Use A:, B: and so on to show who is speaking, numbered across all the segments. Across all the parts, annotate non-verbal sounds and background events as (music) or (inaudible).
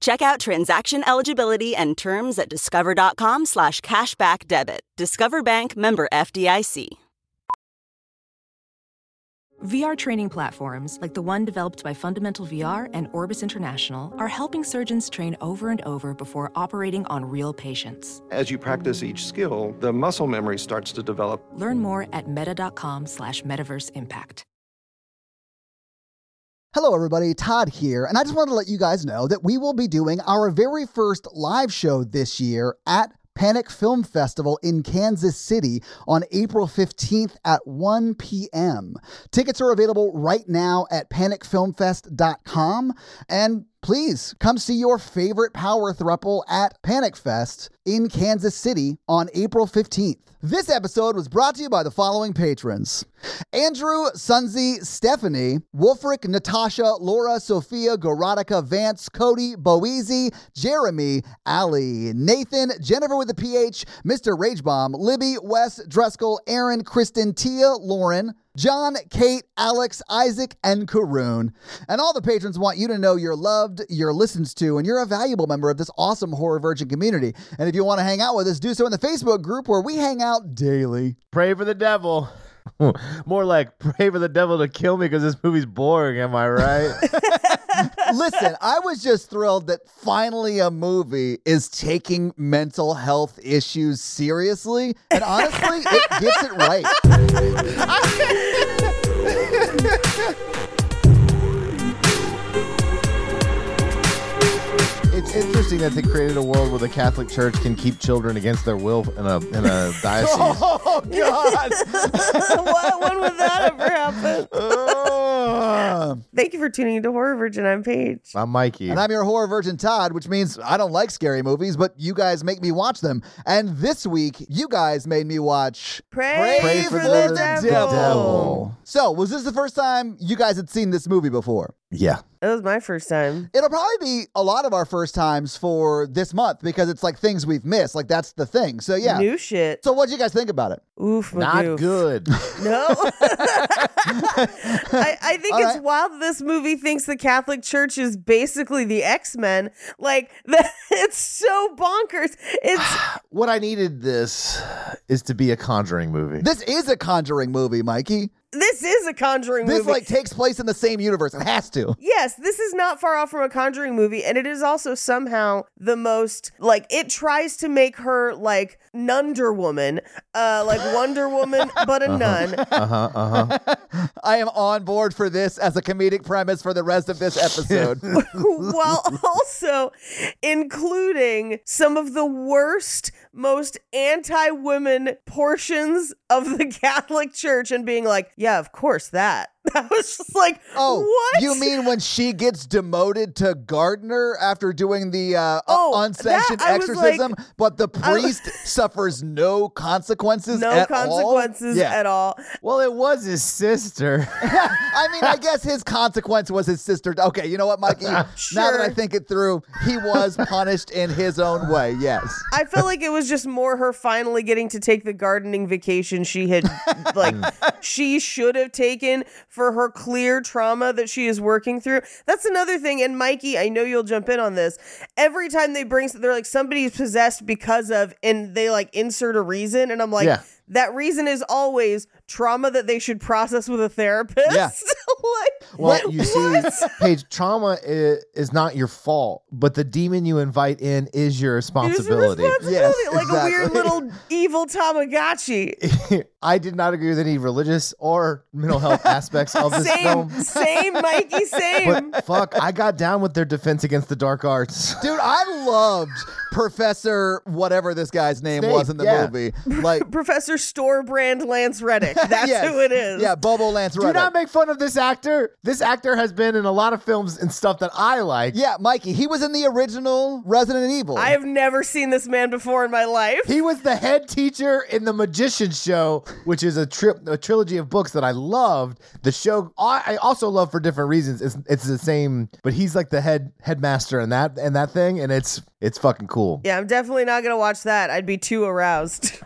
A: Check out transaction eligibility and terms at discover.com slash cashback debit. Discover Bank member FDIC.
B: VR training platforms like the one developed by Fundamental VR and Orbis International are helping surgeons train over and over before operating on real patients.
C: As you practice each skill, the muscle memory starts to develop.
B: Learn more at meta.com slash metaverse impact.
D: Hello, everybody. Todd here, and I just wanted to let you guys know that we will be doing our very first live show this year at Panic Film Festival in Kansas City on April 15th at 1 p.m. Tickets are available right now at panicfilmfest.com. And please come see your favorite power thruple at Panic Fest in Kansas City on April 15th. This episode was brought to you by the following patrons Andrew, Sunzi, Stephanie, Wolfric, Natasha, Laura, Sophia, Gorotica, Vance, Cody, Boezy, Jeremy, Ali, Nathan, Jennifer with a PH, Mr. Ragebomb, Libby, Wes, Dreskel, Aaron, Kristen, Tia, Lauren, John, Kate, Alex, Isaac, and Karoon. And all the patrons want you to know you're loved, you're listened to, and you're a valuable member of this awesome Horror Virgin community. And if you want to hang out with us, do so in the Facebook group where we hang out (laughs) daily.
E: Pray for the devil. (laughs) More like pray for the devil to kill me because this movie's boring. Am I right?
D: Listen, I was just thrilled that finally a movie is taking mental health issues seriously. And honestly, it gets it right.
E: (laughs) it's interesting that they created a world where the Catholic Church can keep children against their will in a in (laughs) a diocese.
D: (laughs) (laughs) Oh, God.
F: (laughs) what? When would that ever happen?
D: Ugh.
F: Thank you for tuning into Horror Virgin. I'm Paige.
E: I'm Mikey.
D: Um, and I'm your horror virgin Todd, which means I don't like scary movies, but you guys make me watch them. And this week, you guys made me watch
F: Pray,
E: Pray
F: for,
E: for
F: the,
E: the
F: devil.
E: devil.
D: So, was this the first time you guys had seen this movie before?
E: yeah.
F: That was my first time.
D: It'll probably be a lot of our first times for this month because it's like things we've missed. Like, that's the thing. So, yeah.
F: New shit.
D: So, what do you guys think about it?
F: Oof,
E: Not (laughs)
F: Magoo.
E: good.
F: No. I, I think
D: All
F: it's
D: right.
F: wild that this movie thinks the Catholic Church is basically the X Men. Like, (laughs) that, it's so bonkers. It's
E: what I needed this is to be a conjuring movie.
D: This is a Conjuring movie, Mikey.
F: This is a Conjuring
D: This,
F: movie.
D: like, takes place in the same universe. It has to. (laughs)
F: Yes, this is not far off from a Conjuring movie, and it is also somehow the most like it tries to make her like Nunder Woman, uh, like Wonder Woman,
D: (laughs)
F: but a nun.
E: uh-huh, uh-huh.
D: I am on board for this as a comedic premise for the rest of this episode. (laughs)
F: while also including some of the worst, most anti women portions of the (laughs) Catholic Church and being like, yeah, of course that. (laughs) That was just like,
D: Oh,
F: what?
D: you mean when she gets demoted to gardener after doing the uh,
F: Oh, that-
D: unsanctioned
F: I was like-
D: exorcism, but the priest
F: (laughs)
D: suffers no consequences
F: no
D: at
F: consequences
D: all? Yeah.
F: at all?
E: (laughs) Well, it was his (laughs) sister.
D: I mean, I guess his consequence was his sister. Okay, you know what,
F: (laughs)
D: Mikey? Now that I
F: Sure.
D: think it through, he was punished in his own way. Yes.
F: I felt like it was just more her finally getting to take the gardening vacation
E: (laughs)
F: she had, like, she should have taken for her clear trauma that she is working through. That's another thing. And Mikey, I know you'll jump in on this. Every time they bring, they're like, somebody's possessed because of, and they like insert a reason. And I'm like,
E: Yeah.
F: that reason is always trauma that they should process with a therapist.
D: Yeah.
F: (laughs) like,
E: Well,
G: What?
E: you see, Paige, trauma is, is not your fault, but the demon you invite in is your
F: It is a
E: responsibility.
G: Yes,
F: responsibility, like a weird
G: exactly.
F: little evil Tamagotchi.
E: (laughs) I did not agree with any religious or mental
F: (laughs)
E: health aspects of this
F: Same,
E: film.
F: same,
D: (laughs)
F: Mikey, same.
E: But fuck, I got down with their defense against the dark
F: (laughs)
E: arts.
D: Dude, I loved Professor whatever this guy's name
E: Snape,
D: was in the
E: yeah.
D: movie. Like
F: Professor Storebrand
D: (laughs)
F: Lance Reddick. (laughs) That's
D: yes.
F: who it is.
D: Yeah, Bobo Lance
E: Do
D: Reddick.
E: not make fun of this actor. This actor has been in a lot of films and stuff that I like.
D: yeah, Mikey. He was in the original Resident Evil.
F: I have never seen this man before in my life.
E: He was the head teacher in the Magician Show, which is a trip, a trilogy of books that I loved. The show I I also love for different reasons. It's it's the same, but he's like the head headmaster in that and that thing, and it's it's fucking cool.
F: Yeah, I'm definitely not gonna watch that. I'd be
D: (laughs)
F: too aroused.
E: (laughs)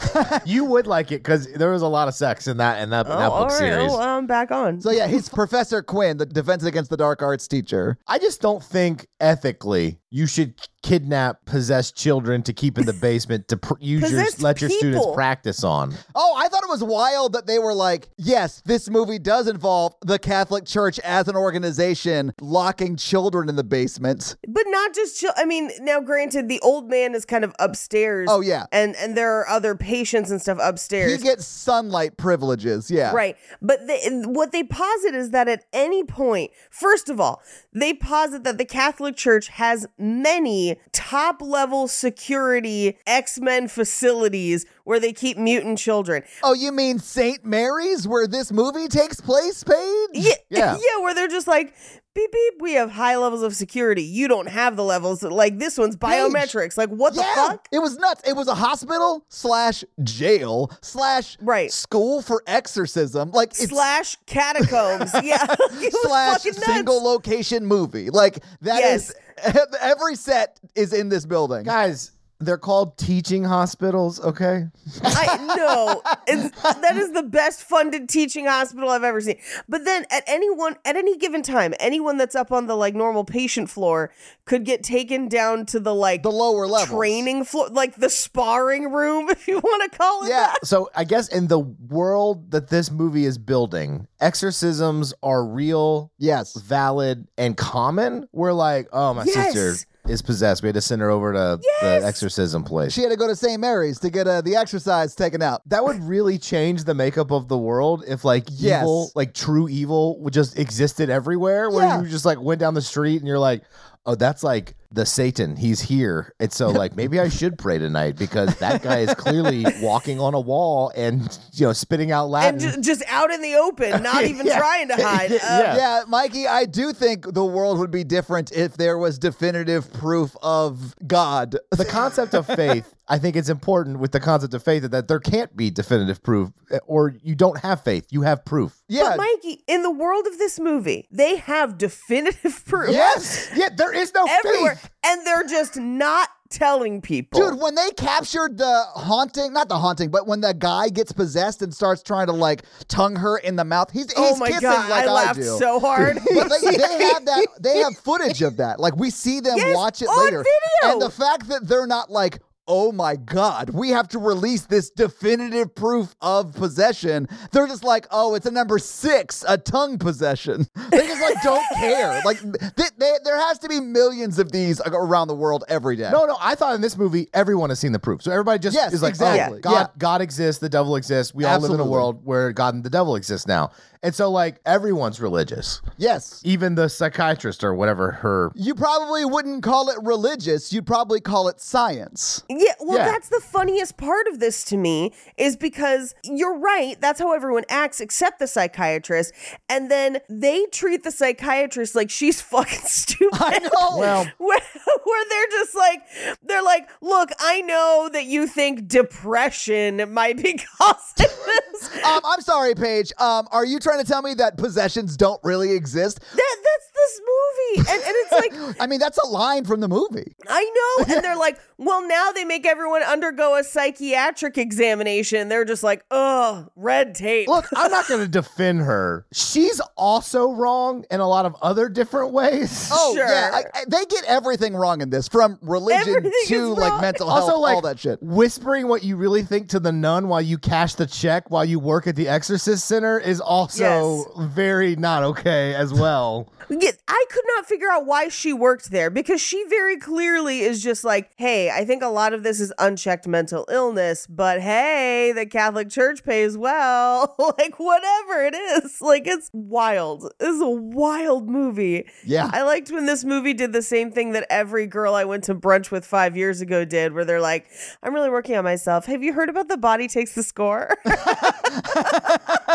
E: You would like it because there was a lot of sex in that in that, in
F: oh,
E: that
F: all
E: book
F: right.
E: series.
F: Oh, I'm back on.
D: so yeah,
F: (laughs)
D: he's Professor Quinn, the Defense Against the Dark Arts teacher.
E: I just don't think ethically you should kidnap possessed children to keep in the basement to pr- use your,
F: Possessed
E: let your students
F: people.
E: practice on.
D: Oh, I thought it was wild that they were like, yes, this movie does involve the Catholic Church as an organization locking children in the basement.
F: But not just chill. I mean, now granted, the old man is kind of upstairs.
D: Oh, yeah.
F: and and there are other patients and stuff
D: He
F: upstairs.
D: gets sunlight privileges. Yeah.
F: Right. But they, what they posit is that at any point, first of all, they posit that the Catholic Church has many top level security X Men facilities where they keep mutant children.
D: Oh, you mean St. Mary's where this movie takes place, Paige?
F: Yeah, (laughs)
E: Yeah.
F: yeah. where they're just like, beep, beep, we have high levels of security. You don't have the levels. Like, this one's biometrics. Like, what the
D: Yeah,
F: fuck?
D: it was nuts. It was a hospital slash jail slash
F: Right.
D: school for exorcism. Like it's
F: Slash catacombs. yeah. (laughs) It was
D: slash
F: fucking nuts.
D: single location movie. Like that is (laughs) every set is in this building.
E: Guys, they're called teaching hospitals, okay?
F: I know It's- that is the best funded teaching hospital I've ever seen. But then at anyone at any given time, anyone that's up on the like normal patient floor could get taken down to the like
D: The lower level.
F: training floor, like the sparring room, (laughs) if you want to call it
D: Yeah.
F: that.
E: So I guess in the world that this movie is building, exorcisms are real,
D: Yes.
E: valid, and common. We're like, oh, my
F: Yes.
E: sister is possessed. We had to send her over to
F: Yes.
E: the exorcism place.
D: She had to go to St. Mary's to get uh, the exercise taken out.
E: that would really change the makeup of the world if like
D: Yes.
E: evil, like true evil, would just existed everywhere. Where
D: Yeah.
E: you just like went down the street and you're like, oh, that's like the Satan. He's here. And so like maybe I should pray tonight because that guy is clearly
D: (laughs)
E: walking on a wall and you know spitting out Latin.
F: And ju- just out in the
D: (laughs)
F: open, not even
E: Yeah.
F: trying to hide.
E: Yeah.
F: Uh,
D: Yeah, Mikey, I do think the world would be different if there was definitive proof of God.
E: the concept of faith, I think it's important with the concept of faith that, that there can't be definitive proof, eh, or you don't have faith. You have proof.
D: Yeah.
F: But Mikey, in the world of this movie, they have definitive (laughs) proof
E: Yes. Yeah. There is
D: Oh,
E: no
F: everywhere,
E: faith.
F: and they're just not telling people.
D: Dude, when they captured the haunting, not the haunting, but when the guy gets possessed and starts trying to like tongue her in the mouth, he's, he's
F: oh my
D: kissing
F: god,
D: like
F: I
D: I,
F: laughed
D: do.
F: so hard.
D: but they,
F: (laughs)
D: they have that. They have footage of that. Like we see them
F: Yes,
D: watch it
F: on
D: later.
F: video.
D: And the fact that they're not like, oh my god, we have to release this definitive proof of possession. They're just like, oh, it's a number six, a tongue possession. (laughs) They just like don't care. Like th- they, there has to be millions of these around the world every day.
E: No, no. I thought in this movie everyone has seen the proof, so everybody just
D: Yes,
E: is like,
D: exactly.
E: oh, God,
D: Yeah.
E: God exists, the devil exists. We all live in
D: Absolutely.
E: a world where God and the devil exist now, and so like everyone's religious,
D: Yes.
E: even the psychiatrist or whatever. Her
D: You probably wouldn't call it religious. You'd probably call it science.
F: Yeah, well,
E: Yeah.
F: that's the funniest part of this to me is because you're right. That's how everyone acts except the psychiatrist. And then they treat the psychiatrist like she's (laughs) fucking
E: (laughs)
F: stupid. I know.
E: Well-
F: (laughs) where, where they're just like, they're like, look, I know that you think depression might be (laughs) causing this.
D: Um, I'm sorry, Paige. Um, are you trying to tell me that possessions don't really exist?
F: That, that's this movie. And, and
E: (laughs)
F: it's like,
E: I mean, that's a line from the movie.
F: I know. And they're like, well, now they make everyone undergo a psychiatric examination. They're just like, ugh, red tape.
D: Look, I'm not going to defend her. She's also wrong in a lot of other different ways.
E: Oh
F: Sure.
E: yeah, I, I, they get everything wrong in this, from religion
F: Everything is
E: to like
F: wrong.
E: mental health,
D: also, like
E: all that shit.
D: whispering what you really think to the nun while you cash the check while you work at the Exorcist Center is also very not okay as (laughs) well.
F: Yeah, I could not figure out why she worked there because she very clearly is just like, hey, I think a lot of this is unchecked mental illness, but hey, the Catholic Church pays well. (laughs) like, whatever it is. Like, it's wild. This is a wild movie.
E: Yeah.
F: I liked when this movie did the same thing that every girl I went to brunch with five years ago did, where they're like, I'm really working on myself. Have you heard about The Body Takes the Score? (laughs)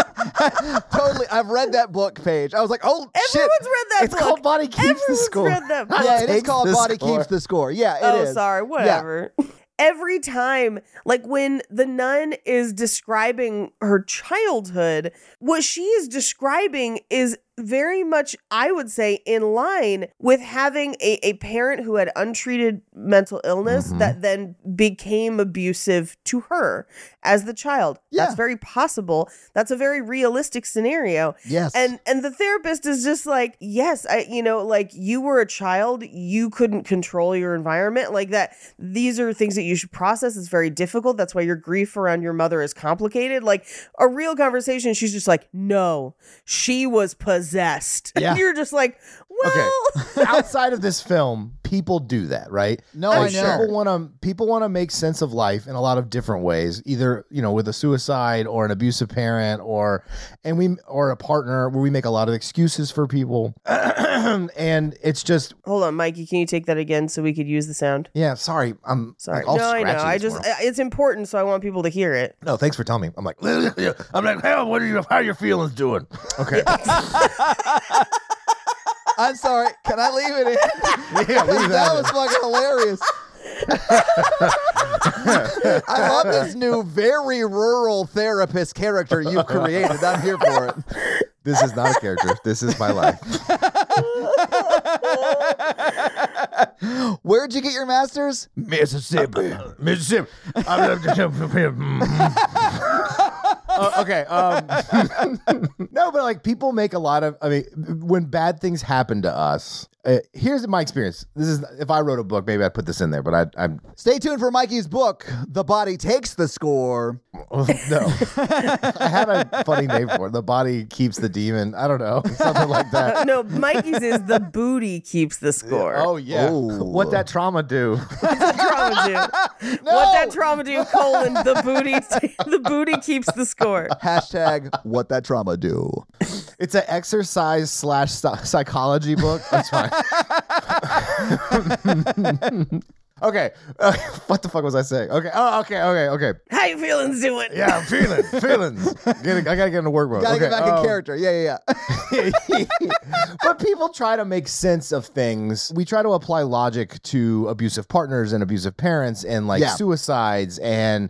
E: totally, I've read that book page. I was like, oh shit,
F: (laughs) Everyone's read that
D: It's
F: book.
D: called Body Keeps the
F: Everyone's
D: Score.
F: read that book.
E: (laughs) yeah, it is
D: Takes
E: called
D: the
E: Body
D: Score.
E: Keeps the Score. Yeah, it
F: oh,
E: is.
F: sorry,
E: Yeah.
F: whatever. Every time, like when the nun is describing her childhood, what she is describing is very much, I would say, in line with having a, a parent who had untreated mental illness
E: Mm-hmm.
F: that then became abusive to her as the child.
E: Yeah.
F: That's very possible. That's a very realistic scenario.
E: Yes.
F: And and the therapist is just like, yes, I you know, like you were a child, you couldn't control your environment like that. These are things that you should process. It's very difficult. That's why your grief around your mother is complicated. Like a real conversation, she's just like, no, she was possessed. (laughs)
E: Yeah.
F: And you're just like,
D: Okay.
F: well, (laughs)
D: Outside of this film, people do that, right?
E: No,
D: Like,
E: I know.
D: People want to people want to make sense of life in a lot of different ways, either you know with a suicide or an abusive parent or and we or a partner where we make a lot of excuses for people, (clears throat) and it's just
F: hold on, Mikey, can you take that again so we could use the sound?
D: yeah. Sorry, I'm
F: Sorry.
D: Like, all
F: no, I know.
D: scratchy
F: I
D: this
F: just
D: morning.
F: I- it's important, so I want people to hear it.
D: no. Thanks for telling me. I'm like (laughs) I'm like hell. What are you? How are your feelings (laughs) doing? Okay.
E: I'm sorry. Can I leave it in?
D: Yeah, (laughs) leave that
E: that
D: in.
E: was fucking hilarious. I love this new, very rural therapist character you've created. I'm here for it.
D: this is not a character. This is my life.
E: Where'd you get your master's?
D: Mississippi. Mississippi. Uh, okay. Um, (laughs) no, but like people make a lot of. I mean, when bad things happen to us, uh, here's my experience. This is if I wrote a book, maybe I'd put this in there, but I, I'm
E: Stay tuned for Mikey's book, The Body Takes the Score.
D: no. I had a funny name for it. The body keeps the demon. I don't know, (laughs) something like that.
F: No, Mikey's is
D: (laughs)
F: the booty keeps the score.
D: Oh yeah.
E: Oh.
D: What that trauma do?
F: trauma do. What that trauma do? Colon the booty. (laughs) the booty keeps the score.
E: Hashtag what that trauma do.
D: It's an exercise slash psy- psychology book. That's fine. (laughs) okay. (laughs) Uh, what the fuck was I saying? Okay. Oh, okay. Okay. Okay.
F: How you feelings doing?
D: Yeah, I'm feeling feelings. (laughs) Get it- I gotta get into work mode.
E: Gotta
D: okay,
E: get back in
D: um,
E: character. Yeah, yeah, yeah.
D: but people try to make sense of things. We try to apply logic to abusive partners and abusive parents and like
E: Yeah.
D: suicides and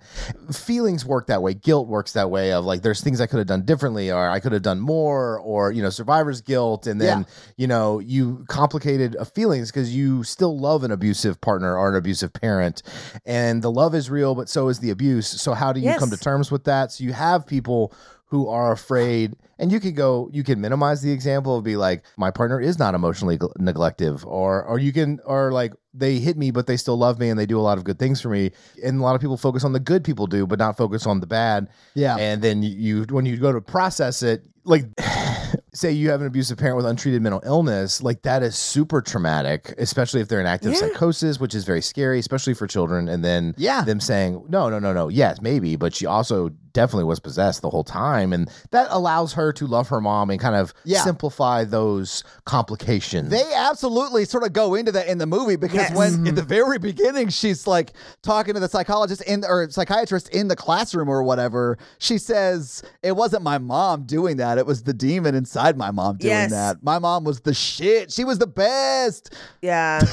D: feelings work that way. Guilt works that way of like there's things I could have done differently or I could have done more or you know survivor's guilt and then
E: Yeah.
D: you know you complicated uh, feelings because you still love an abusive partner or an abusive parent and the love is real but so is the abuse. So how do you
F: Yes.
D: come to terms with that? So you have people who are afraid and you could go you can minimize the example of be like my partner is not emotionally gl- neglective or or you can or like they hit me but they still love me and they do a lot of good things for me and a lot of people focus on the good people do but not focus on the bad
E: Yeah.
D: and then you, you when you go to process it like (sighs) say you have an abusive parent with untreated mental illness like that is super traumatic especially if they're in active psychosis which is very scary especially for children and then
E: Yeah.
D: them saying no no no no yes maybe but she also definitely was possessed the whole time and that allows her to love her mom and kind of
E: Yeah.
D: simplify those complications
E: (laughs) They absolutely sort of go into that in the movie because when at the very beginning she's like talking to the psychologist in or psychiatrist in the classroom or whatever, she says, It wasn't my mom doing that, it was the demon beside my mom doing
F: Yes.
E: that. My mom was the shit. She was the best.
F: Yeah,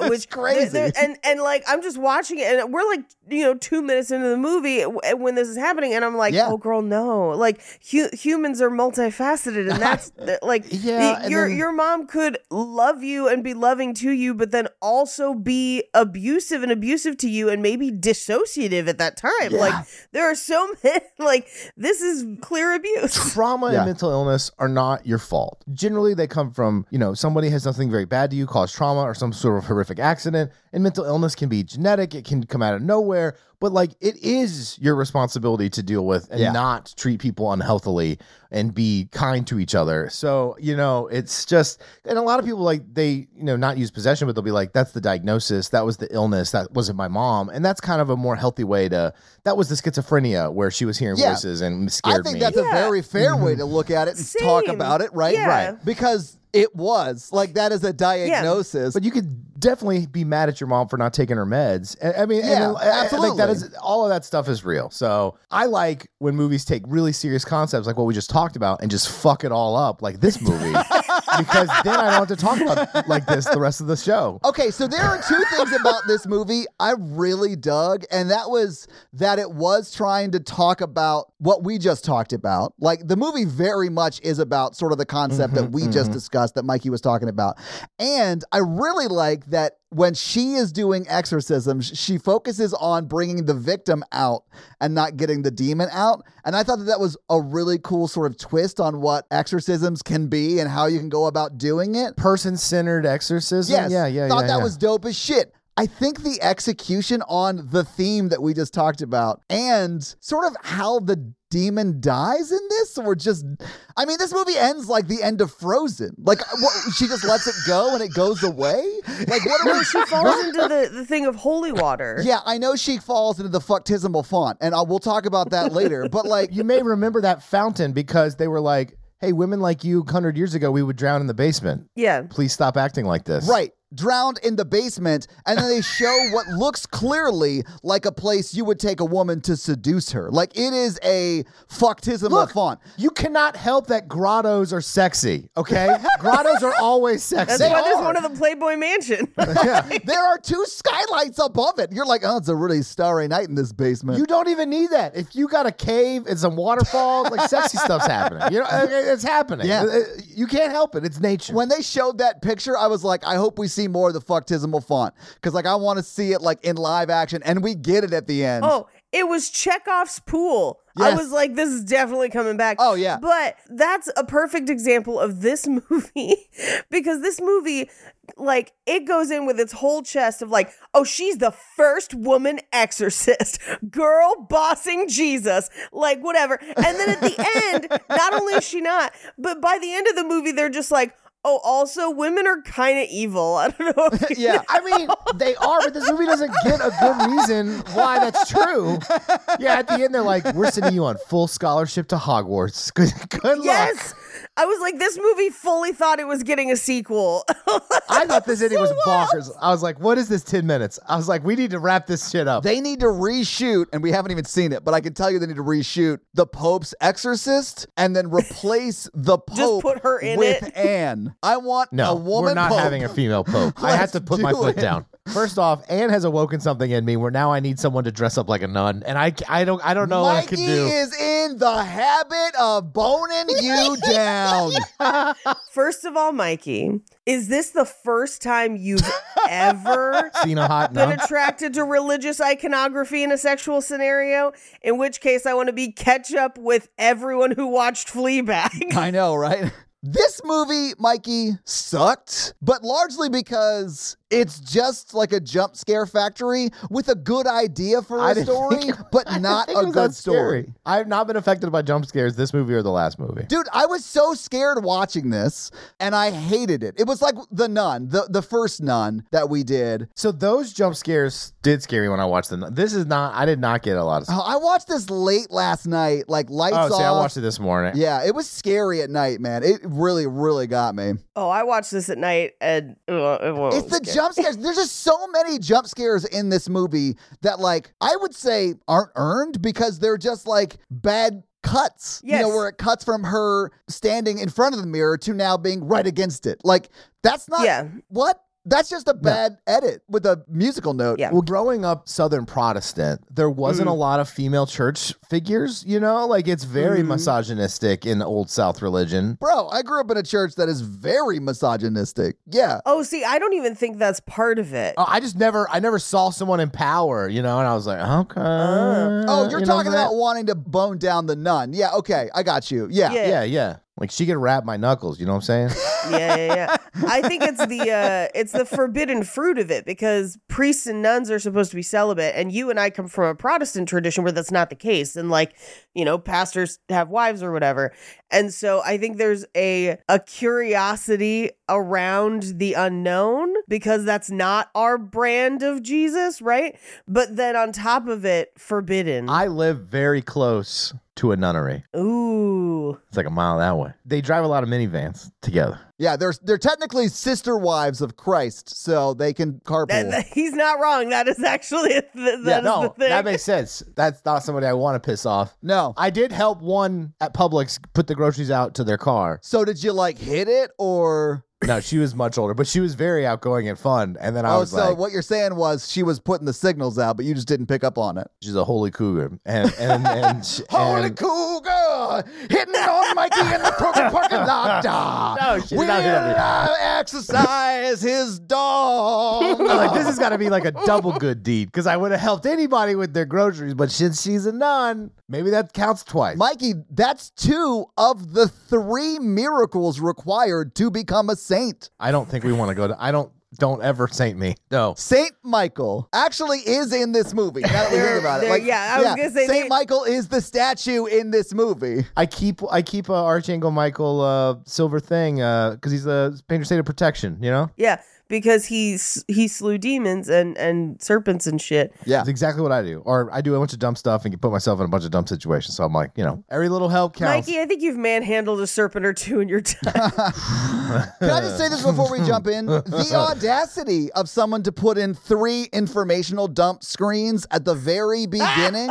E: (laughs) It's
F: which
E: crazy.
F: there- and and like I'm just watching it, and we're like you know two minutes into the movie w- when this is happening, and I'm like,
E: Yeah.
F: oh girl, no, like hu- humans are multifaceted, and
E: (laughs)
F: that's th- like
D: Yeah,
F: the-
D: and
F: your
D: then-
F: your mom could love you and be loving to you, but then also be abusive and abusive to you, and maybe dissociative at that time. Like there are so (laughs) many, like this is clear abuse.
D: (laughs)
E: (laughs)
D: trauma
E: Yeah.
D: and mental illness are not your fault. Generally, they come from, you know, somebody has something very bad to you, caused trauma or some sort of horrific accident. And mental illness can be genetic, it can come out of nowhere, but like it is your responsibility to deal with and
E: Yeah.
D: not treat people unhealthily and be kind to each other. So, you know, it's just, and a lot of people like they, you know, not use possession, but they'll be like, that's the diagnosis, that was the illness, that wasn't my mom. And that's kind of a more healthy way to, that was the schizophrenia where she was hearing
E: Yeah.
D: voices and
E: I
D: scared
E: think
D: me.
E: that's a very fair way to look at it and talk
F: Same.
E: about it, right?
F: Yeah. Right.
E: Because it was like that is a diagnosis.
D: But you could definitely be mad at your mom for not taking her meds. I I mean, and
E: Yeah,
D: I- I- Like that
E: absolutely.
D: is all of that stuff is real. So I like when movies take really serious concepts, like what we just talked about, and just fuck it all up, like this
E: (laughs)
D: movie, because then I don't have to talk about like this the rest of the show.
E: Okay, so there are two things about this movie I really dug, and that was that it was trying to talk about what we just talked about. Like the movie very much is about sort of the concept that we just discussed that Mikey was talking about. And I really like that when she is doing exorcisms, she focuses on bringing the victim out and not getting the demon out. And I thought that that was a really cool sort of twist on what exorcisms can be and how you can go about doing it.
D: Person centered exorcism.
E: Yes.
D: Yeah. Yeah.
E: Thought
D: yeah,
E: that
D: yeah.
E: was dope as shit. I think the execution on the theme that we just talked about and sort of how the demon dies in this or just I mean this movie ends like the end of Frozen. Like uh, what, she just lets it go and it goes away? Like what
D: (laughs)
E: are we
F: She falls into the, the thing of holy water.
E: Yeah, I know she falls into the fucktizimal font and I, we'll talk about that later, but like
D: you may remember that fountain because they were like, "Hey, women like you, hundred years ago, we would drown in the basement.
F: Yeah.
D: Please stop acting like this."
E: Right. Drowned in the basement, and then they show what looks clearly like a place you would take a woman to seduce her. Like it is a fucktism of font.
D: You cannot help that grottos are sexy, (laughs) okay? grottos are always sexy.
F: That's why there's one of the Playboy
E: (laughs)
F: Mansion. (laughs)
E: There are two skylights above it. You're like, oh, it's a really starry night in this basement.
D: you don't even need that. If you got a cave and some waterfalls, (laughs) like sexy stuff's happening. You know, uh, it's happening.
E: Yeah.
D: Uh, You can't help it. It's nature. (laughs)
E: when they showed that picture, I was like, I hope we see more of the fucktizimal font because, like, I want to see it like in live action, and we get it at the end.
F: Oh, it was Chekhov's pool. I
E: Yes.
F: was like, this is definitely coming back.
E: Oh, yeah.
F: But that's a perfect example of this (laughs) movie because this movie, like, it goes in with its whole chest of, like, oh, she's the first woman exorcist, (laughs) girl bossing Jesus, like, whatever. And then
E: (laughs)
F: at the end, not only is she not, but by the end of the movie, they're just like, oh, also, women are kind of evil. (laughs) I don't know. if you
E: (laughs) yeah.
D: I mean, they are, but this movie doesn't get a good reason why that's true. Yeah, at the end, they're like, we're sending you on full scholarship to Hogwarts. (laughs) Good, good luck.
F: Yes. I was like, this movie fully thought it was getting a sequel. (laughs)
D: I thought this ending was bonkers. I was like, what is this 10 minutes? I was like, we need to wrap this shit up.
E: They need to reshoot, and we haven't even seen it, but I can tell you they need to reshoot the Pope's Exorcist and
F: (laughs)
E: then replace the Pope
F: put her in
E: with
F: it.
E: Anne. I want
D: No,
E: a woman
D: we're not
E: Pope.
D: having a female pope. I have to
E: Let's
D: put my
E: do
D: foot
E: it.
D: down. First off, Anne has awoken something in me where now I need someone to dress up like a nun, and I, I don't I don't know what I
E: Mikey
D: can do.
E: is in the habit of boning
F: (laughs)
E: you down.
F: First of all, Mikey, is this the first time you've ever
D: Seen a hot
F: been
D: nun?
F: attracted to religious iconography in a sexual scenario? In which case, I want to be catch up with everyone who watched
E: (laughs)
F: Fleabag.
E: I know, right? This movie, Mikey, sucked, but largely because it's just like a jump scare factory with a good idea for
D: I
E: a
D: didn't
E: story,
D: (laughs) think- I
E: but
D: didn't
E: not
D: think it
E: a
D: was
E: good
D: that scary.
E: story.
D: I've not been affected by jump scares this movie or the last movie.
E: Dude, I was so scared watching this and I hated it. It was like the nun, the, the first nun that we did.
D: So those jump scares did scare me when I watched them. This is not. I did not get a lot of.
E: Oh, I watched this late last night, like lights
D: Oh,
E: off.
D: see, I watched it this morning.
E: Yeah, it was scary at night, man. It really, really got me.
F: oh, I watched this at night, and uh, it was
E: It's the
F: scary.
E: jump scares. There's just so many jump scares in this movie that, like, I would say aren't earned because they're just like bad cuts. You
F: Yes.
E: know, where it cuts from her standing in front of the mirror to now being right against it. Like that's not
F: Yeah.
E: what? That's just a bad edit with a musical note.
F: Yeah.
D: Well, growing up Southern Protestant, there wasn't a
F: Mm.
D: lot of female church figures, you know? Like it's very
F: Mm-hmm.
D: misogynistic in Old South religion.
E: Bro, I grew up in a church that is very misogynistic. Yeah.
F: Oh, see, I don't even think that's part of it.
D: Uh, I just never I never saw someone in power, you know, and I was like, okay.
F: Uh,
E: Oh, you're
D: You know
E: talking
D: that-
E: about wanting to bone down the nun. Yeah, okay. I got you. Yeah.
F: Yeah. Mm-hmm.
D: Yeah, yeah. Like she could wrap my knuckles, you know what I'm saying?
F: yeah, yeah, yeah. I think it's the uh, it's the forbidden fruit of it because priests and nuns are supposed to be celibate, and you and I come from a Protestant tradition where that's not the case, and like you know, pastors have wives or whatever, and so I think there's a a curiosity around the unknown because that's not our brand of Jesus, right? But then on top of it, forbidden.
D: I live very close to a nunnery.
F: Ooh,
D: It's like a mile that way. They drive a lot of minivans together.
E: Yeah, they're they're technically sister wives of Christ, so they can carpool.
F: that, he's not wrong. That is actually (laughs) th- that is the
D: no,
F: thing.
D: that makes sense. That's not somebody I want to piss off.
E: no.
D: I did help one at Publix put the groceries out to their car.
E: so did you like hit it or
D: No, she was much older, but she was very outgoing and fun. And then I
E: Oh,
D: was
E: so
D: like,
E: what you're saying was she was putting the signals out, but you just didn't pick up on it.
D: she's a holy cougar. And
H: (laughs)
D: and and,
H: Holy
D: and
H: cougar, hitting on Mikey in the
D: (laughs)
H: crooked parking lot. uh,
D: No, she's not
H: Will
D: hitting on me.
H: I exercise his dog.
D: (laughs) I'm like, this has got to be like a double good deed because I would have helped anybody with their groceries, but since she's a nun, maybe that counts twice.
E: Mikey, that's two of the three miracles required to become a saint.
D: I don't think we want to go to. I don't. Don't ever saint me. No.
E: Saint Michael actually is in this movie. Now that we
F: There- (laughs)
E: think about it,
F: there- yeah, I was gonna say
E: Saint
F: they-
E: Michael is the statue in this movie.
D: I keep I keep uh, Archangel Michael uh, silver thing because he's a painter state of protection. You know,
F: Yeah, because he's he slew demons and and serpents and shit.
E: Yeah,
D: that's exactly what I do. Or I do a bunch of dumb stuff and can put myself in a bunch of dumb situations. So I'm like, you know, every little help counts.
F: Mikey, (laughs) I think you've manhandled a serpent or two in your time. (laughs)
E: Can I just say this before we jump in? The audacity of someone to put in three informational dump screens at the
F: (laughs)
E: very beginning.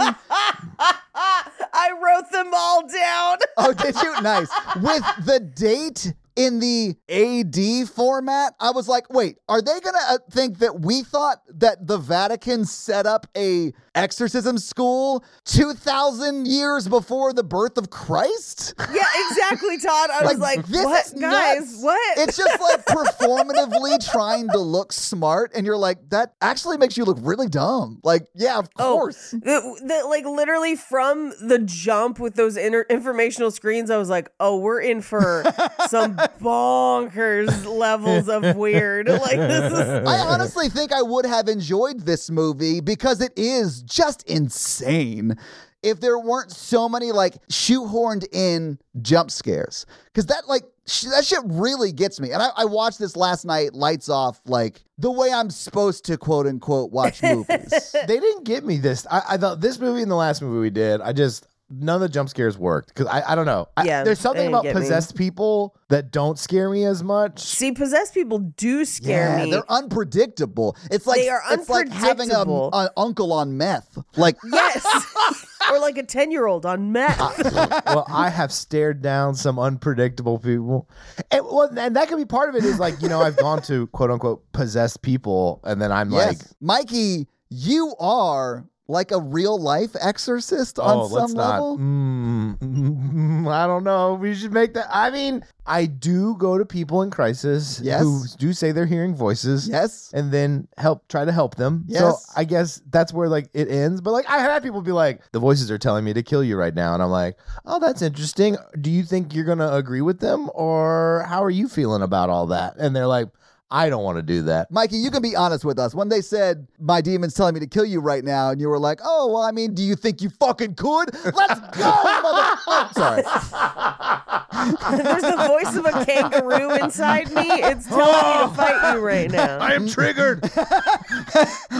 F: I wrote them all
E: (laughs)
F: down.
E: oh, did you? Nice. With the date in the AD format, I was like, wait, are they going to think that we thought that the Vatican set up a exorcism school 2000 years before the birth of Christ?
F: yeah, exactly, Todd. I was like,
E: this
F: what,
E: is
F: guys?
E: nuts.
F: What?
E: It's just like
F: (laughs)
E: performatively trying to look smart, and you're like, that actually makes you look really dumb. Like, yeah, of course.
F: Oh, The, the- like literally from the jump with those inter- informational screens, I was like, "Oh, we're in
E: (laughs)
F: for some bonkers levels of
E: (laughs)
F: weird." Like this is (laughs)
E: I honestly think I would have enjoyed this movie because it is just insane. If there weren't so many like shoehorned in jump scares, because that like sh- that shit really gets me. And I-, I watched this last night, lights off, like the way I'm supposed to quote unquote watch
D: (laughs)
E: movies.
D: they didn't get me this. I, I thought this movie and the last movie we did. I just none of the jump scares worked because I, I don't know. I-
F: Yeah,
D: there's
F: they
D: something
F: didn't
D: about
F: get me.
D: possessed people that don't scare me as
F: (laughs)
D: much.
F: see, possessed people do scare
E: Yeah,
F: me.
E: They're unpredictable. It's like
F: They are
E: it's like having a,
F: unpredictable.
E: an uncle on meth. Like
D: (laughs)
F: Yes. or like a 10 year old on meth.
D: well, I have stared down some unpredictable people. And, well, and that could be part of it is like, you know, I've gone to quote unquote possessed people and then I'm
E: yes,
D: like,
E: Mikey, you are like a real life exorcist
D: oh,
E: on
D: let's
E: some
D: not.
E: level.
D: Mm, mm, mm, (laughs) I don't know. We should make that. I mean, I do go to people in crisis
E: Yes.
D: who do say they're hearing voices.
E: Yes.
D: And then help try to help them. So
E: Yes.
D: I guess that's where like it ends. But like I had people be like, the voices are telling me to kill you right now, and I'm like, oh, that's interesting. Do you think you're gonna agree with them, or how are you feeling about all that? And they're like, I don't want to do that.
E: Mikey, you can be honest with us. When they said, My demon's telling me to kill you right now, and you were like, Oh, well,
D: (laughs)
E: I (laughs) mean, do you think you fucking could? Let's go, motherfucker. Sorry.
D: Uh,
F: (laughs) There's the voice of a kangaroo inside me. It's telling me to fight you right
D: Oh. (laughs)
F: now.
D: am triggered.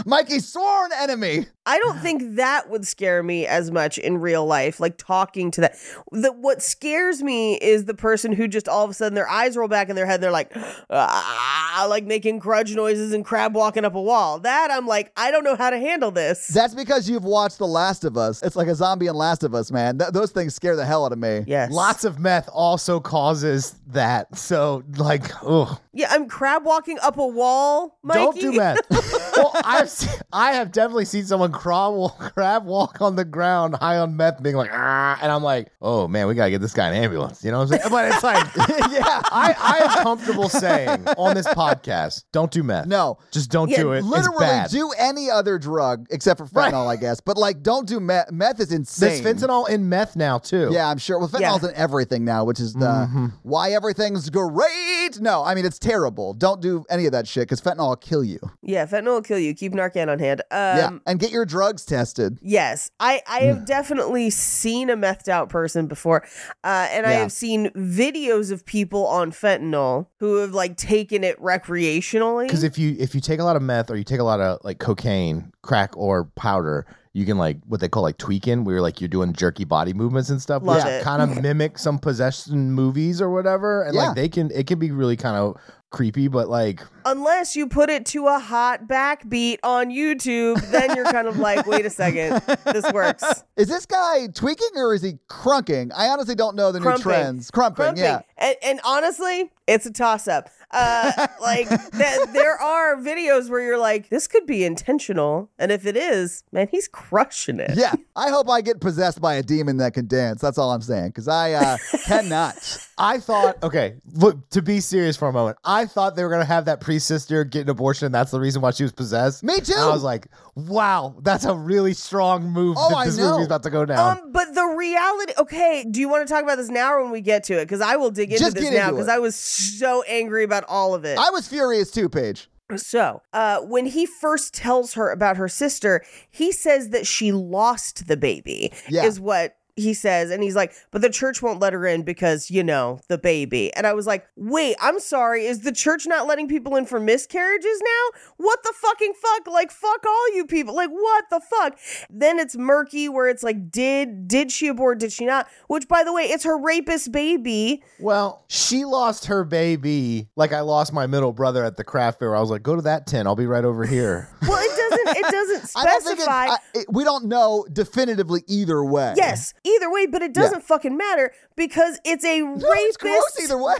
H: Mikey's sworn enemy.
F: I don't think that would scare me as much in real life, like talking to that. The, what scares me is the person who just all of a sudden their eyes roll back in their head. They're like, ah, like making grudge noises and crab walking up a wall. That I'm like, I don't know how to handle this.
H: That's because you've watched The Last of Us. It's like a zombie in Last of Us, man. Th- those things scare the hell out of (laughs) me.
F: yes.
D: Lots of meth also causes that. So, like, oh,
F: Yeah, I'm crab walking up a wall, Mikey.
D: don't do meth.
H: (laughs)
D: well, I've se- I have definitely seen someone crab walk, crab walk on the ground high on meth, being like, ah, and I'm like, oh man, we gotta get this guy an ambulance. You know what I'm saying? But it's like, (laughs) yeah, I, I am comfortable saying on this podcast, don't do meth.
H: No.
D: just don't
F: Yeah,
D: do it. It's
H: Literally
D: bad.
H: do any other drug except for
D: Right.
H: fentanyl, I guess. But like, don't do meth. Meth is
D: There's
H: insane.
D: fentanyl in meth now too. Mm-hmm.
H: Yeah, I'm sure. Well, fentanyl's
F: Yeah.
H: in everything now, which is the why everything's great. No, I mean it's terrible. Don't do any of that shit because fentanyl will kill you.
F: Yeah, fentanyl will kill you. Keep Narcan on hand. Um,
H: yeah, and get your drugs tested.
F: Yes, I, I have definitely seen a methed out person before, uh, and I
H: Yeah.
F: have seen videos of people on fentanyl who have like taken it recreationally.
D: Because if you if you take a lot of meth or you take a lot of like cocaine, crack or powder, you can like what they call like tweaking, where you're like you're doing jerky body movements and stuff,
F: Love
D: which
F: it.
H: (laughs)
D: kind of mimic some possession movies or whatever. And
H: Yeah.
D: like they can it can be really kind of creepy, but like
F: Unless you put it to a hot backbeat on YouTube, then you're kind of like, wait a second,
H: (laughs)
F: this works.
H: Is this guy tweaking or is he crunking? I honestly don't know the new
F: Crumping.
H: trends. Crumping,
F: Crumping.
H: yeah.
F: And, and honestly, it's a toss up.
H: (laughs)
F: Uh, like th- there are videos where you're like, this could be intentional, and if it is, man, he's crushing it.
H: Yeah, I hope I get possessed by a demon that can dance. That's all I'm saying, because I
F: (laughs)
H: uh, cannot.
D: I thought, okay, look, to be serious for a moment, I thought they were gonna have that priest sister get an abortion, and that's the reason why she was possessed.
H: Me too.
D: And I was like, wow, that's a really strong move
H: Oh,
D: that
H: I
D: this
H: know.
D: movie's about to go down.
F: Um, but the reality. Okay, do you want to talk about this now or when we get to it? Because I will dig into
H: Just
F: this
H: get
F: now
H: into
F: because
H: it.
F: I was so angry about all of it.
H: I was furious too, Paige.
F: so, uh, when he first tells her about her sister, he says that she lost the baby.
H: Yeah.
F: is what he says, and he's like, but the church won't let her in because you know the baby. And I was like, wait, I'm sorry, is the church not letting people in for miscarriages now? What the fucking fuck? Like, fuck all you people. Like, what the fuck? Then it's murky where it's like, did did she abort? Did she not? Which, by the way, it's her rapist baby.
D: Well, she lost her baby like I lost my middle brother at the craft fair. I was like, go to that tent. I'll be right over
F: (laughs)
D: here.
F: Well, it doesn't it doesn't
H: (laughs) I don't think it's,
F: specify.
H: I, it, we don't know definitively either way.
F: Yes, either way, but it doesn't fucking matter because it's a
H: it's
F: rapist
H: gross either way.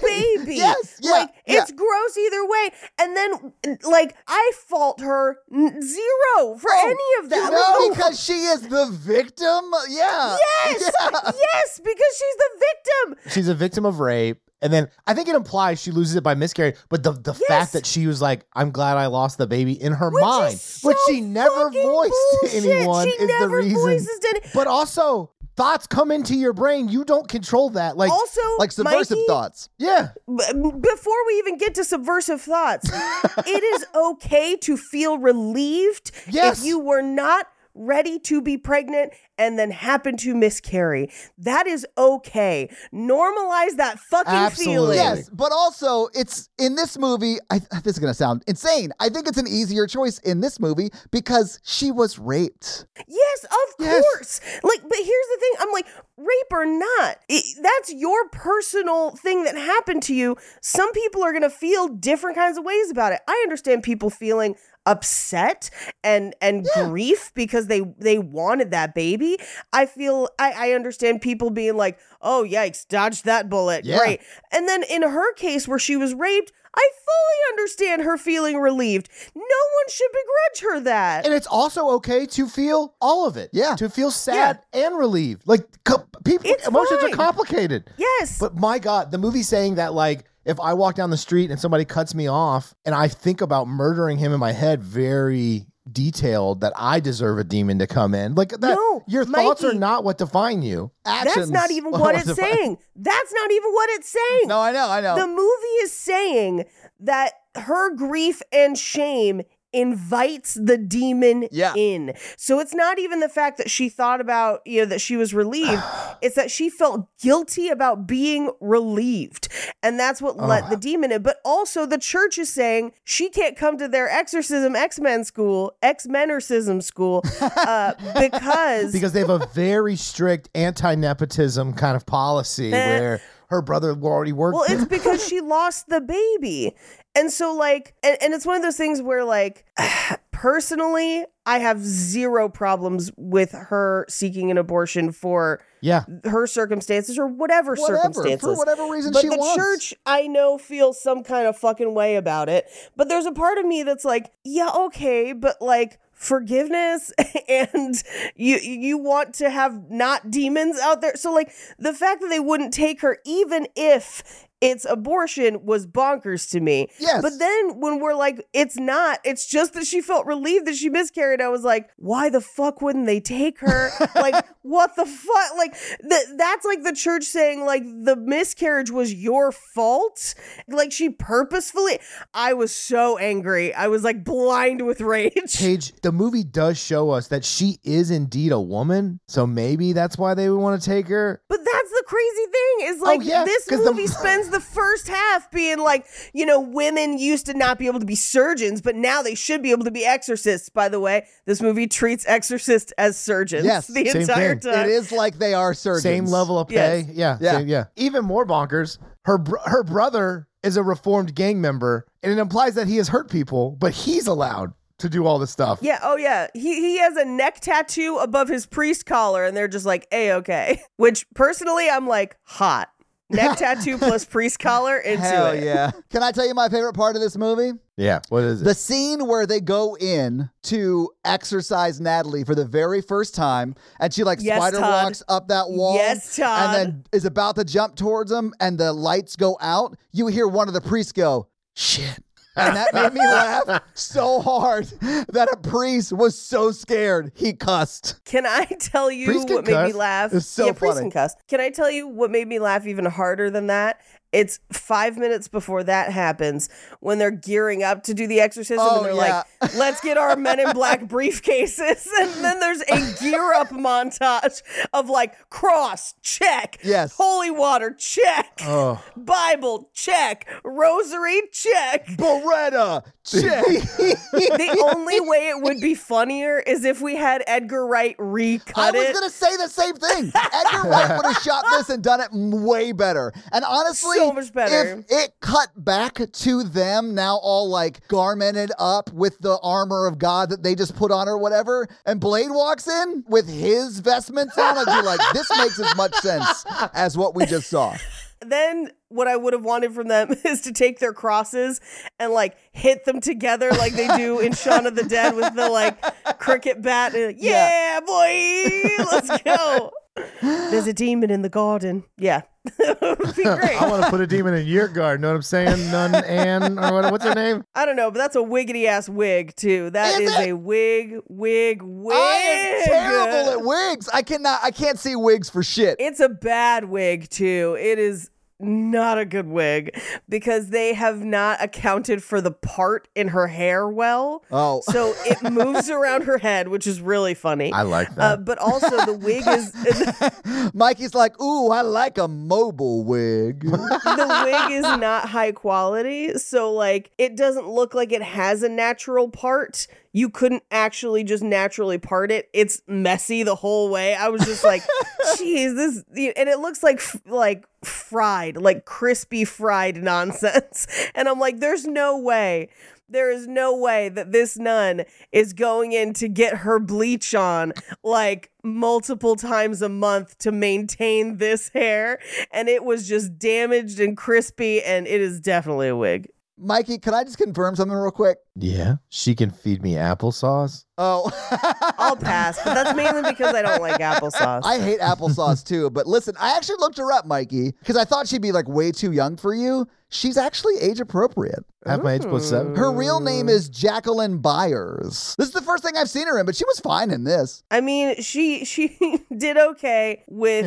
H: (laughs)
F: baby.
H: Yes, yeah,
F: like
H: yeah.
F: it's gross either way. And then, like, I fault her n- zero for any of that.
H: Oh, You know,
F: Like, oh,
H: because she is the victim. (laughs) Yeah.
F: yes, yes, because she's the victim.
D: She's a victim of rape. And then I think it implies she loses it by miscarriage, but the, the fact that she was like, I'm glad I lost the baby in her
F: Which is
D: mind,
F: so
D: which she never
F: fucking
D: voiced
F: bullshit.
D: to anyone,
F: She
D: is the
F: never
D: reason.
F: voices to any-
D: but also, thoughts come into your brain. You don't control that. Like,
F: Also,
H: Like subversive
F: Mikey,
H: thoughts.
D: yeah.
F: b- before we even get to
D: (laughs)
F: subversive thoughts, it is okay to feel relieved
D: Yes.
F: if you were not ready to be pregnant and then happen to miscarry. That is okay. Normalize that fucking
D: Absolutely.
F: feeling.
D: Yes.
H: Yes, but also it's in this movie. I, this is going to sound insane. I think it's an easier choice in this movie because she was raped.
F: Yes, of
D: Yes.
F: course. Like, but here's the thing I'm like, rape or not, it- that's your personal thing that happened to you. Some people are going to feel different kinds of ways about it. I understand people feeling upset and and grief because they they wanted that baby i feel i i understand people being like oh yikes dodged that bullet
D: Yeah.
F: great and then in her case where she was raped i fully understand her feeling relieved no one should begrudge her that
D: And it's also okay to feel all of it.
H: Yeah.
D: To feel sad and relieved. Like, co- people,
F: It's
D: emotions
F: fine.
D: are complicated.
F: yes
D: But my God, the movie saying that like if I walk down the street and somebody cuts me off and I think about murdering him in my head very detailed that I deserve a demon to come in. Like that
F: No,
D: your thoughts are
F: Mikey.
D: not what define you.
F: That's
D: (laughs)
F: not even what it's saying. That's not even what it's saying.
H: No, I know, I know.
F: The movie is saying that her grief and shame invites the demon
H: Yeah.
F: in. So it's not even the fact that she thought about, you know, that she was relieved. it's that she felt guilty about being relieved. And that's what let the demon in. But also the church is saying she can't come to their exorcism X-Men school, X-Menercism school, uh,
D: (laughs)
F: because
D: because they have a very strict anti-nepotism kind of policy where her brother already worked.
F: Eh. Well, it's
E: (laughs)
F: because she lost the baby. And so, like, and, and it's one of those things where, like, (sighs) personally, I have zero problems with her seeking an abortion for
D: (laughs) yeah,
F: her circumstances or whatever,
E: Whatever,
F: circumstances.
E: for whatever reason
F: but
E: she
F: the
E: wants.
F: church, I know, feels some kind of fucking way about it. But there's a part of me that's like, yeah, okay, but like forgiveness (laughs) and you you want to have not demons out there. So like the fact that they wouldn't take her even if it's abortion was bonkers to me.
E: Yes.
F: But then when we're like, it's not, it's just that she felt relieved that she miscarried. I was like, why the fuck wouldn't they take her? like, what the fuck? Like, th- that's like the church saying, like, the miscarriage was your fault. Like, she purposefully. I was so angry. I was like blind with rage.
D: Paige, the movie does show us that she is indeed a woman, so maybe that's why they would want to take her.
F: But that's the crazy thing is like
D: yeah,
F: this
D: 'cause the-
F: movie spends the first half being like, you know, women used to not be able to be surgeons, but now they should be able to be exorcists. By the way, this movie treats exorcists as surgeons
E: Yes,
F: the
D: same
F: entire
D: thing.
F: time.
E: It is like they are surgeons.
D: Same level of pay.
F: Yes.
D: Yeah,
E: Yeah.
D: same- yeah. Even more bonkers. Her br- her brother is a reformed gang member, and it implies that he has hurt people, but he's allowed to do all this stuff.
F: Yeah, oh yeah. He he has a neck tattoo above his priest collar and they're just like, "A okay." (laughs) Which personally I'm like, "Hot." Neck tattoo plus priest collar into
H: Hell
F: it.
H: yeah.
E: Can I tell you my favorite part of this movie?
D: Yeah. What is it? (laughs)
E: The scene where they go in to exercise Natalie for the very first time, and she like
F: Yes,
E: spider
F: Todd.
E: walks up that wall,
F: Yes, Todd.
E: and then is about to jump towards him, and the lights go out. You hear one of the priests go, "Shit." and that made me laugh so hard that a priest was so scared he cussed.
F: Can I (laughs) tell you
D: Priest can
F: what made me
D: cuss.
F: laugh?
E: It's so
F: yeah, priest
E: funny.
F: can cuss. Can I tell you what made me laugh even harder than that? It's five minutes before that happens when they're gearing up to do the exorcism
E: Oh,
F: and they're
E: yeah.
F: like, let's get our men
E: (laughs)
F: in black briefcases. (laughs) And then there's a gear up montage of like cross, check.
E: Yes.
F: Holy water, check.
D: Oh.
F: Bible, check. Rosary, check.
E: Beretta,
F: (laughs)
E: check.
F: the
E: (laughs)
F: only way it would be funnier is if we had Edgar Wright
E: I
F: recut
E: was
F: it.
E: gonna say the same thing. Edgar Wright would have shot this and done it m- way better. And honestly,
F: So much better.
E: If it cut back to them now, all like garmented up with the armor of God that they just put on or whatever, and Blade walks in with his vestments on, I'd be like, this makes as much sense as what we just saw.
F: then what I would have wanted from them (laughs) is to take their crosses and like hit them together like they do in Shaun of the Dead with the like cricket bat. And, like, yeah, boy,
E: (gasps)
F: let's go. There's a demon in the garden. Yeah, (laughs) It would
E: (laughs)
F: be great.
D: I want to put a demon in your guard. Know what I'm saying? Nun Ann or what, what's her
E: (laughs)
D: name?
F: I don't know, but that's a wiggity ass wig too. That
E: Is
F: is,
E: it?
F: a wig, wig, wig.
E: I am terrible at wigs. I cannot. I can't see wigs for shit.
F: It's a bad wig, too. It is not a good wig because they have not accounted for the part in her hair well.
E: Oh.
F: So it moves around her head, which is really funny.
D: I like that.
F: Uh, but also, the wig is.
D: (laughs)
E: Mikey's like, ooh, I like a mobile wig.
F: the wig is not high quality, so like it doesn't look like it has a natural part. You couldn't actually just naturally part it. It's messy the whole way. I was just like, "Geez, this," and it looks like f- like fried, like crispy fried nonsense. (laughs) And I'm like, "There's no way." There is no way that this nun is going in to get her bleach on like multiple times a month to maintain this hair. And it was just damaged and crispy, and it is definitely a wig.
E: Mikey, can I just confirm something real quick?
D: (laughs) yeah. She can feed me applesauce.
E: Oh. (laughs)
F: I'll pass, but that's mainly because I don't like applesauce.
E: I hate applesauce too, but listen, I actually looked her up, Mikey, because I thought she'd be like way too young for you. She's actually age appropriate.
D: Half my age plus seven.
E: Her real name is Jacqueline Byers. This is the first thing I've seen her in, but she was fine in this.
F: I mean, she she (laughs) did okay with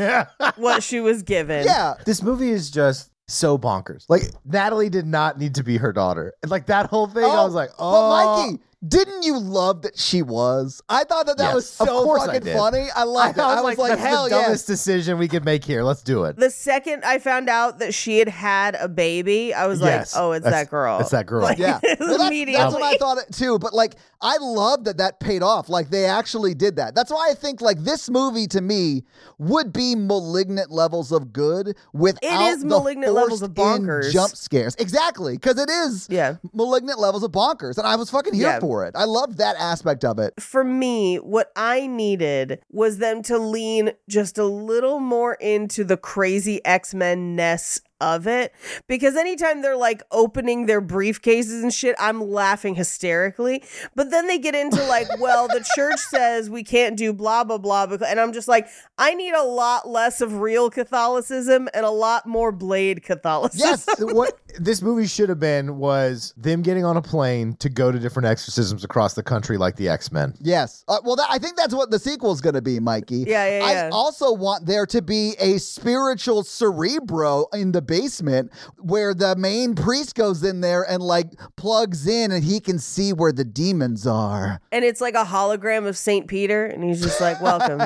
F: what she was given.
E: Yeah.
D: (laughs) This movie is just so bonkers. Like Natalie did not need to be her daughter. And, Like that whole thing, I was like,
E: But
D: oh,
E: Mikey, Didn't you love that she was? I thought that that
D: Yes.
E: was
D: Of
E: so
D: course I
E: fucking
D: did.
E: funny. I
D: oh. (laughs)
E: loved it. I was like,
D: that's
E: hell
D: the dumbest
E: yes.
D: decision we could make here. Let's do it.
F: The second I found out that she had had a baby, I was
D: Yes.
F: like, "Oh, it's
D: That's-
F: that girl."
D: it's that girl.
F: Like, (laughs)
E: Yeah. Well, that's,
F: immediately.
E: that's what I thought it too. But like, I love that that paid off. Like, they actually did that. That's why I think like this movie to me would be malignant levels of good without
F: is
E: the
F: malignant levels of
E: forced-in
F: bonkers.
E: jump scares. Exactly, because it is
F: Yeah.
E: malignant levels of bonkers, and I was fucking here
F: Yeah.
E: for it. I loved that aspect of it.
F: For me, what I needed was them to lean just a little more into the crazy X Men ness of it. Because anytime they're like opening their briefcases and shit, I'm laughing hysterically. But then they get into like, well, the church says we can't do blah, blah, blah. beca- And I'm just like, I need a lot less of real Catholicism and a lot more blade Catholicism. (laughs)
E: Yes,
D: what this movie should have been was them getting on a plane to go to different exorcisms across the country like the X-Men.
E: Yes. Uh, well, that, I think that's what the sequel's going to be, Mikey.
F: Yeah, yeah,
E: I
F: yeah.
E: also want there to be a spiritual cerebro in the basement where the main priest goes in there and like plugs in and he can see where the demons are.
F: And it's like a hologram of St. Peter. And he's just like, welcome.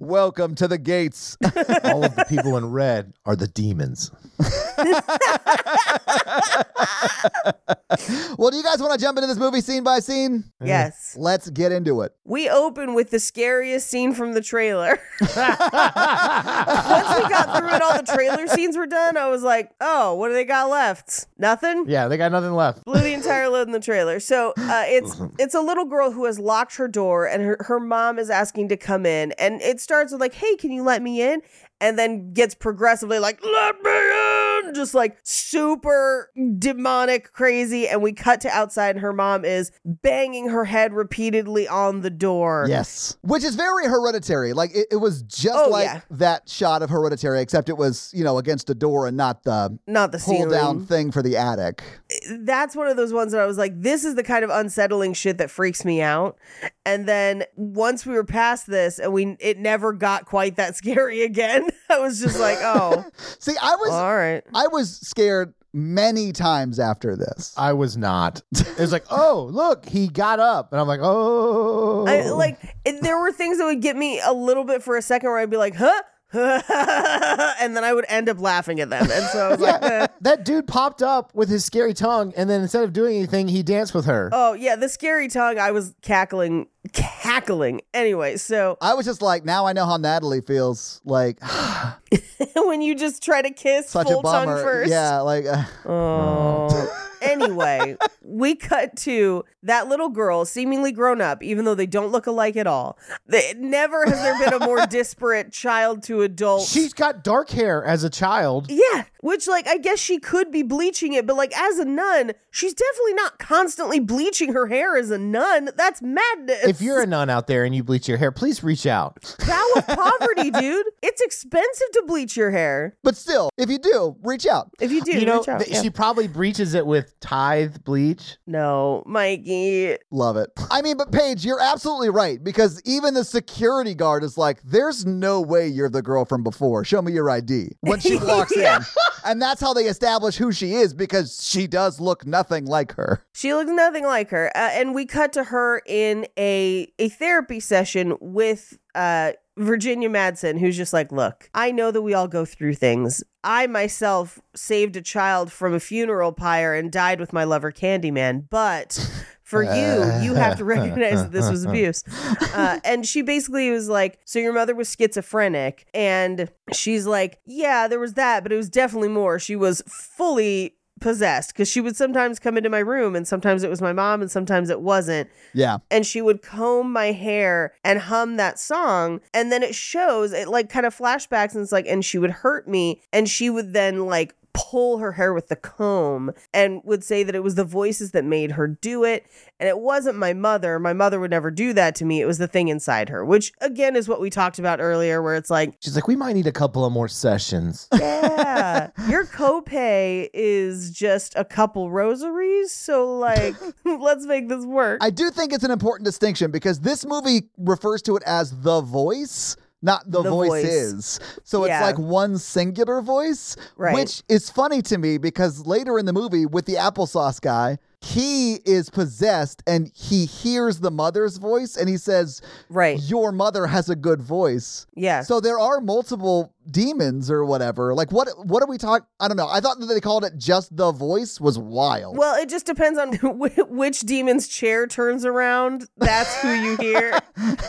E: Welcome to the gates.
D: All of the people in red are the demons.
E: (laughs) well, do you guys want to jump into this movie scene by scene?
F: yes.
E: Let's get into it.
F: We open with the scariest scene from the trailer. (laughs) (laughs) Once we got through it, all the trailer scenes were done. I was like, oh, what do they got left? Nothing?
D: Yeah, they got nothing left.
F: Blew the entire load in the trailer. So uh, it's it's a little girl who has locked her door, and her, her mom is asking to come in. And it starts with like, "Hey, can you let me in?" And then gets progressively like, "Let me in!" Just like super demonic, crazy. And we cut to outside, and her mom is banging her head repeatedly on the door.
E: Yes. Which is very hereditary. Like it, it was just
F: Oh,
E: like
F: yeah.
E: that shot of hereditary, except it was, you know, against a door and not the
F: not the
E: pull
F: ceiling.
E: down thing for the attic.
F: That's one of those ones that I was like, this is the kind of unsettling shit that freaks me out. And then once we were past this, and we it never got quite that (laughs) scary again. I was just like, oh,
E: See, I (laughs) was
F: all right.
E: I was scared many times after this.
D: I was not. It
F: (laughs)
D: was like, oh, look, he got up, and I'm like, oh,
F: I, like it, there were things that would get me a little bit for a second where I'd be like, huh. (laughs) and then I would end up laughing at them. And so I was like, eh.
D: that dude popped up with his scary tongue, and then instead of doing anything, he danced with her.
F: oh, yeah, the scary tongue, I was cackling, cackling. Anyway, so
E: I was just like, now I know how Natalie feels. Like
F: (laughs)
E: (sighs)
F: when you just try to kiss
E: such
F: full
E: a bummer.
F: tongue first.
E: Yeah, like uh,
F: Oh. (laughs) anyway, we cut to that little girl, seemingly grown up, even though they don't look alike at all. They, never has there been
D: (laughs)
F: a more disparate child to adult.
D: She's got dark hair as a child.
F: yeah, which like I guess she could be bleaching it, but like as a nun, she's definitely not constantly bleaching her hair as a nun. That's madness.
D: If you're a nun out there and you bleach your hair, please reach out.
F: vow of poverty, (laughs) dude, it's expensive to bleach your hair.
E: but still, if you do, reach out.
F: If you do,
D: you know,
F: reach out.
D: th-
F: Yeah.
D: she probably breaches it with tithe bleach.
F: no, Mikey,
E: Love it. I mean, but Paige, you're absolutely right because even the security guard is like, "There's no way you're the girl from before. Show me your ID." When she walks in, and that's how they establish who she is because she does look nothing like her.
F: She looks nothing like her. Uh, and we cut to her in a a therapy session with uh Virginia Madsen, who's just like, Look, I know that we all go through things. I myself saved a child from a funeral pyre and died with my lover Candyman, but for you, you have to recognize that this was abuse. Uh, and she basically was like, So your mother was schizophrenic. And she's like, Yeah, there was that, but it was definitely more. She was fully possessed because she would sometimes come into my room and sometimes it was my mom and sometimes it wasn't.
E: Yeah.
F: And she would comb my hair and hum that song. And then it shows, it like kind of flashbacks and it's like, and she would hurt me. And she would then like, pull her hair with the comb and would say that it was the voices that made her do it and it wasn't my mother my mother would never do that to me it was the thing inside her which again is what we talked about earlier where it's like
D: She's like, we might need a couple of more sessions.
F: (laughs) yeah. Your copay is just a couple rosaries, so like (laughs) let's make this work.
E: I do think it's an important distinction because this movie refers to it as the voice, not the,
F: The voice.
E: voices. So
F: Yeah.
E: it's like one singular voice,
F: Right.
E: which is funny to me because later in the movie with the applesauce guy, he is possessed and he hears the mother's voice and he says,
F: Right.
E: Your mother has a good voice.
F: Yeah.
E: So there are multiple demons or whatever. Like what what are we talking I don't know. I thought that they called it just the voice was wild.
F: Well, it just depends on (laughs) wh- which demon's chair turns around. That's who you
E: (laughs)
F: hear.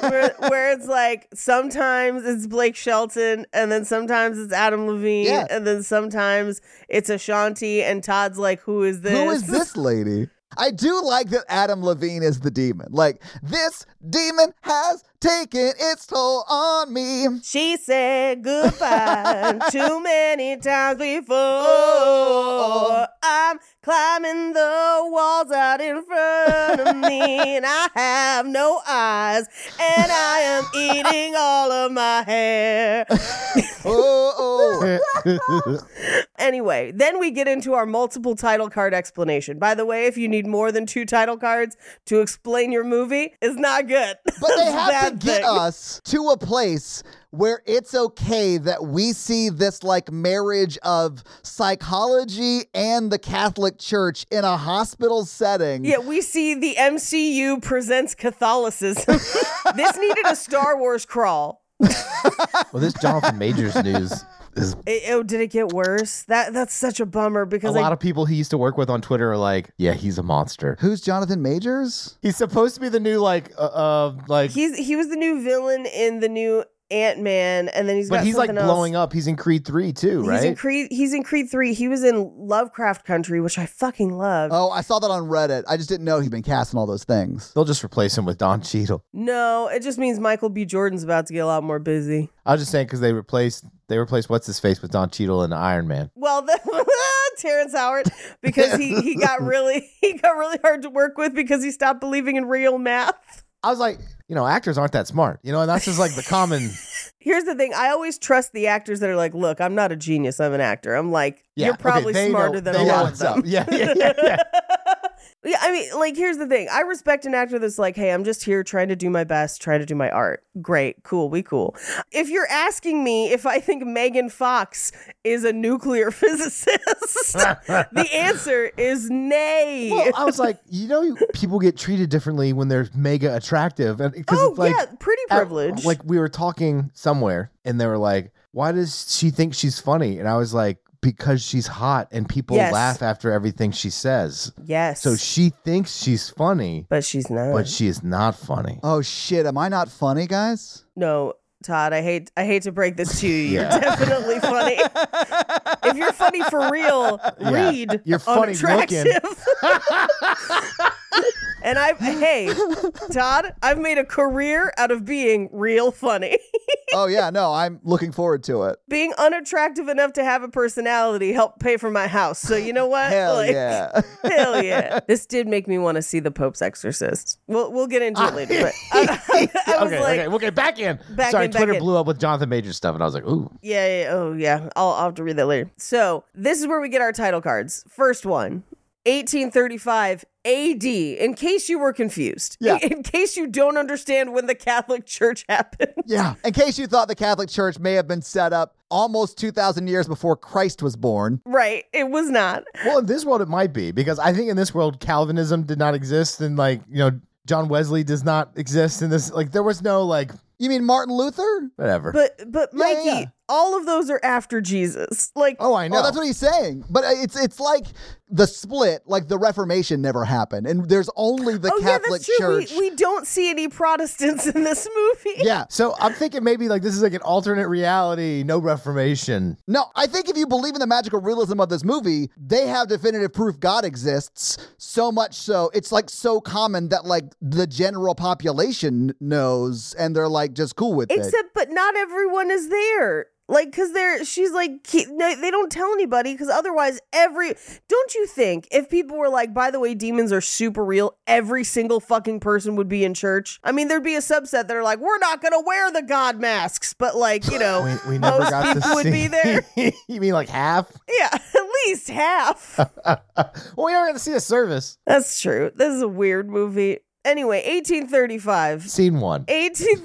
F: where, where it's like sometimes it's Blake Shelton, and then sometimes it's Adam Levine,
E: Yeah.
F: and then sometimes it's Ashanti, and Todd's like, "Who is this?
E: Who is this lady? I do like that Adam Levine is the demon. Like, this demon has taken its toll on me.
F: She said
E: (laughs)
F: goodbye too many times before.
E: Oh.
F: I'm climbing the walls out in front of me, and I have no eyes, and I
E: (laughs)
F: am eating all of my hair.
E: Oh,
F: (laughs) Anyway, then we get into our multiple title card explanation. By the way, if you need more than two title cards to explain your movie, it's not good.
E: but
F: It's
E: they
F: a
E: have to
F: bad
E: get
F: thing.
E: us to a place where it's okay that we see this like marriage of psychology and the Catholic Church in a hospital setting.
F: Yeah, we see the MCU presents Catholicism. (laughs) this needed a Star Wars crawl.
D: Well, this Jonathan Majors
F: (laughs)
D: news is
F: It- oh, did it get worse? That that's such a bummer
D: a
F: because I,
D: lot of people he used to work with on Twitter are like, yeah, he's a monster.
E: Who's Jonathan Majors?
D: He's supposed to be the new like, uh, uh like,
F: he's he was the new villain in the new Ant Man, and then he's
D: but
F: got
D: he's like
F: something else.
D: blowing up. He's in Creed three too,
F: He's in
D: right?
F: Creed. He's in Creed three. He was in Lovecraft Country, which I fucking love.
E: Oh, I saw that on Reddit. I just didn't know he'd been casting all those things.
D: They'll just replace him with Don Cheadle.
F: No, it just means Michael B. Jordan's about to get a lot more busy.
D: I was just saying because they replaced they replaced what's his face with Don Cheadle and Iron Man.
F: Well, the, (laughs) Terrence Howard, because he, he
D: (laughs)
F: got really (laughs) he got really hard to work with because he stopped believing in real math.
D: I was like, you know, actors aren't that smart, you know, and that's just like the
F: (laughs)
D: common.
F: Here's the thing: I always trust the actors that are like, "Look, I'm not a genius. I'm an actor. I'm like,
D: Yeah,
F: you're
D: okay,
F: probably
D: they know-
F: smarter than
D: they
F: a
D: know
F: lot of
D: what's
F: them."
D: up. Yeah, yeah, yeah, yeah.
F: (laughs) Yeah, I mean, like, here's the thing. I respect an actor that's like, hey, I'm just here trying to do my best, trying to do my art. Great, cool, we cool. If you're asking me if I think Megan Fox is a
D: (laughs)
F: nuclear (laughs) physicist, the answer is nay.
D: Well, I was like, you know, you- people get treated differently when they're mega attractive, and because
F: oh,
D: like,
F: yeah, pretty
D: at-
F: privilege.
D: like we were talking somewhere, and they were like, "Why does she think she's funny?" And I was like, "Because she's hot, and people
F: Yes.
D: laugh after everything she says,
F: yes.
D: so she thinks she's funny,
F: but she's not.
D: but she is not
F: (laughs)
D: funny."
E: Oh, shit. Am I not funny, guys?
F: no, Todd, I hate I hate to break this to you.
D: (laughs)
F: You're definitely funny. if you're funny for real,
D: Yeah.
F: read
D: You're funny looking.
F: unattractive. (laughs) and I hey, Todd, I've made a career out of being real funny. (laughs)
E: Oh, yeah. No, I'm looking forward to it.
F: being unattractive enough to have a personality helped pay for my house. So you
D: (laughs)
F: know what?
E: Hell
F: Like,
E: yeah.
F: (laughs) Hell yeah. This did make me want to see the Pope's Exorcist. We'll we'll get into
D: (laughs)
F: it later. But (laughs) I, I- I was
D: okay,
F: like,
D: okay, okay, back in.
F: Back
D: Sorry,
F: in, back
D: Twitter
F: in.
D: blew up with Jonathan Major stuff, and I was like, "Ooh,
F: Yeah, yeah, yeah. oh yeah. I'll, I'll have to read that later. So this is where we get our title cards. First one, 1835 AD. In case you were confused.
E: Yeah.
F: (laughs) In, in case you don't understand when the Catholic Church (laughs) happened.
E: Yeah. In case you thought the Catholic Church may have been set up almost 2,000 years before Christ was born.
F: right. It was not.
D: Well, in this world, it might be because I think in this world, Calvinism did not exist, and like you know, John Wesley does not exist in this. Like, there was no like
E: You mean Martin Luther?
D: whatever.
F: But but
E: Yeah, yeah,
F: Mikey,
E: yeah.
F: all of those are after Jesus. Like
D: oh, I know.
E: Oh, that's what he's saying. But uh, it's it's like the split, like the Reformation never happened, and there's only the
F: oh yeah,
E: Catholic
F: that's true.
E: Church.
F: We, we don't see any Protestants in this (laughs) movie.
E: yeah.
D: so I'm thinking maybe like this is like an alternate reality, no Reformation.
E: No, I think if you believe in the magical realism of this movie, they have definitive proof God exists. So much so, it's like so common that like the general population knows, and they're like just cool with it.
F: Except, but not everyone is there. Like, cause they're, she's like, "Ke- no, they don't tell anybody, cause otherwise, every, don't you think if people were like, by the way, demons are super real, every single fucking person would be in church? I mean, there'd be a subset that are like, we're not gonna wear the god masks, but like, you know,
D: We never
F: most
D: got to
F: people would
D: see.
F: be there.
D: (laughs) you mean like half?
F: (laughs)
D: (laughs)
F: yeah, at least half.
D: well, we never got to see a service.
F: That's true. This is a weird movie. Anyway, 1835.
D: Scene one.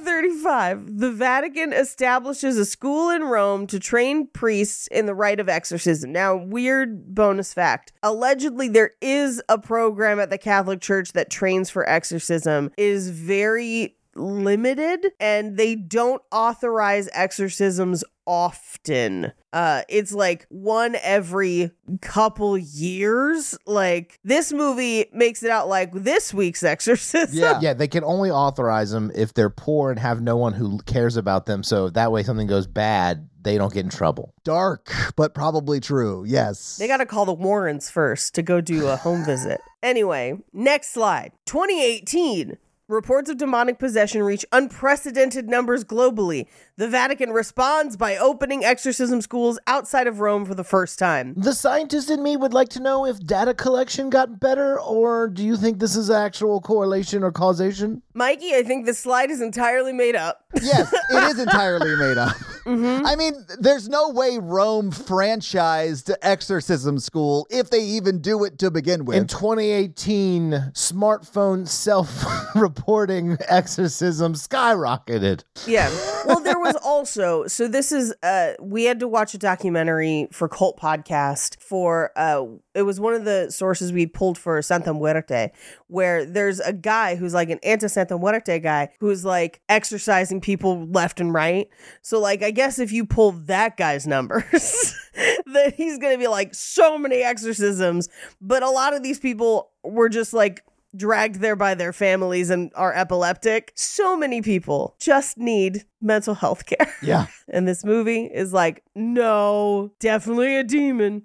F: 1835, the Vatican establishes a school in Rome to train priests in the rite of exorcism. Now, weird bonus fact. Allegedly, there is a program at the Catholic Church that trains for exorcism. It is very limited and they don't authorize exorcisms often. Uh it's like one every couple years. Like this movie makes it out like this week's (laughs) exorcism.
D: Yeah. yeah, they can only authorize them if they're poor and have no one who cares about them. So that way, something goes bad, they don't get in trouble.
E: Dark, but probably true. Yes.
F: They got to call the Warrens first to go do a home visit. Anyway, next slide. 2018. Reports of demonic possession reach unprecedented numbers globally. The Vatican responds by opening exorcism schools outside of Rome for the first time.
D: The scientist in me would like to know if data collection got better, or do you think this is actual correlation or causation?
F: Mikey, I think this slide is entirely made up.
H: Yes, it is entirely made up. I mean, there's no way Rome franchised exorcism school if they even do it to begin with.
D: In 2018, smartphone self reporting (laughs) exorcism skyrocketed.
F: Yeah. Well, there was also so this is uh we had to watch a documentary for Cult Podcast for uh it was one of the sources we pulled for Santa Muerte where there's a guy who's like an anti Santa Muerte guy who's like exercising people left and right. So like I guess if you pull that guy's numbers (laughs) then he's going to be like so many exorcisms, but a lot of these people were just like dragged there by their families and are epileptic. So many people just need mental health care. (laughs)
D: Yeah.
F: And this movie is like, no, definitely a demon.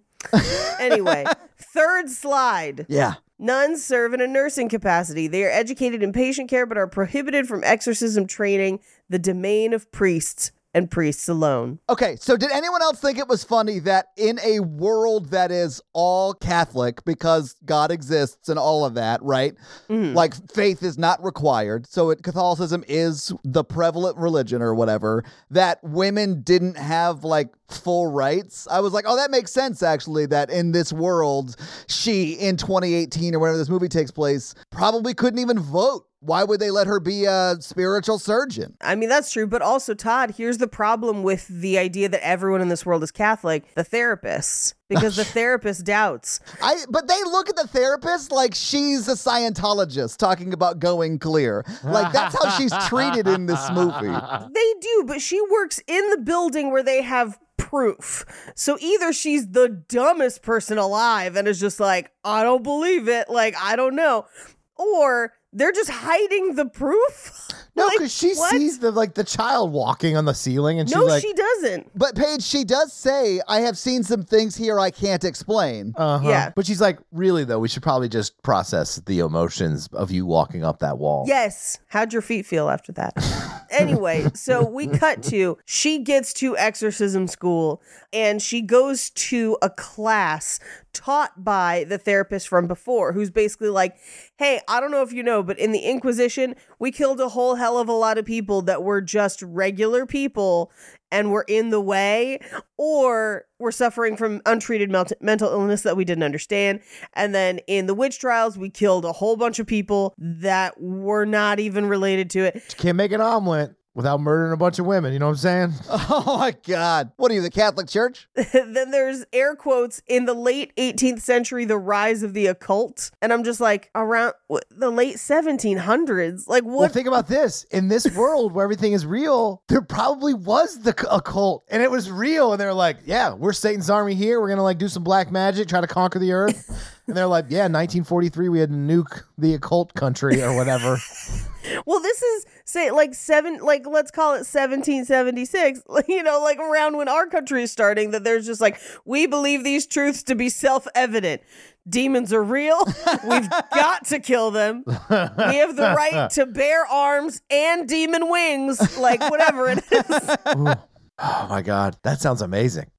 F: anyway, third slide.
H: yeah.
F: Nuns serve in a nursing capacity. They are educated in patient care but are prohibited from exorcism training, the domain of priests and priests alone.
H: Okay, so did anyone else think it was funny that in a world that is all Catholic because God exists and all of that, right? Like faith is not required, so it, Catholicism is the prevalent religion or whatever. That women didn't have like full rights. I was like, oh, that makes sense actually. That in this world, she in 2018 or whenever this movie takes place probably couldn't even vote. Why would they let her be a spiritual surgeon?
F: I mean, that's true. But also, Todd, here's the problem with the idea that everyone in this world is Catholic the therapists, because the therapist doubts.
H: I but they look at the therapist like she's a Scientologist talking about going clear. Like that's how she's treated in this (laughs) movie.
F: They do, but she works in the building where they have proof. So either she's the dumbest person alive and is just like, I don't believe it. Like, I don't know. Or they're just hiding the proof.
D: No,
F: (laughs) Like,
D: because she
F: what?
D: sees the like the child walking on the ceiling, and she's
F: No,
D: like,
F: she doesn't.
H: But Paige, she does say, I have seen some things here I can't explain.
D: uh-huh.
F: Yeah.
D: But she's like, really though, we should probably just process the emotions of you walking up that wall.
F: Yes. How'd your feet feel after that? anyway, so we cut to she gets to exorcism school and she goes to a class taught by the therapist from before, who's basically like, Hey, I don't know if you know, but in the Inquisition, we killed a whole hell of a lot of people that were just regular people and were in the way or were suffering from untreated mel- mental illness that we didn't understand. And then in the witch trials, we killed a whole bunch of people that were not even related to it.
D: Can't make an omelet without murdering a bunch of women. You know what I'm saying?
H: Oh my god. What are you, the Catholic Church?
F: (laughs) then there's air quotes in the late 18th century, the rise of the occult. And I'm just like, around wh- the late 1700s, like what?
D: Well, think about this. In this world where everything is real, there probably was the c- occult, and it was real. And they're like, "Yeah, we're Satan's army here. We're gonna like do some black magic, try to conquer
H: (laughs)
D: the earth." and they're like, "Yeah, 1943, we had to nuke the occult country
H: (laughs)
D: or whatever."
F: well, this is say like seven, like let's call it 1776, you know, (laughs) like around when our country is starting, that there's just like, we believe these truths to be self evident. Demons are real.
D: (laughs)
F: We've got to kill them. We have the right to bear arms and demon wings, like
D: (laughs)
F: whatever it is.
D: oh my god, that sounds amazing.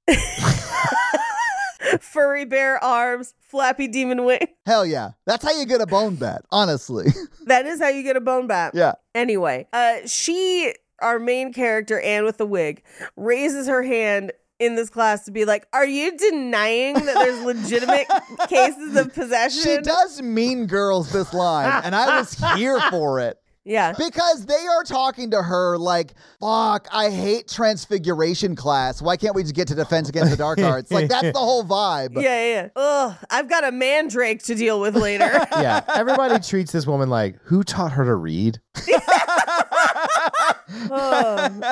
F: Furry bear arms, flappy demon wing. (laughs)
H: Hell yeah. That's how you get a bone bet, honestly. (laughs)
F: That is how you get a bone bat.
H: yeah.
F: Anyway, uh, she, our main character, Anne with the wig, raises her hand in this class to be like, "Are you denying
E: (laughs)
F: that there's legitimate cases of possession?"
E: She does mean girls this line, and I was
D: (laughs)
E: here for it.
F: Yeah.
E: Because they are talking to her like, fuck, I hate transfiguration class. Why can't we just get to
D: (laughs)
E: defense against the dark arts?
H: (laughs)
E: Like, that's the whole vibe.
F: yeah, yeah, yeah. Ugh, I've got a mandrake to deal with later.
D: yeah, everybody treats this woman like who taught her to read?
F: um,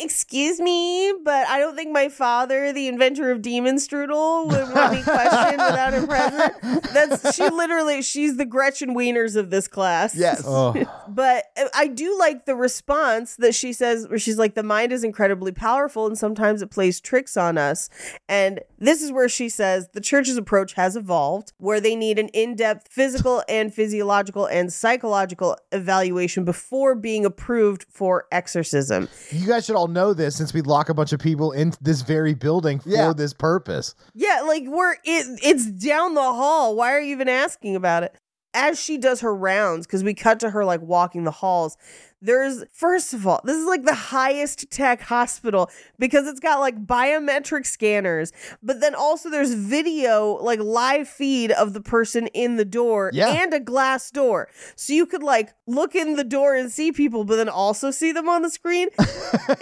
F: excuse me, but I don't think my father, the inventor of demon strudel, would want me questioned without her present. That's she literally she's the Gretchen Wieners of this class.
E: Yes.
D: Oh.
F: But uh, I do like the response that she says, where she's like, the mind is incredibly powerful and sometimes it plays tricks on us. And this is where she says, the church's approach has evolved, where they need an in depth physical and physiological and psychological evaluation before being approved for exorcism.
D: You guys should all know this since we lock a bunch of people in this very building for
E: Yeah.
D: this purpose.
F: Yeah, like we're it, it's down the hall. Why are you even asking about it? As she does her rounds, because we cut to her like walking the halls. There's first of all, this is like the highest tech hospital because it's got like biometric scanners, but then also there's video, like live feed of the person in the door
E: Yeah.
F: and a glass door. So you could like look in the door and see people, but then also see them on the screen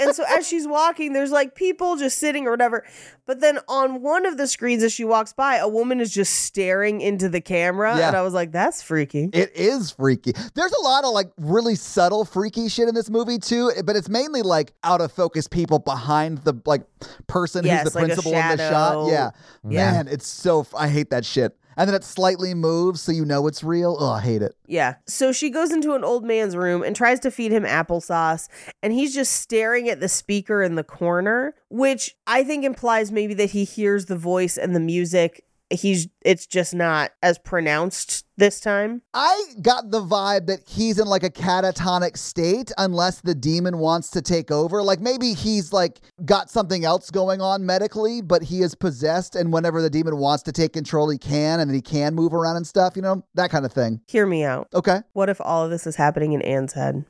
F: and so as she's walking, there's like people just sitting or whatever. But then on one of the screens as she walks by, a woman is just staring into the camera.
E: Yeah.
F: And I was like, that's freaky.
E: It is freaky. There's a lot of like really subtle freaky shit in this movie too, but it's mainly like out of focus people behind the like person
F: Yes,
E: who's the
F: like a
E: principal in the shot.
F: shadow.
E: Yeah.
F: Yeah.
E: Man, it's so f- I hate that shit. And then it slightly moves so you know it's real. Oh, I hate it.
F: Yeah. So she goes into an old man's room and tries to feed him applesauce. And he's just staring at the speaker in the corner, which I think implies maybe that he hears the voice and the music. He's it's just not as pronounced this time.
E: I got the vibe that he's in like a catatonic state unless the demon wants to take over. Like maybe he's like got something else going on medically, but he is possessed and whenever the demon wants to take control, he can and he can move around and stuff, you know, that kind of thing.
F: Hear me out.
E: Okay.
F: What if all of this is happening in Anne's head?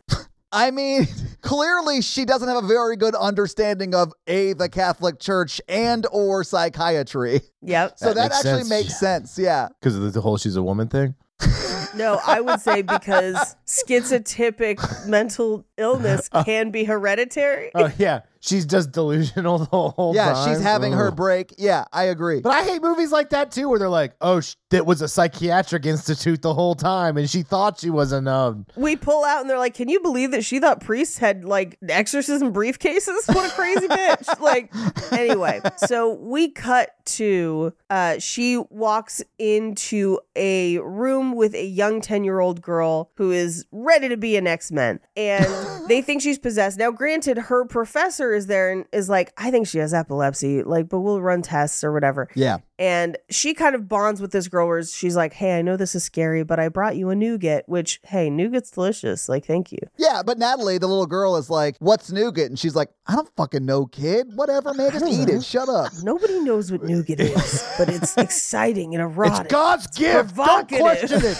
E: I mean, (laughs) clearly she doesn't have a very good understanding of a the Catholic Church and or psychiatry.
F: Yep.
E: So that,
D: That makes
E: actually
D: sense.
E: makes sense. Yeah.
D: Because of the whole she's a woman
E: (laughs)
D: thing.
F: (laughs) No, I would say because schizotypic mental illness
E: Uh.
F: can be hereditary.
D: Oh yeah, she's just delusional the whole
E: Yeah,
D: time.
E: she's having her
D: Ugh.
E: break. Yeah, I agree.
D: But I hate movies like that too, where they're like, "Oh, sh- that was a psychiatric institute the whole time, and she thought she was a nun."
F: We pull out and they're like, "Can you believe that she thought priests had like exorcism briefcases? What a crazy bitch!" Like, anyway, so we cut to uh, she walks into a room with a young ten-year-old girl who is ready to be an X-Men, and they think she's possessed. Now, granted, her professor is there and is like, "I think she has epilepsy," like, but we'll run tests or whatever.
E: Yeah.
F: And she kind of bonds with this girl where she's like, Hey, I know this is scary, but I brought you a nougat, which, hey, nougat's delicious. Like, thank you.
E: Yeah, but Natalie, the little girl, is like, "What's nougat?" And she's like, "I don't fucking know, kid. Whatever, man. Just eat it. Shut up."
F: Nobody knows what nougat is, but it's exciting and
D: It's
F: erotic.
D: God's gift. Don't
F: provocative.
D: question
F: (laughs)
D: it.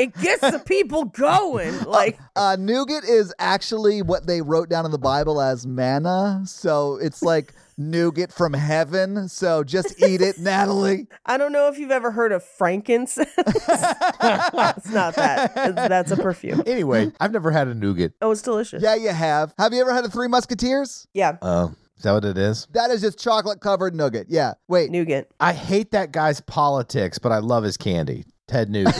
F: it gets the people going. Like,
E: Uh, nougat is actually what they wrote down in the Bible as manna, so it's like nougat from heaven. So just eat it, Natalie.
F: I don't know if you've ever heard of frankincense. (laughs) it's not that, It's- that's a perfume.
D: Anyway, I've never had a nougat.
F: Oh, it's delicious.
E: Yeah, you have. Have you ever had a Three Musketeers?
F: Yeah.
D: Oh, is that what it is?
E: That is just chocolate covered nougat. Yeah. Wait.
F: Nougat.
D: I hate that guy's politics, but I love his candy. Ted
F: (laughs)
D: Nugent.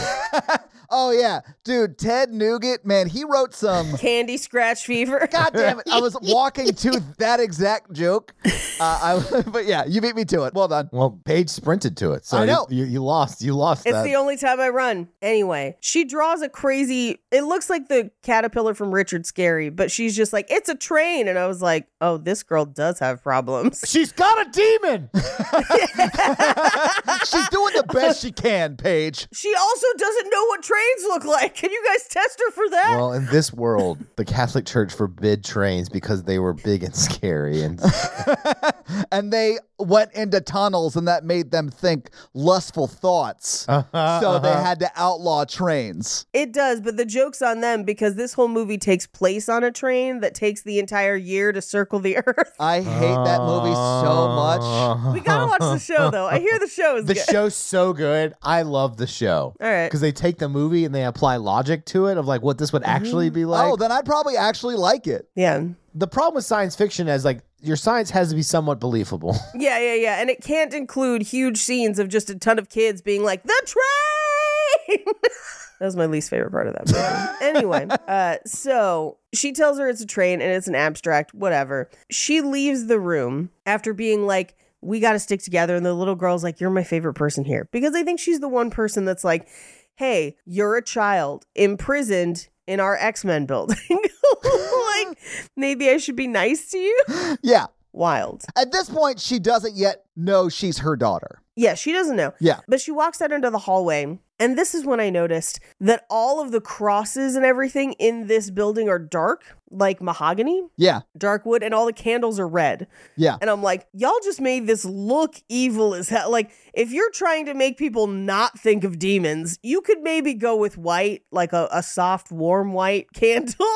E: oh yeah, dude. Ted Nougat, man, he wrote
F: (laughs)
E: some.
F: Candy scratch fever.
E: God damn it! I was walking to that exact joke. Uh, I, (laughs) but yeah, you beat me to it. Well done.
D: well, Paige sprinted to it, so
E: I
D: you-
E: know.
D: You, you lost. You lost.
F: It's
D: that.
F: the only time I run. Anyway, she draws a crazy. It looks like the caterpillar from Richard Scary, but she's just like, it's a train. And I was like, oh, this girl does
D: (laughs)
F: have problems.
D: She's got a
F: (laughs)
D: demon.
E: She's doing the best
F: (laughs)
E: she can, Paige. (laughs)
F: She also doesn't know what trains look like. Can you guys test her for that?
D: well, in this world, the Catholic Church forbid trains because they were big and scary, and
E: and they went into tunnels and that made them think lustful thoughts.
D: Uh-huh,
E: so they
D: uh-huh.
E: had to outlaw trains.
F: It does, but the joke's on them because this whole movie takes place on a train that takes the entire year to circle the (laughs) earth.
E: I hate that movie so much.
F: We gotta watch
D: (laughs)
F: the show though. I hear the show is
D: The
F: good.
D: show's so good. I love the show.
F: All right.
D: Because they take the movie and they apply logic to it of like what this would
F: Mm-hmm.
D: actually be like.
E: oh, then I'd probably actually like it.
F: yeah.
D: the problem with science fiction is like your science has to be somewhat believable. (laughs)
F: Yeah, yeah, yeah. And it can't include huge scenes of just a ton of kids being like, the train! (laughs) that was my least favorite part of that movie. anyway, uh, so she tells her it's a train and it's an abstract, whatever. She leaves the room after being like, we got to stick together. And the little girl's like, you're my favorite person here. Because I think she's the one person that's like, hey, you're a child imprisoned in our X Men building. (laughs) like, maybe I should be nice to you.
E: Yeah.
F: Wild.
E: At this point, she doesn't yet know she's her daughter.
F: Yeah, she doesn't know.
E: Yeah.
F: But she walks out into the hallway. And this is when I noticed that all of the crosses and everything in this building are dark, like mahogany,
E: Yeah.
F: dark wood, and all the candles are red.
E: Yeah.
F: And I'm like, y'all just made this look evil as hell. Like, if you're trying to make people not think of demons, you could maybe go with white, like a, a soft, warm white (laughs)
D: (laughs)
F: candle,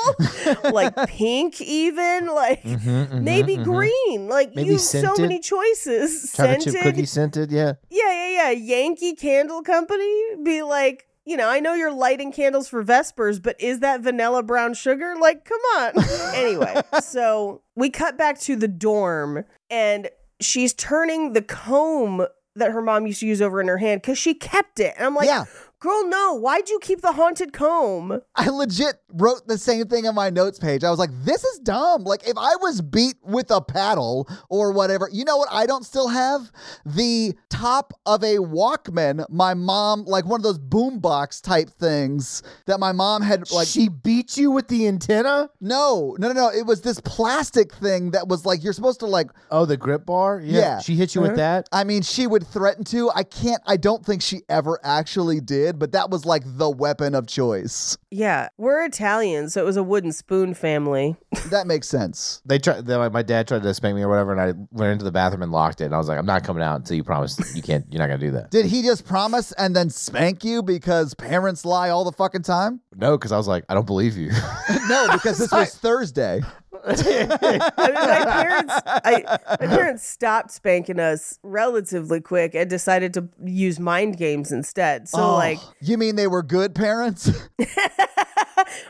F: like pink, even, like maybe green. Like,
D: Mm-hmm, Maybe
F: you have so
D: scented.
F: many choices.
D: Chocolate chip
F: Scented
D: cookie scented, yeah.
F: yeah, yeah, yeah. Yankee Candle Company be like, you know, I know you're lighting candles for Vespers, but is that vanilla brown sugar? Like, come on. anyway, so we cut back to the dorm and she's turning the comb that her mom used to use over in her hand because she kept it. And I'm like,
E: Yeah.
F: girl, no, why'd you keep the haunted comb?
E: I legit wrote the same thing on my notes page. I was like, this is dumb. Like, if I was beat with a paddle or whatever, you know what I don't still have? The top of a Walkman, my mom, like one of those boombox type things that my mom had, like,
D: Like she beat you with the antenna?
E: no, no, no, no. It was this plastic thing that was like, you're supposed to, like,
D: Oh, the grip bar? Yeah.
E: Yeah.
D: She hit you
F: Uh-huh.
D: with that?
E: I mean, she would threaten to. I can't, I don't think she ever actually did, but that was like the weapon of choice.
F: Yeah, we're Italian, so it was a wooden spoon family.
E: That makes sense.
D: They tried they, my dad tried to spank me or whatever and I went into the bathroom and locked it and I was like, I'm not coming out until you promise you can't you're not gonna do that. (laughs)
E: Did he just promise and then spank you because parents lie all the fucking time?
D: No, because I was like, I don't believe you. (laughs)
E: No, because this
F: (laughs)
E: was Thursday.
F: I mean, my parents, I, my parents stopped spanking us relatively quick and decided to use mind games instead. So, like,
E: Oh,
F: (laughs)
E: you mean they were good parents?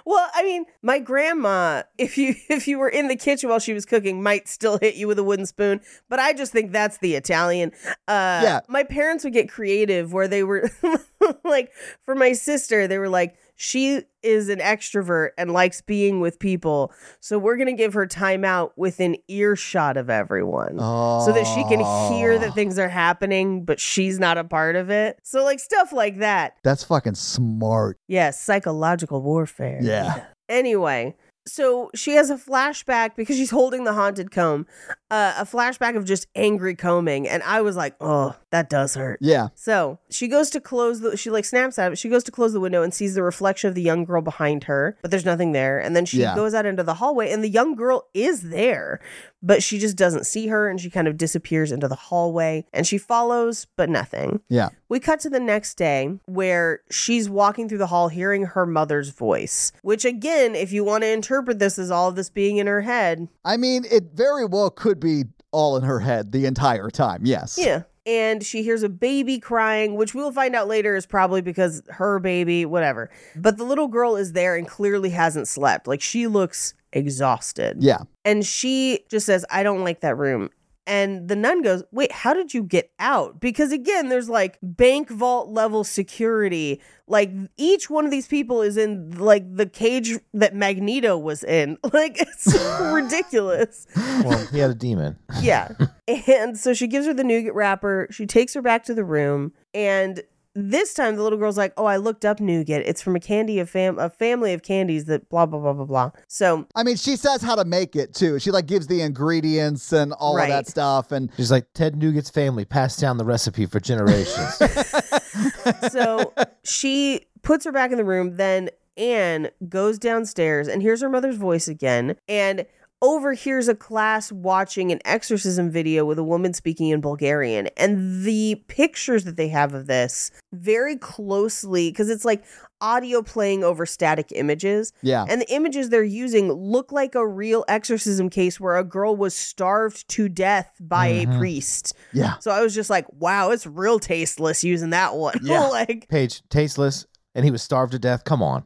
F: well, I mean, my grandma, if you (laughs) if you were in the kitchen while she was cooking, might still hit you with a wooden spoon. But I just think that's the Italian. Uh,
E: Yeah.
F: My parents would get creative where they were (laughs) like, for my sister, they were like, she is an extrovert and likes being with people, so we're gonna give her time out within earshot of everyone, (laughs)
E: Oh.
F: so that she can hear that things are happening, but she's not a part of it. So like stuff like that.
E: That's fucking smart.
F: Yeah, psychological warfare.
E: Yeah.
F: Anyway, so she has a flashback because she's holding the haunted comb, uh, a flashback of just angry combing. And I was like, oh, that does hurt.
E: Yeah.
F: So she goes to close the, she like snaps out of it. She goes to close the window and sees the reflection of the young girl behind her, but there's nothing there. And then she
E: Yeah.
F: goes out into the hallway and the young girl is there, but she just doesn't see her and she kind of disappears into the hallway and she follows, but nothing.
E: Yeah.
F: We cut to the next day where she's walking through the hall hearing her mother's voice, which, again, if you want to interpret this as all of this being in her head,
E: I mean, it very well could be all in her head the entire time. Yes.
F: yeah. And she hears a baby crying, which we'll find out later is probably because her baby, whatever. But the little girl is there and clearly hasn't slept. Like she looks exhausted.
E: Yeah.
F: And she just says, I don't like that room. And the nun goes, Wait, how did you get out? Because again, there's like bank vault level security. Like each one of these people is in like the cage that Magneto was in. (laughs) Like it's ridiculous.
D: well, he had a demon.
F: Yeah. And so she gives her the nougat wrapper. She takes her back to the room. And this time the little girl's like, Oh, I looked up nougat. It's from a candy of fam a family of candies that blah blah blah blah blah. So
E: I mean, she says how to make it too. She like gives the ingredients and all
F: Right.
E: of that stuff. And
D: She's like, Ted Nugent's family passed down the recipe for
F: (laughs)
D: generations.
F: so she puts her back in the room. Then Anne goes downstairs and hears her mother's voice again. And overhears a class watching an exorcism video with a woman speaking in Bulgarian. And the pictures that they have of this very closely, because it's like audio playing over static images.
E: Yeah.
F: And the images they're using look like a real exorcism case where a girl was starved to death by a priest.
E: Mm-hmm. Yeah.
F: So I was just like, wow, it's real tasteless using that one. (laughs)
H: Yeah.
F: like,
D: Page tasteless, and he was starved to death. Come on.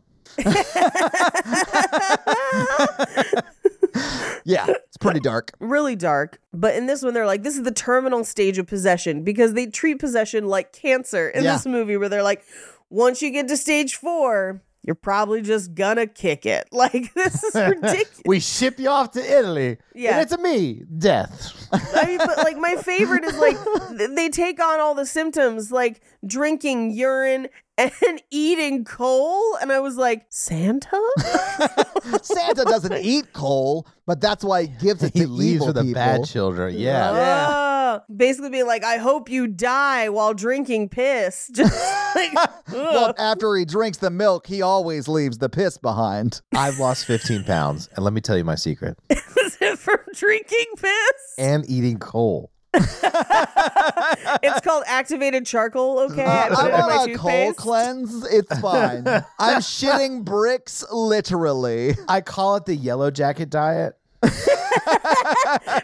H: Yeah, it's pretty
F: (laughs)
H: dark.
F: really dark. But in this one, they're like, this is the terminal stage of possession because they treat possession like cancer in
E: Yeah.
F: this movie, where they're like, once you get to stage four, you're probably just gonna kick it. (laughs) Like,
E: (laughs)
F: this is ridiculous.
D: We ship you off to Italy.
F: Yeah.
D: And it's a me, death.
F: I mean, but like, my favorite is
E: (laughs)
F: like, th- they take on all the symptoms, like drinking urine and (laughs) eating coal. And I was like,
E: (laughs)
F: Santa?
E: Santa doesn't eat coal, but that's why he gives it
D: (laughs) he
E: to
D: leaves
E: evil
D: with the
E: people.
D: bad children. Yeah.
F: Oh. basically being like, I hope you die while drinking piss. (laughs) Just like,
E: Well, after he drinks the milk, he always leaves the piss
F: (laughs)
E: behind.
D: I've lost 15 pounds, and let me tell you my secret.
F: was it from drinking piss?
D: And eating coal.
E: (laughs)
F: It's called activated charcoal. Okay, I
E: Uh,
F: put
E: I'm
F: it in my
E: on a coal
F: toothpaste.
E: cleanse. It's
D: (laughs)
E: fine. I'm shitting bricks literally.
D: I call it the yellow jacket diet.
F: (laughs)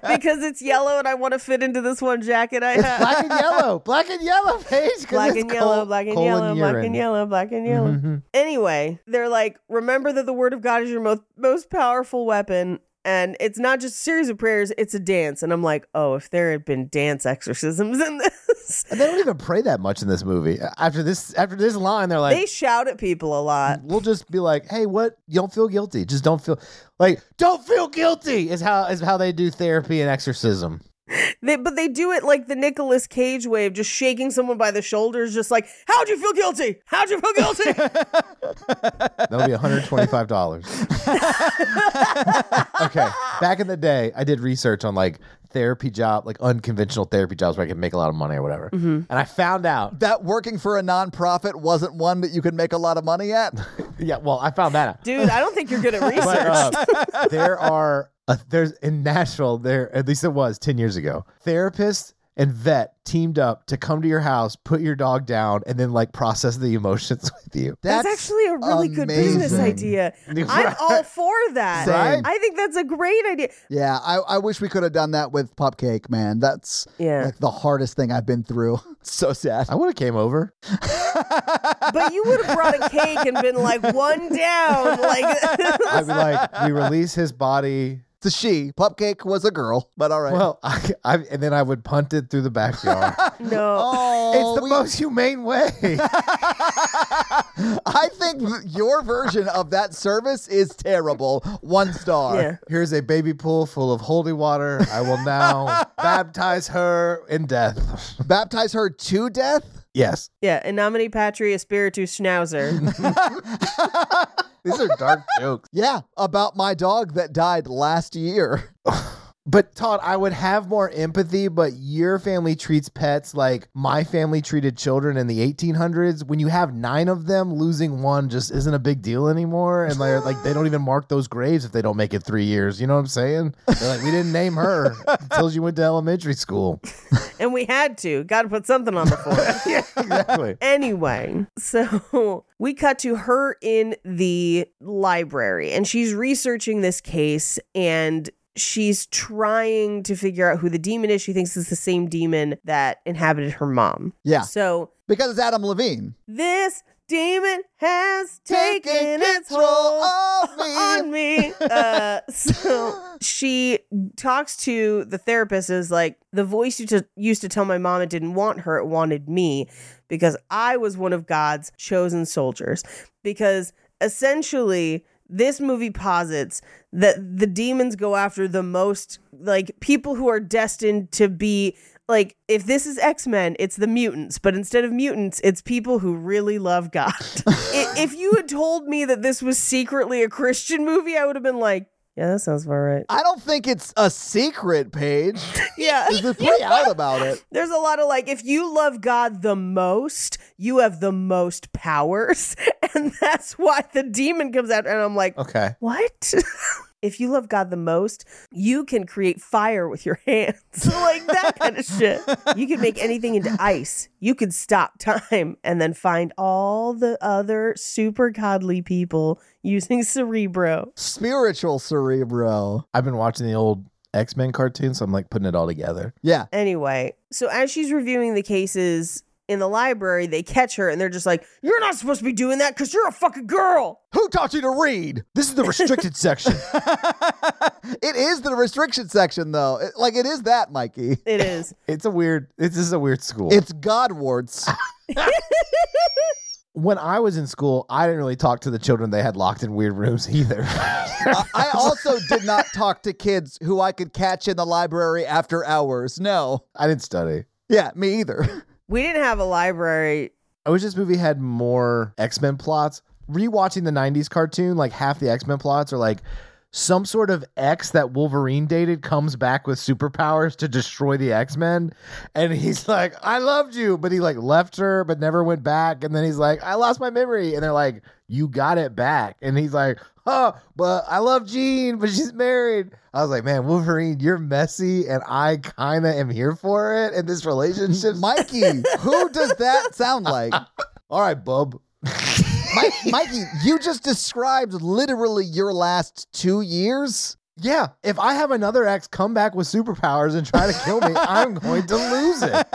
F: because it's yellow and I want to fit into this one jacket (laughs) I
D: It's
F: have.
D: black and yellow. Black and yellow, Paige. 'cause
F: Black
D: it's
F: and, yellow,
D: coal-
F: black and
D: coal
F: yellow, black
D: urine.
F: and yellow, black and yellow, Anyway, they're like, remember that the word of God is your most most powerful weapon. And it's not just a series of prayers, it's a dance. And I'm like, oh, if there had been dance exorcisms in (laughs) this,
D: And they don't even pray that much in this movie. After this, after this line, they're like,
F: they shout at people a lot.
D: we'll just be like, hey, what? You don't feel guilty. Just don't feel like don't feel guilty is how is how they do therapy and exorcism.
F: They, but they do it like the Nicolas Cage way of just shaking someone by the shoulders, just like, how'd you feel guilty? How'd you feel guilty?
D: That'll be (laughs) $125. okay. Back in the day, I did research on like therapy job, like unconventional therapy jobs where I could make a lot of money or whatever. And I found out.
E: That working for a nonprofit wasn't one that you could make a lot of money at.
D: Yeah, well, I found that out.
F: Dude, I don't think you're good at research.
D: But, (laughs) uh, there are uh, there's in Nashville there at least it was 10 years ago. Therapist and vet teamed up to come to your house, put your dog down and then like process the emotions (laughs) with you.
F: that's, actually a really good business
E: amazing.
F: idea. I'm all for that.
E: Same.
F: I think that's a great idea.
E: Yeah, I, I wish we could have done that with Pupcake, man. That's
F: Yeah.
E: like the hardest thing I've been through. (laughs) So sad.
D: I would have came over.
F: But you would have brought a cake and been like one down. Like (laughs)
D: I'd be like, (laughs) we release his body
E: It's a she. Pupcake was a girl, but all right.
D: Well, I, I and then I would punt it through the (laughs) backyard.
F: no.
E: oh,
D: it's the most humane (laughs) way.
E: I think your version of
D: (laughs)
E: that service is terrible. One star.
F: Yeah.
D: Here's a baby pool full of holy water. I will (laughs) now baptize her in death. (laughs)
E: Baptize her to death?
D: Yes,
F: Yeah. In nomine patria
E: (laughs)
F: spiritus schnauzer.
D: these are dark (laughs) jokes.
E: Yeah, about my dog that died last year. (laughs)
D: But Todd, I would have more empathy. But your family treats pets like my family treated children in the 1800s. When you have nine of them, losing one just isn't a big deal anymore. And they're like, they don't even mark those graves if they don't make it three years. You know what I'm saying? They're like, we didn't name her until she went to elementary school.
F: and we had to. Gotta put something on
E: (laughs)
F: the floor.
D: exactly.
F: Anyway, so we cut to her in the library and she's researching this case and she's trying to figure out who the demon is. She thinks it's the same demon that inhabited her mom.
E: Yeah.
F: So
E: Because it's Adam Levine.
F: this demon has taken
E: Taking
F: its
E: control
F: role (laughs)
E: of me.
F: on me. Uh, (laughs) so she talks to the therapist is like the voice you to, used to tell my mom it didn't want her, it wanted me because I was one of God's chosen soldiers. Because essentially, this movie posits that the demons go after the most like people who are destined to be like if this is x-men it's the mutants but instead of mutants it's people who really love god I- if you had told me that this was secretly a christian movie i would have been like yeah that sounds about right
E: I don't think it's a secret, Paige.
F: yeah
E: They're pretty out about it.
F: there's a lot of like if you love god the most you have the most (laughs) powers and that's why the demon comes out and i'm like
D: Okay.
F: what (laughs) if you love God the most, you can create fire with your (laughs) hands. like that kind of shit. You can make anything into ice. You could stop time and then find all the other super godly people using Cerebro.
E: Spiritual cerebro.
D: I've been watching the old X Men cartoon, so I'm like putting it all together.
E: Yeah.
F: Anyway, so as she's reviewing the cases in the library, they catch her and they're just like, You're not supposed to be doing that because you're a fucking girl.
E: Who taught you to read?
D: This is the restricted section.
E: (laughs) it is the restriction section, though. It- like, it is that, Mikey.
F: It is.
D: It's a weird. It's, this is a weird school.
E: It's God warts.
D: when I was in school, I didn't really talk to the children they had locked in weird rooms (laughs) either. (laughs)
E: (laughs) I also did not talk to kids who I could catch in the library after hours. No.
D: I didn't study.
E: Yeah, me either. (laughs)
F: we didn't have a library.
D: I wish this movie had more X Men plots. Rewatching the 90s cartoon, like half the X Men plots are like some sort of X that Wolverine dated comes back with superpowers to destroy the X Men. And he's (laughs) like, I loved you. But he like left her, but never went back. And then he's like, I lost my memory. And they're like, You got it back. And he's like, Oh, but I love Jean, but she's married. I was like, Man, Wolverine, you're messy. And I kind of am here for it. And this relationship.
E: Mikey, who does that sound like?
D: All right, (laughs) bub.
E: Mike, Mikey, you just described literally your last two years.
D: Yeah, if I have another ex come back with superpowers and try to kill me, I'm going to lose it.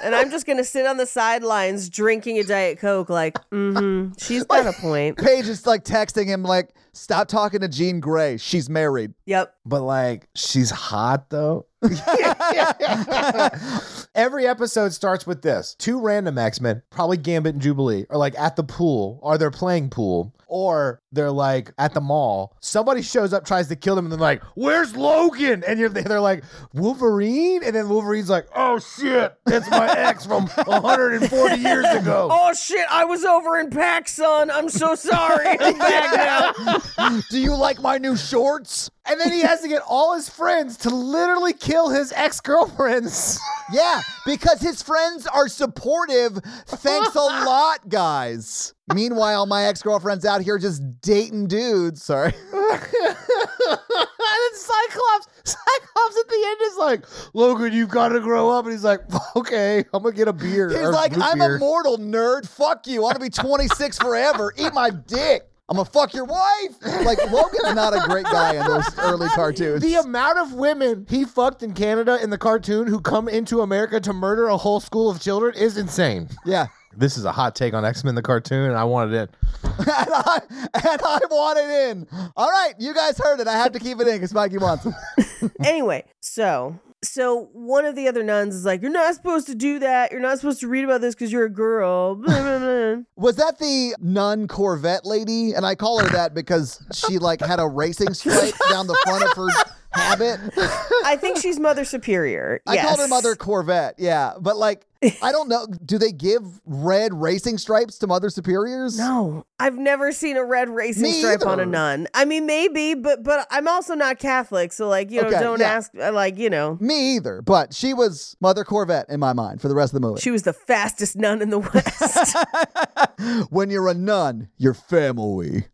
F: (laughs) and I'm just going to sit on the sidelines drinking a Diet Coke, like, mm-hmm, she's got a point.
E: Paige is like texting him, like, stop talking to Jean Grey. She's married.
F: Yep.
D: But like, she's hot though. (laughs) Every episode starts with this two random X Men, probably Gambit and Jubilee, are like at the pool, or they're playing pool, or they're like at the mall. Somebody shows up, tries to kill them, and then like, "Where's Logan?" And you're they're like, "Wolverine," and then Wolverine's like, "Oh shit, that's my ex from 140 years ago."
F: (laughs) Oh, shit, I was over in PAC, son. I'm so sorry.
E: (laughs)
F: I'm back now.
E: Do you like my new shorts?
D: And then he has to get all his friends to literally kill his ex girlfriends.
E: (laughs) Yeah, because his friends are supportive.
D: (laughs)
E: Thanks a lot, guys. Meanwhile, my ex girlfriend's out here just dating dudes. Sorry.
D: (laughs) and then Cyclops, Cyclops at the end is like, Logan, you've got to grow up. And he's like, okay, I'm going to get a beer.
E: He's
D: or
E: like,
D: root
E: I'm
D: beer."
E: immortal, nerd. Fuck you. I'm gonna be 26 forever. Eat my dick. I'm gonna fuck your wife. Like Logan's not a great guy in those early cartoons.
D: (laughs) The amount of women he fucked in Canada in the cartoon who come into America to murder a whole school of children is insane.
E: yeah.
D: This is a hot take on X Men the cartoon, and I wanted it.
E: (laughs) and, I, and I want it in. All right, you guys heard it. I have to keep it in because Mikey wants it.
F: anyway, so so one of the other nuns is like, "You're not supposed to do that. You're not supposed to read about this because you're a girl." (laughs) Blah, blah, blah.
E: Was that the nun Corvette lady? And I call her that because she like had a racing stripe down the front of her habit.
F: I think she's Mother Superior.
E: I called her
F: Yes.
E: Mother Corvette. Yeah, but like I don't know. Do they give red racing stripes to Mother Superiors? (laughs)
F: No, I've never seen a red racing
E: Me
F: stripe on a
E: either.
F: nun. I mean, maybe, but but I'm also not Catholic, so like you know,
E: Okay,
F: don't
E: yeah.
F: ask. uh, Like you know,
E: Me either. But she was Mother Corvette in my mind for the rest of the movie.
F: she was the fastest nun in the (laughs)
E: (laughs)
F: West.
E: when you're a nun, you're family.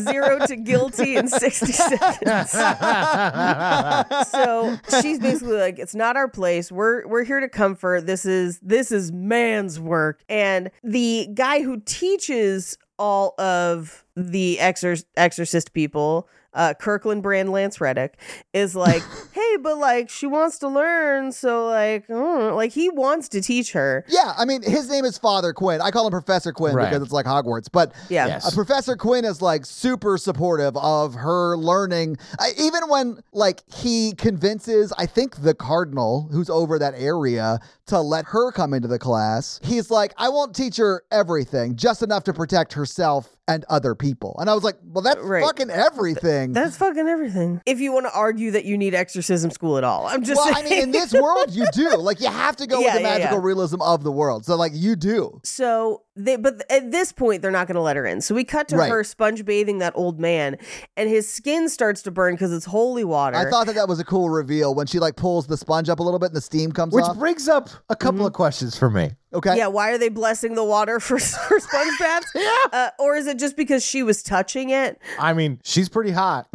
F: Zero to guilty in sixty seconds. so she's basically like, it's not our place. We're we're here to comfort. This is this is man's work. And the guy who teaches all of the exor- exorcist people, uh, Kirkland brand Lance Reddick, is like, hey, but like she wants to learn, so like, mm, like he wants to teach her.
E: Yeah, I mean his name is Father Quinn. I call him Professor Quinn
D: Right.
E: because it's like Hogwarts. But
F: Yeah.
D: Yes.
E: Uh, Professor Quinn is like super supportive of her learning, uh, even when like he convinces, I think the cardinal who's over that area to let her come into the class. He's like, I won't teach her everything, just enough to protect herself and other people. And I was like, well, that's
F: Right.
E: fucking everything.
F: That's fucking everything. If you want to argue that you need exorcism school at all, I'm just
E: well,
F: (laughs)
E: I
F: saying.
E: mean, in this world, you do. Like, you have to go
F: Yeah,
E: with the
F: yeah,
E: magical
F: yeah.
E: realism of the world. So, like, you do.
F: So they, but at this point, they're not going to let her in. So we cut to
E: Right.
F: her sponge bathing that old man, and his skin starts to burn because it's holy water.
E: I thought that that was a cool reveal when she, like, pulls the sponge up a little bit and the steam
D: (laughs)
E: comes
D: Which
E: off.
D: brings up a couple of questions for me.
E: Okay.
F: Yeah, why are they blessing the water for, (laughs) for
E: (laughs)
F: sponge baths? yeah. Uh, or is it just because she was touching it?
D: I mean, she's pretty hot.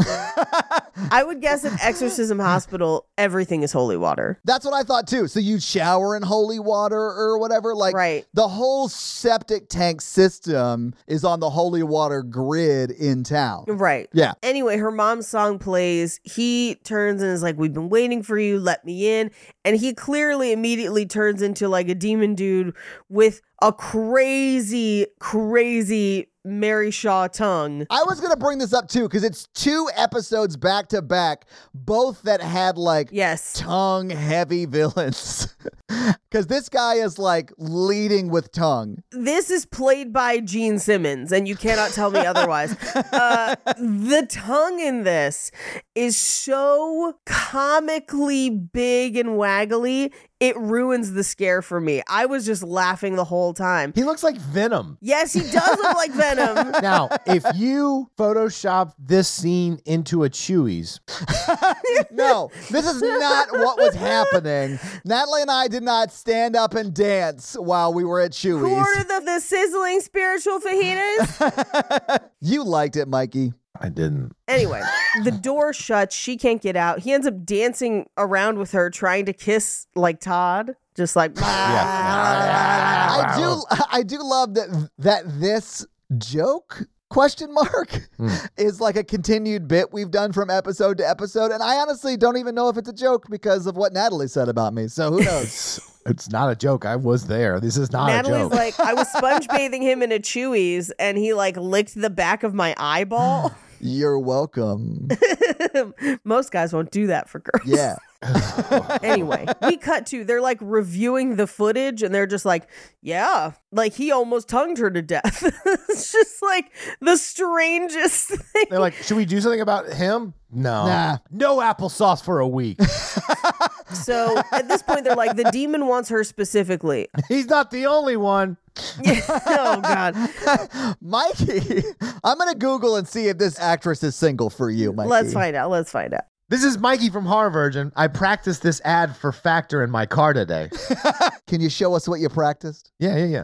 F: I would
E: (laughs)
F: guess at Exorcism Hospital, everything is holy water.
E: That's what I thought too. So you shower in holy water or whatever. Like
F: Right.
E: the whole septic tank system is on the holy water grid in town.
F: Right.
E: Yeah.
F: Anyway, her mom's song plays. He turns and is like, We've been waiting for you. Let me in. And he clearly immediately turns into like a demon dude with a crazy, crazy Mary Shaw tongue.
E: I was gonna bring this up too, because it's two episodes back to back, both that had like
F: Yes.
E: tongue heavy villains. (laughs) Cause this guy is like leading with tongue.
F: This is played by Gene Simmons, and you cannot tell me otherwise. Uh, the tongue in this is so comically big and waggly, it ruins the scare for me. I was just laughing the whole time.
D: He looks like Venom.
F: Yes, he does look like
D: (laughs)
F: Venom.
D: Now,
F: (laughs)
D: if you Photoshop this scene into a Chewy's,
E: No, this is not what was
F: (laughs)
E: happening. Natalie and I did not stand up and dance while we were at
F: Who
E: Chewy's.
F: ordered the, the sizzling spiritual fajitas?
E: (laughs) You liked it, Mikey.
D: I didn't.
F: anyway, the door shuts. She can't get out. He ends up dancing around with her, trying to kiss like Todd, just like. Ah.
E: I do I do love that that this joke question mark
F: Hmm.
E: (laughs) is like a continued bit we've done from episode to episode and I honestly don't even know if it's a joke because of what Natalie said about me. So who knows?
F: (laughs)
D: It's not a joke. I was there. This is not a
F: Natalie's
D: joke.
F: like, I was sponge bathing him in a Chewy's, and he like licked the back of my eyeball. (laughs)
E: You're welcome.
F: Most guys won't do that for girls.
E: Yeah. (laughs)
F: anyway, we cut to they're like reviewing the footage and they're just like, yeah, like he almost tongued her to death. (laughs) it's just like the strangest thing.
D: (laughs) They're like, should we do something about him? No.
E: Nah.
D: No applesauce for a
F: (laughs)
D: week.
F: So at this point, they're like, the demon wants her specifically. (laughs)
D: He's not the only one.
F: oh God,
E: Mikey, (laughs) I'm going to Google and see if this actress is single for you, Mikey.
F: let's find out. Let's find out.
D: This is Mikey from Harvard, and I practiced this ad for Factor in my car today.
E: Can you show us what you practiced?
D: Yeah, yeah, yeah.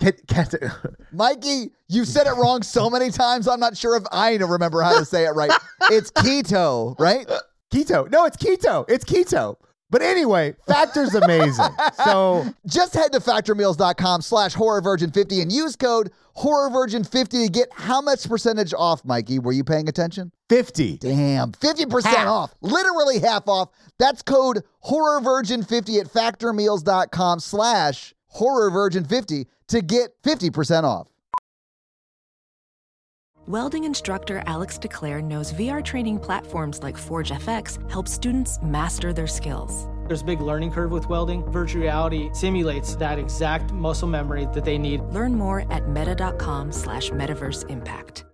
D: Ke- keto? (laughs)
E: Mikey, you said it wrong so many times, I'm not sure if I remember how to say it right. It's keto, right?
D: keto? No, it's keto. It's keto. But anyway, Factor's amazing. so
E: Just head to factormeals.com slash horrorvirgin50 and use code horrorvirgin50 to get how much percentage off, Mikey? Were you paying attention?
D: fifty.
E: Damn, 50% off. Literally half off. That's code horrorvirgin50 at factormeals.com slash horrorvirgin50 to get 50% off.
B: Welding instructor Alex DeClaire knows VR training platforms like Forge FX help students master their skills.
I: There's a big learning curve with welding. Virtual reality simulates that exact muscle memory that they need.
B: Learn more at meta.com slash metaverse impact.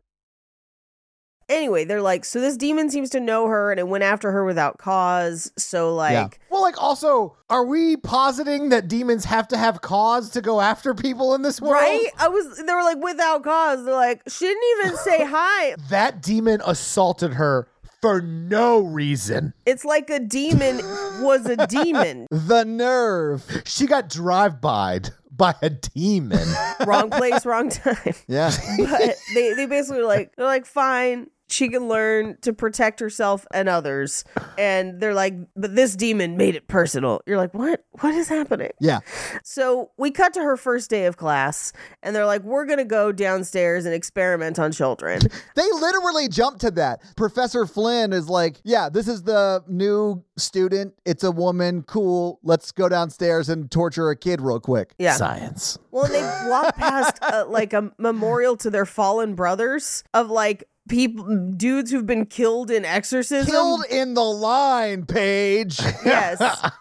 F: Anyway, they're like, so this demon seems to know her and it went after her without cause. So like.
D: Well, like also, are we positing that demons have to have cause to go after people in this world?
F: Right? I was they were like without cause. They're like, she didn't even say hi.
D: That demon assaulted her for no reason.
F: It's like a demon was a demon.
E: The nerve.
D: She got drive byed by a demon.
F: Wrong place, wrong time.
E: (laughs) Yeah.
F: But they, they basically were like they're like, fine. she can learn to protect herself and others. And they're like, but this demon made it personal. You're like, what? What is happening?
E: Yeah.
F: So we cut to her first day of class, and they're like, we're going to go downstairs and experiment on children.
E: They literally jump to that. Professor Flynn is like, yeah, this is the new student. It's a woman. Cool. Let's go downstairs and torture a kid real quick.
F: Yeah.
D: Science.
F: Well, and they walk past uh, like a memorial to their fallen brothers of like people, dudes who've been killed in exorcism.
E: Killed in the line, Paige.
F: Yes.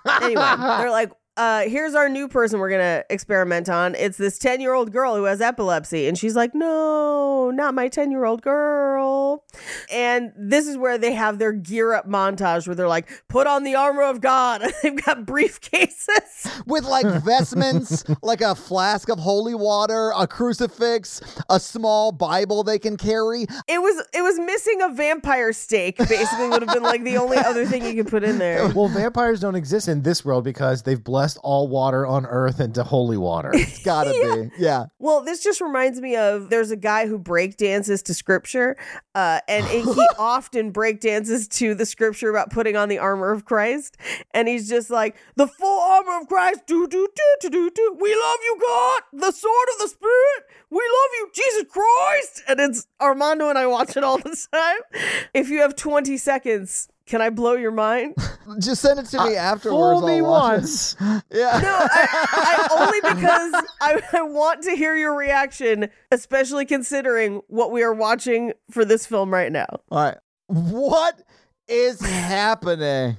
F: anyway, they're like, uh, here's our new person we're gonna experiment on. It's this ten year old girl who has epilepsy, and she's like, "No, not my ten year old girl." And this is where they have their gear up montage, where they're like, "Put on the armor of God." (laughs) They've got briefcases.
E: With like vestments, like a flask of holy water, a crucifix, a small Bible they can carry.
F: It was it was missing a vampire stake. Basically, would have been like the only other thing you could put in there.
D: (laughs) Well, vampires don't exist in this world because they've blessed all water on earth into holy water.
E: It's gotta be. Yeah.
F: Well, this just reminds me of there's a guy who break dances to scripture, uh, and it- he often break dances to the scripture about putting on the armor of Christ, and he's just like the full armor of Christ. Do do do do do do. We love you, God. The sword of the Spirit. We love you, Jesus Christ. And it's Armando and I watch it all the (laughs) time. If you have 20 seconds, can I blow your mind?
E: Just send it to me afterwards.
D: Uh, Fool me
E: I'll watch it.
D: once.
F: No, I, I only because I, I want to hear your reaction, especially considering what we are watching for this film right now.
E: (laughs) All right. What is happening?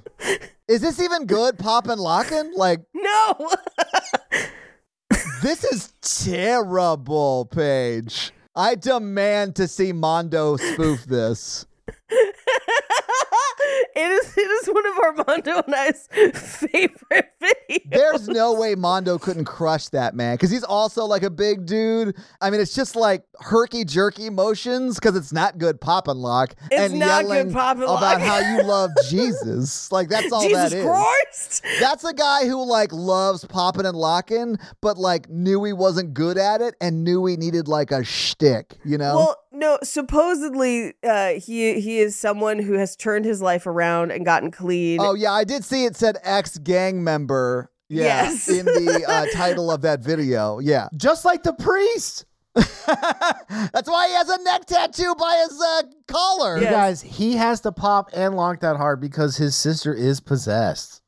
E: is this even good, Pop and Lockin'? Like,
F: No, (laughs)
E: this is terrible, Paige. I demand to see Mondo spoof this.
F: it is it is one of Armando and I's favorite (laughs) videos.
E: There's no way Mondo couldn't crush that, man, because he's also like a big dude. I mean, it's just like herky jerky motions because it's not good pop and lock
F: It's
E: and
F: not good
E: yelling
F: pop and
E: about
F: lock.
E: how you
F: (laughs)
E: love Jesus. Like, that's all that
F: Jesus
E: is.
F: Christ!
E: That's a guy who like loves popping and locking, but like knew he wasn't good at it and knew he needed like a shtick, you know?
F: Well, no. Supposedly, uh, he he is someone who has turned his life around and gotten clean.
E: oh yeah, I did see it said ex gang member. Yeah,
F: Yes.
E: in the
D: (laughs)
E: uh, title of that video. Yeah,
D: Just like the priest.
E: (laughs) that's why he has a neck tattoo by his uh, collar.
F: Yeah.
D: You guys, he has to pop and lock that hard because his sister is possessed.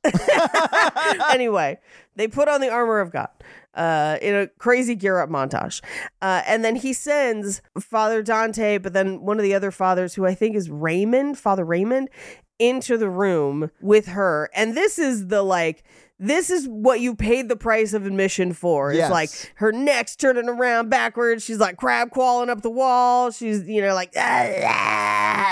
F: (laughs) anyway, they put on the armor of God uh, in a crazy gear up montage. Uh, and then he sends Father Dante, but then one of the other fathers, who I think is Raymond, Father Raymond, into the room with her. And this is the like, this is what you paid the price of admission for. It's
E: Yes.
F: like her neck's turning around backwards. She's like crab crawling up the wall. She's, you know, like, (laughs)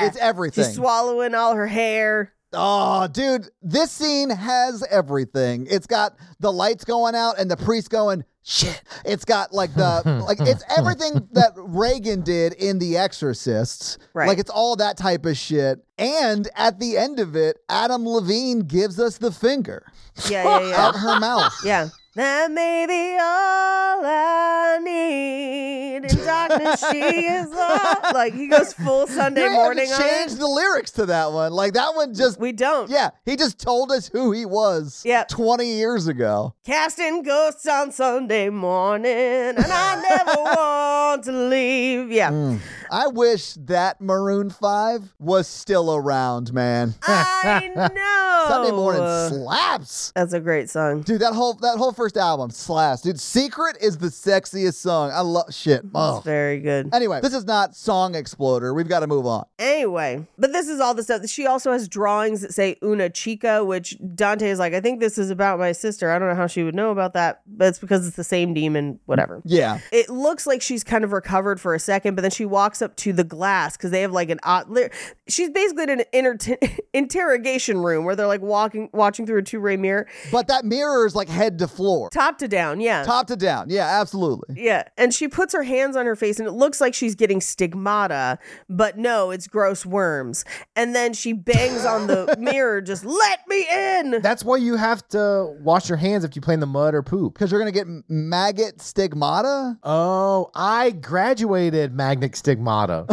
E: It's everything.
F: she's swallowing all her hair.
E: Oh, dude, this scene has everything. It's got the lights going out and the priest going, shit. It's got
D: (laughs)
E: like the, like, it's everything that Reagan did in The Exorcist.
F: Right.
E: Like, it's all that type of shit. And at the end of it, Adam Levine gives us the finger
F: Yeah, yeah, yeah.
E: out her mouth.
F: Yeah. That may be all I need. In darkness,
E: (laughs)
F: she is all. Like, he goes full Sunday
E: You
F: morning
E: have
F: on
E: to change
F: it.
E: the lyrics to that one. Like, that one just,
F: We don't.
E: yeah, he just told us who he was
F: Yep.
E: 20 years ago.
F: Casting ghosts on Sunday morning, and I never
E: (laughs)
F: want to leave. Yeah.
E: Mm. I wish that Maroon 5 was still around, man.
F: I know.
E: (laughs) Sunday morning
F: uh.
E: slaps.
F: That's a great song.
E: Dude, that whole that whole first album slaps. Dude, Secret is the sexiest song. I love shit. Oh.
F: Very good.
E: Anyway, this is not Song Exploder. We've got to move on.
F: Anyway, but this is all the stuff. She also has drawings that say Una Chica, which Dante is like, I think this is about my sister. I don't know how she would know about that, but it's because it's the same demon, whatever.
E: Yeah.
F: it looks like she's kind of recovered for a second, but then she walks up to the glass because they have like an odd. li- She's basically in an inter- (laughs) interrogation room where they're like walking, watching through a two-ray mirror,
E: But that mirror is like head to floor.
F: top to down. Yeah,
E: Top to down. Yeah, absolutely.
F: yeah. And she puts her hands on her face, and it looks like she's getting stigmata, but no, it's gross worms. And then she bangs on the mirror, just let me in.
D: That's why you have to wash your hands if you play in the mud or poop.
E: Cuz you're going to get m- maggot stigmata. (laughs)
D: Oh, I graduated magnetic stigmata.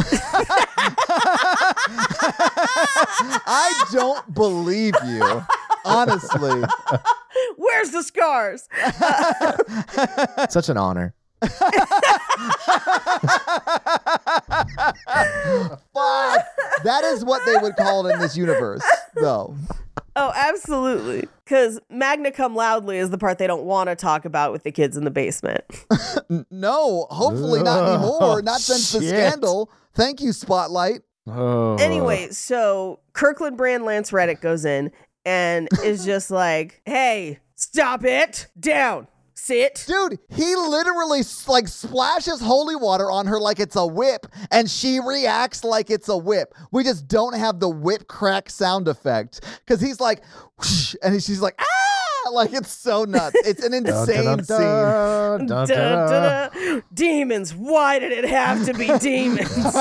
E: I don't believe you. Honestly.
F: Where's the scars?
D: Such an honor.
E: Fuck. That is what they would call it in this universe, though.
F: Oh, absolutely. Because Magna Cum Loudly is the part they don't want to talk about with the kids in the basement.
E: No, hopefully not anymore. Not since the
D: Shit.
E: scandal. Thank you, Spotlight.
D: Oh.
F: Anyway, so Kirkland brand Lance Reddick goes in and is just like, hey, stop it. Down. Sit.
E: Dude, he literally s- like splashes holy water on her like it's a whip, and she reacts like it's a whip. We just don't have the whip crack sound effect because he's like, whoosh, and she's like, ah, like it's so nuts. It's an insane scene.
D: Dun, dun, dun.
F: Da-da-da. Demons. Why did it have to be demons?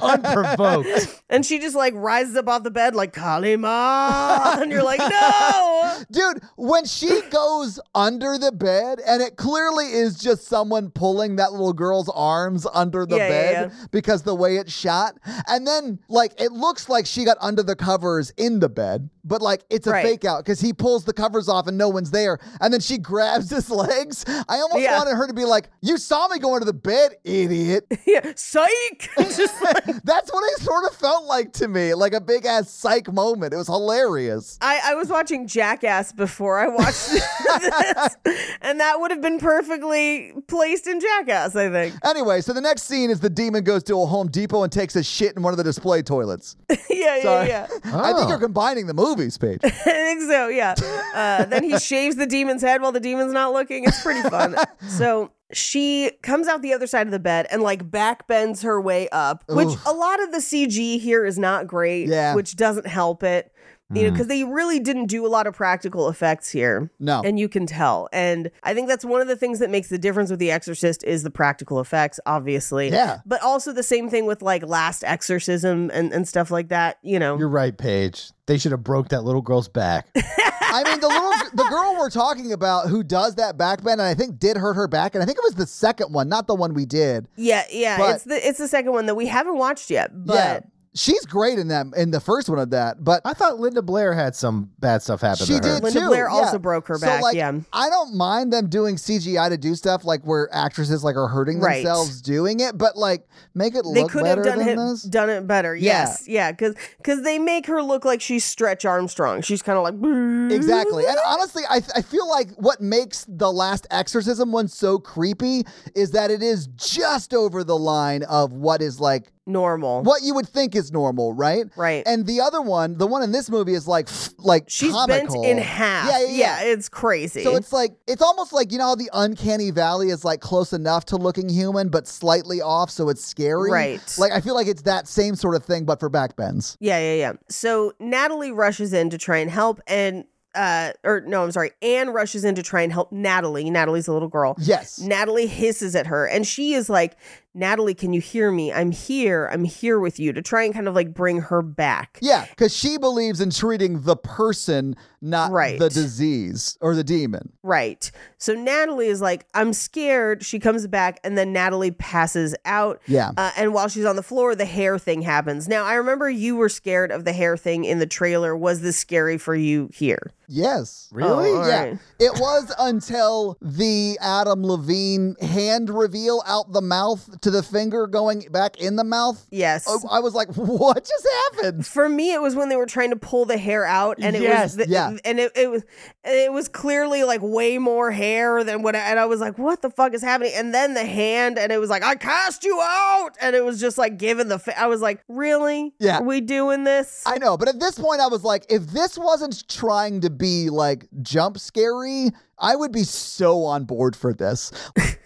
D: Unprovoked.
F: and she just like rises up off the bed like Kalima, and you're like, no.
E: Dude, when she goes under the bed, and it clearly is just someone pulling that little girl's arms under the
F: Yeah, yeah,
E: bed because the way it's shot. And then, like, it looks like she got under the covers in the bed, but like it's a
F: Right.
E: fake out because he pulls the covers off and no one's there. And then she grabs his legs. I almost
F: Yeah.
E: wanted her to be like, You saw me go under the bed, idiot.
F: (laughs) Yeah, psych. just like,
E: That's what it sort of felt like to me, like a big ass psych moment. It was hilarious.
F: I, I was watching Jackass before I watched (laughs) this, and that would have been perfectly placed in Jackass, I think. (laughs)
E: Anyway, so the next scene is the demon goes to a Home Depot and takes a shit in one of the display toilets.
F: (laughs) yeah, yeah,
E: Sorry.
F: yeah.
E: I think
D: Oh.
E: you're combining the movies, Paige.
F: (laughs) I think so, yeah. Uh, then he shaves the demon's head while the demon's not looking. It's pretty
E: (laughs)
F: fun. so she comes out the other side of the bed and like back bends her way up, which a lot of the CG here is not great,
E: Yeah. Hmm.
F: which doesn't help it. You know, because they really didn't do a lot of practical effects here.
E: No.
F: And you can tell. And I think that's one of the things that makes the difference with The Exorcist is the practical effects, obviously.
E: Yeah.
F: But also the same thing with like Last Exorcism and, and stuff like that, you
D: (laughs)
F: know.
D: You're right, Paige. They should have broke that little girl's back.
E: I mean, the little the girl we're talking about who does that back bend, and I think did hurt her back, and I think it was the second one, not the one we did.
F: Yeah, yeah.
E: But-
F: it's the it's the second one that we haven't watched yet. But
E: yeah, she's great in that in the first one of that, but
D: I thought Linda Blair had some bad stuff happen
E: she
D: to her.
E: did
F: Linda
E: too.
F: Blair
E: yeah.
F: also broke her
E: So,
F: back,
E: like,
F: yeah.
E: I don't mind them doing CGI to do stuff like where actresses like are hurting
F: Right.
E: themselves doing it, but like make it
F: they
E: look
F: could
E: better
F: have done
E: than
F: it
E: this.
F: done it better.
E: Yeah.
F: Yes, yeah, because they make her look like she's Stretch Armstrong. She's kind of like
E: Exactly.
F: (laughs)
E: And honestly, I, I feel like what makes the last exorcism one so creepy is that it is just over the line of what is like
F: normal.
E: what you would think is normal, right?
F: Right.
E: And the other one, the one in this movie is like (sniffs) f- like
F: She's
E: comical.
F: bent in half.
E: Yeah, yeah. yeah.
F: it's crazy.
E: so it's like it's almost like you know how the uncanny valley is like close enough to looking human but slightly off so it's scary.
F: Right.
E: Like I feel like it's that same sort of thing but for backbends.
F: yeah, yeah, yeah. So Natalie rushes in to try and help, and uh, or no, I'm sorry, Anne rushes in to try and help Natalie. Natalie's a little girl.
E: Yes.
F: Natalie hisses at her and she is like, Natalie, can you hear me? I'm here. I'm here with you to try and kind of like bring her back.
E: Yeah, because she believes in treating the person, not
F: Right.
E: the disease or the demon.
F: Right. So Natalie is like, I'm scared. She comes back and then Natalie passes out.
E: Yeah.
F: Uh, and while she's on the floor, the hair thing happens. Now, I remember you were scared of the hair thing in the trailer. Was this scary for you here?
E: Yes.
D: Really?
F: Oh, all
E: yeah.
F: right.
E: It was until the Adam Levine hand reveal out the mouth to the finger going back in the mouth.
F: Yes.
E: Oh, I was like, what just happened?
F: for me it was when they were trying to pull the hair out and it
D: Yes,
F: was the,
E: yeah.
F: and it, it was it was clearly like way more hair than what I, and I was like what the fuck is happening and then the hand and it was like I cast you out and it was just like giving the fa- I was like really
E: Yeah.
F: Are we doing this
E: I know, but at this point, I was like, if this wasn't trying to be like jump scary, I would be so on board for this.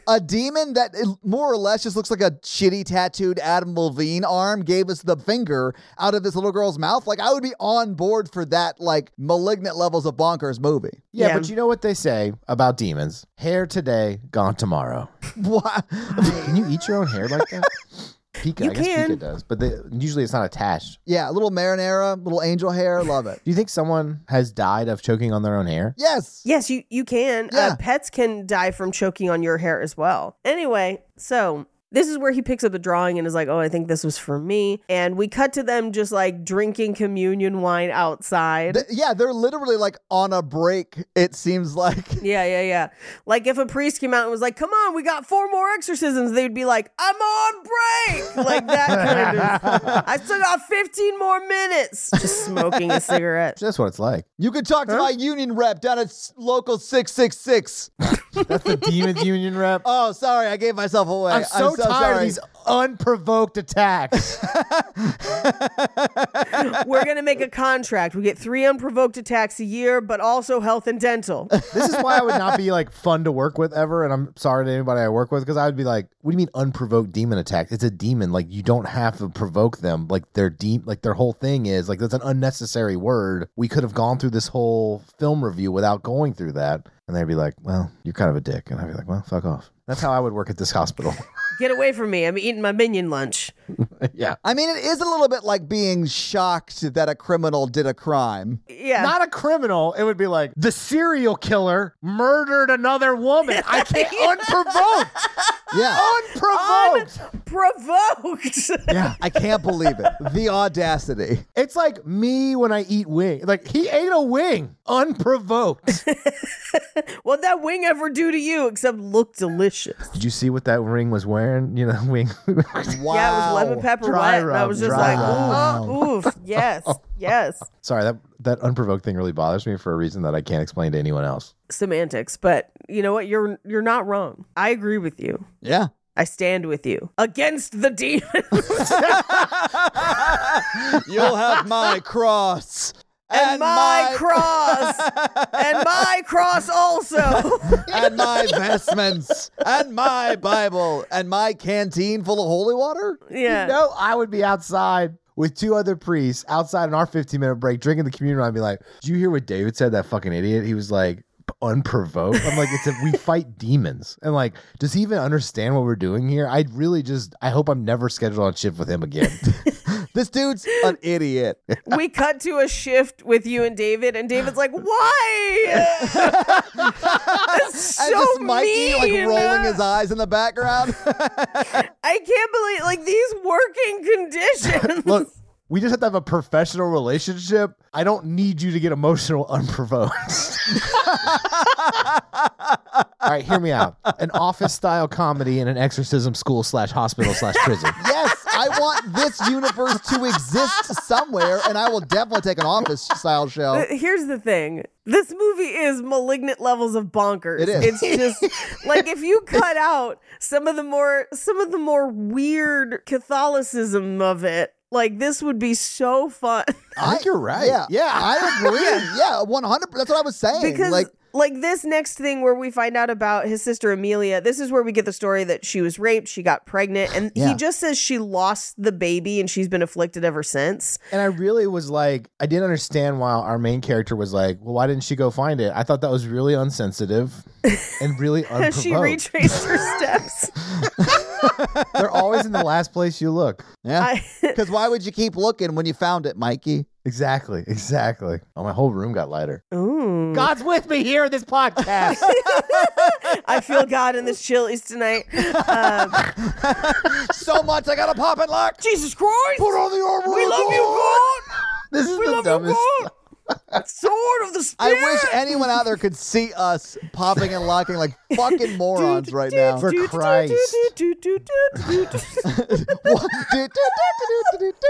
E: a demon that it more or less just looks like a shitty tattooed Adam Levine arm gave us the finger out of this little girl's mouth. Like, I would be on board for that, like, malignant levels of bonkers movie. (laughs)
D: Yeah,
F: Yeah.
D: but you know what they say about demons? Hair today, gone tomorrow.
E: Why-
D: Can you eat your own hair like that? Pika,
F: You
D: I guess
F: can.
D: Pika does, but they, usually it's not attached.
E: yeah, little marinara, little angel hair. Love it.
D: Do you think someone has died of choking on their own hair?
E: Yes.
F: Yes, you you can.
E: Yeah.
F: Uh, pets can die from choking on your hair as well. Anyway, so This is where he picks up the drawing and is like, oh, I think this was for me. And we cut to them just like drinking communion wine outside.
H: Th- yeah, they're literally like on a break, it seems like.
F: yeah, yeah, yeah. Like if a priest came out and was like, come on, we got four more exorcisms, they'd be like, I'm on break.
D: (laughs)
F: Like that kind of. I still got 15 more minutes just smoking a cigarette.
D: That's what it's (laughs) like.
H: You can talk to my union rep down at s- local 666.
D: That's the Demons Union rep.
H: Oh, sorry, I gave myself away.
D: I'm so, tired
H: sorry.
D: of these unprovoked attacks.
F: (laughs) We're going to make a contract. We get three unprovoked attacks a year, but also health and dental.
D: this is why I would not be like fun to work with ever. And I'm sorry to anybody I work with because I would be like, "What do you mean unprovoked demon attack? It's a demon. Like you don't have to provoke them. Like their deep, like their whole thing is like that's an unnecessary word. We could have gone through this whole film review without going through that." And they'd be like, "Well, you're kind of a dick," and I'd be like, "Well, fuck off." That's how I would work at this hospital.
F: Get away from me. I'm eating my minion lunch.
D: yeah.
H: I mean, it is a little bit like being shocked that a criminal did a crime.
F: Yeah.
D: Not a criminal. It would be like the serial killer murdered another woman. I can't unprovoked.
H: Yeah.
D: Oh, Unprovoked.
F: (laughs) provoked.
H: yeah. I can't believe it. The audacity.
D: It's like me when I eat wing. Like he ate a wing unprovoked.
F: What'd that wing ever do to you except look delicious?
D: (laughs) Did you see what that wing was wearing? You know, (laughs) wing.
H: Wow.
F: Yeah, it was lemon pepper
D: Dry
F: wet. and I
D: rub,
F: was just
D: dry
F: like, ooh, oof, yes,
D: (laughs)
F: yes.
D: Sorry, that that unprovoked thing really bothers me for a reason that I can't explain to anyone else.
F: Semantics, but you know what? You're you're not wrong. I agree with you.
H: Yeah.
F: I stand with you against the
H: (laughs)
F: demon.
H: You'll have my cross. (laughs)
F: and my cross and my
H: (laughs)
F: cross also
H: and my vestments and my Bible and my canteen full of holy water.
F: yeah
D: No, I would be outside with two other priests outside in our 15 minute break drinking the communion. I'd be like, "Did you hear what David said? That fucking idiot. He was like." unprovoked i'm like it's a, we fight demons and like does he even understand what we're doing here i really just i hope i'm never scheduled on shift with him again (laughs)
H: This dude's an idiot.
F: we cut to a shift with you and david and david's
H: (laughs)
F: like why That's so
H: and just Mikey
F: mean.
H: like rolling his eyes in the
D: (laughs)
H: background.
F: i can't believe like these working conditions
D: Look, we just have to have a professional relationship. I don't need you to get emotional (laughs) unprovoked. (laughs) All right, hear me out. An office style comedy in an exorcism school slash hospital slash prison.
F: (laughs)
H: yes, I want this universe to exist somewhere, and I will definitely take an office style show.
F: Uh, Here's the thing. This movie is malignant levels of bonkers.
H: It is. (laughs)
F: It's just like if you cut out some of the more some of the more weird Catholicism of it, like this would be so fun. (laughs)
D: I think you're right.
H: Yeah, yeah, I agree. yeah, one hundred. That's what I was saying.
F: because
H: like,
F: like, this next thing where we find out about his sister Amelia, this is where we get the story that she was raped, she got pregnant, and
H: Yeah.
F: he just says she lost the baby and she's been afflicted ever since. (laughs)
D: And I really was like, I didn't understand why our main character was like, well, why didn't she go find it? I thought that was really unsensitive and
F: (laughs)
D: really unprovoked.
F: She retraced her steps.
H: (laughs)
D: They're always in the last place you look.
H: yeah,
F: I, (laughs)
H: because why would you keep looking when you found it, Mikey?
D: Exactly. (laughs) Exactly. Oh, my whole room got
F: (laughs)
D: lighter.
F: Ooh.
D: God's with me here in this (laughs) podcast.
F: I feel God in the
H: (laughs)
F: chilies tonight. Um,
H: so much, I gotta pop and lock.
F: Jesus Christ! we love
D: This is
F: you, God! We
D: the
F: love
D: dumbest.
F: you, (laughs) God! Sword of the
H: I
F: Spirit!
H: wish anyone out there could see us popping and locking
F: (laughs)
H: like fucking morons right now.
D: For Christ.
F: (laughs)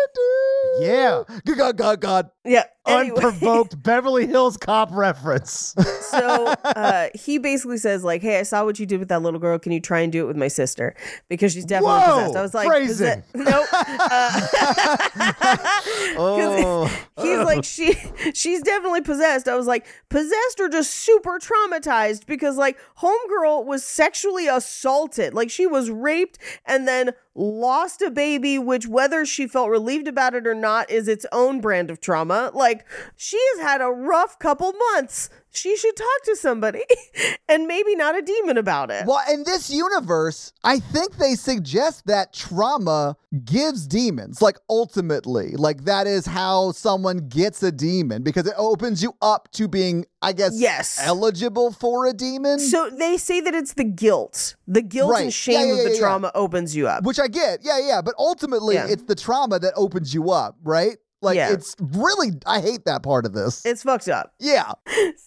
D: Yeah.
H: Good God, God, God.
F: yeah. Anyway, (laughs)
D: Unprovoked Beverly Hills cop reference.
F: so (laughs) uh, he basically says, like, hey, I saw what you did with that little girl. Can you try and do it with my sister? Because she's definitely
D: Whoa!
F: possessed. I was like,
D: Phrasing.
F: "Posse- (laughs) nope. Uh, 'cause He's
E: Oh.
F: like, she she's definitely possessed. I was like, possessed or just super traumatized because like homegirl was sexually assaulted. Like she was raped and then lost a baby, which whether she felt relieved about it or not is its own brand of trauma. Like she has had a rough couple months. she should talk to somebody (laughs) and maybe not a demon about it.
E: Well, in this universe, I think they suggest that trauma gives demons, like ultimately. Like that is how someone gets a demon because it opens you up to being, I guess,
F: Yes.
E: eligible for a demon.
F: So they say that it's the guilt. The guilt
E: Right. Yeah,
F: and shame
E: yeah,
F: of
E: yeah,
F: the
E: yeah.
F: trauma opens you up.
E: which I get. Yeah, yeah. But ultimately,
F: Yeah.
E: it's the trauma that opens you up, right? Like
F: Yeah.
E: it's really, I hate that part of this.
F: it's fucked up.
E: yeah,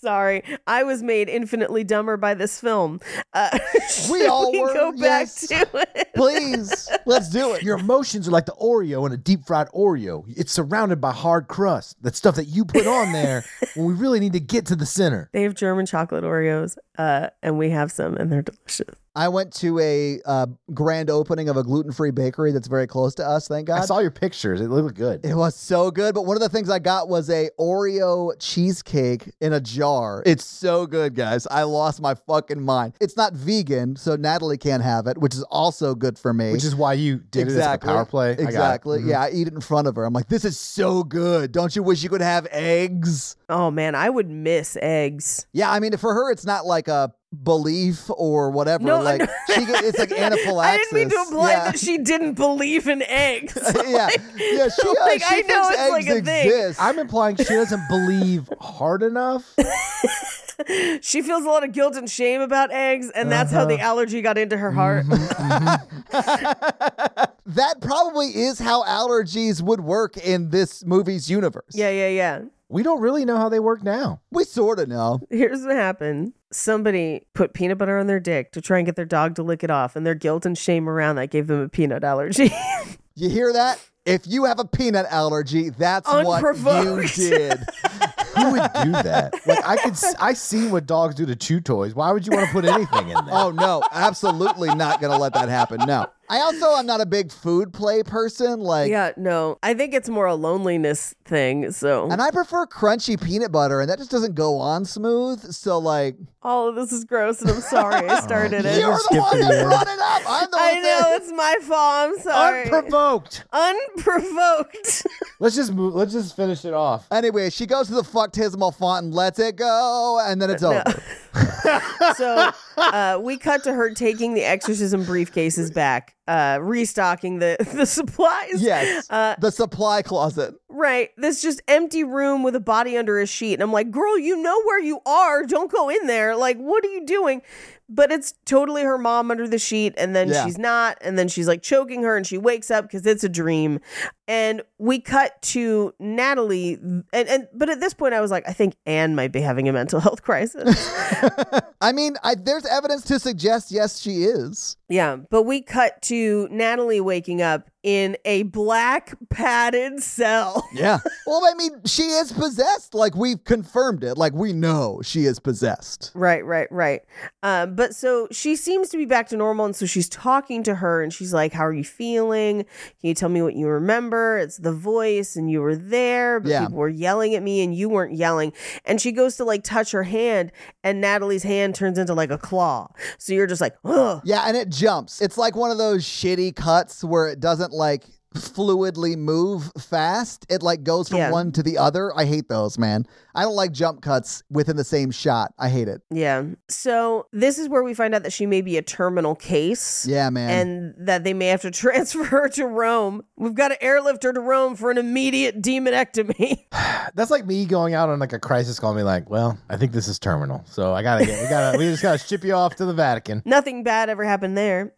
F: Sorry. I was made infinitely dumber by this film. Uh, (laughs) should
E: We all were,
F: go back
E: yes.
F: to it. (laughs)
E: please, let's do it.
D: Your emotions are like the Oreo in a deep fried Oreo. It's surrounded by hard crust. That stuff that you put on there when we really need to get to the center.
F: They have German chocolate Oreos, uh, and we have some, and they're delicious.
E: I went to a uh, grand opening of a gluten-free bakery that's very close to us. Thank God.
D: I saw your pictures. It looked good.
E: It was so good, but one of the things I got was a Oreo cheesecake in a jar. It's so good, guys. I lost my fucking mind. It's not vegan, so Natalie can't have it, which is also good for me.
D: Which is why you did it as a power play. I got it.
E: Exactly.
D: Mhm.
E: Yeah, I eat it in front of her. I'm like, this is so good. Don't you wish you could have eggs?
F: Oh man, I would miss eggs.
E: Yeah, I mean, for her, it's not like a belief or whatever.
F: No,
E: like
F: no.
E: she, get- it's like anaphylaxis.
F: (laughs) I didn't mean to imply
E: yeah.
F: that she didn't believe in eggs.
E: (laughs)
F: (laughs)
E: yeah, yeah, she, uh,
F: Like,
E: she
F: I
E: thinks
F: know it's
E: eggs
F: like a thing.
E: exist.
D: I'm implying she doesn't believe hard enough.
F: (laughs) she feels a lot of guilt and shame about eggs, and that's how
E: Uh-huh.
F: the allergy got into her heart.
E: Mm-hmm. that probably is how allergies would work in this movie's universe.
F: (laughs) yeah, yeah, yeah.
D: We don't really know how they work now.
E: We sort of know.
F: Here's what happened. Somebody put peanut butter on their dick to try and get their dog to lick it off, and their guilt and shame around that gave them a peanut allergy. (laughs)
E: You hear that? If you have a peanut allergy, that's what
F: Unprovoked.
E: you did.
D: Who would do that? Like I could, s- I see what dogs do to chew toys. Why would you want to put anything in there?
E: oh no, absolutely not going to let that happen. No. I also am not a big food play person like
F: yeah, no. I think it's more a loneliness thing. So
E: and I prefer crunchy peanut butter and that just doesn't go on smooth, so like
F: all of Oh, this is gross, and I'm
E: (laughs)
F: sorry I started
D: It
E: Oh, you're
F: it.
D: was
E: the one
D: skipping
E: that
D: you.
E: brought it up. I'm the one
F: I
E: that-
F: know it's my fault. I'm sorry.
D: Unprovoked.
E: (laughs)
F: Unprovoked.
D: Let's just move. Let's just finish it off.
E: Anyway, she goes to the fucktismal font and lets it go, and then it's over.
F: so uh, we cut to her taking the exorcism briefcases back, uh, restocking the, (laughs) the supplies.
E: Yes.
F: Uh,
E: the supply closet.
F: right. This just empty room with a body under a sheet. And I'm like, girl, you know where you are. Don't go in there. Like, what are you doing? But it's totally her mom under the sheet. And then
E: Yeah.
F: she's not. And then she's like choking her and she wakes up because it's a dream. And we cut to Natalie. And, and But at this point, I was like, I think Anne might be having a mental health crisis.
E: (laughs) I mean, I, there's evidence to suggest yes, she is.
F: Yeah, but we cut to Natalie waking up in a black padded cell.
E: Yeah. well, I mean, she is possessed. Like we've confirmed it. Like we know she is possessed.
F: Right, right, right. Um, but so she seems to be back to normal. And so she's talking to her and she's like, How are you feeling? Can you tell me what you remember? It's the voice and you were there, but
E: Yeah.
F: people were yelling at me and you weren't yelling. And she goes to like touch her hand and Natalie's hand turns into like a claw. So you're just like, Ugh.
E: Yeah, and it jumps. It's like one of those shitty cuts where it doesn't like fluidly move fast. It like goes from
F: Yeah.
E: one to the other. I hate those, man. I don't like jump cuts within the same shot. I hate it.
F: Yeah. So this is where we find out that she may be a terminal case.
E: Yeah, man.
F: and that they may have to (laughs) transfer her to Rome. We've got to airlift her to Rome for an immediate demonectomy.
D: That's like me going out on like a crisis call. and be like, well, I think this is terminal, so I gotta get. We gotta. we just gotta ship you off to the Vatican.
F: Nothing bad ever happened there.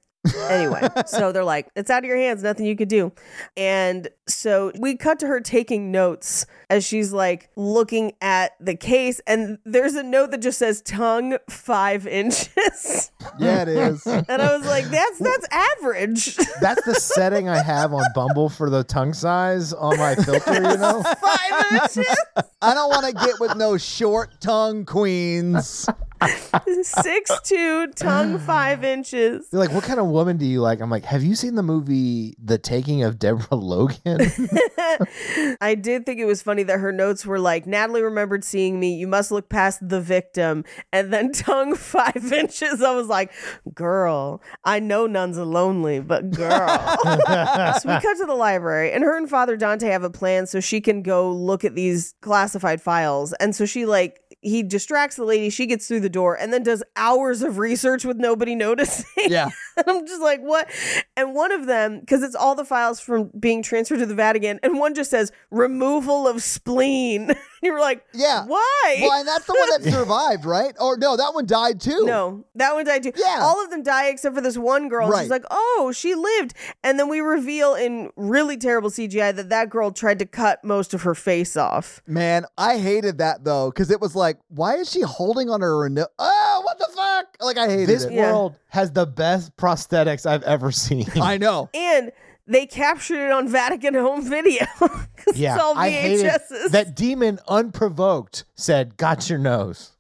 F: anyway, so they're like, it's out of your hands, nothing you could do. And so we cut to her taking notes as she's like looking at the case. And there's a note that just says tongue five (laughs) inches.
E: (laughs) yeah, it is.
F: (laughs) and I was like, that's that's average. (laughs)
D: That's the setting I have on Bumble for the tongue size on my filter. You
E: (laughs)
D: know.
F: five inches.
E: I don't want to get with no short tongue queens.
F: Six two, tongue five inches.
D: They're like, what kind of woman do you like? I'm like, have you seen the movie The Taking of Deborah Logan?
F: I did think it was funny that her notes were like, Natalie remembered seeing me. You must look past the victim. And then (laughs) tongue five inches. I was like, girl, I know nuns are lonely, but girl. so we cut to the library, and her and Father Dante have a plan so she can go look at these classified files. And so she, like, He distracts the lady. She gets through the door and then does hours of research with nobody (laughs) noticing.
H: Yeah.
F: (laughs) and I'm just like, what? And one of them, because it's all the files from being transferred to the Vatican, and one just says removal of spleen. (laughs) and you're like,
E: Yeah.
F: why?
E: Well, and that's the one
F: (laughs)
E: that survived, right? Or no, that one died too.
F: No, that one died too.
E: Yeah.
F: All of them die except for this one girl.
E: Right.
F: She's like, oh, she lived. And then we reveal in really terrible CGI that that girl tried to cut most of her face off.
E: Man, I hated that though, because it was like, why is she holding on her no Oh, what the fuck? Like I hated
D: This
E: it.
F: Yeah.
D: world has the best prosthetics I've ever (laughs) seen.
E: I know.
F: And they captured it on Vatican (laughs) home video. 'Cause it's all VHSs.
D: I hated that demon unprovoked said, "Got your nose."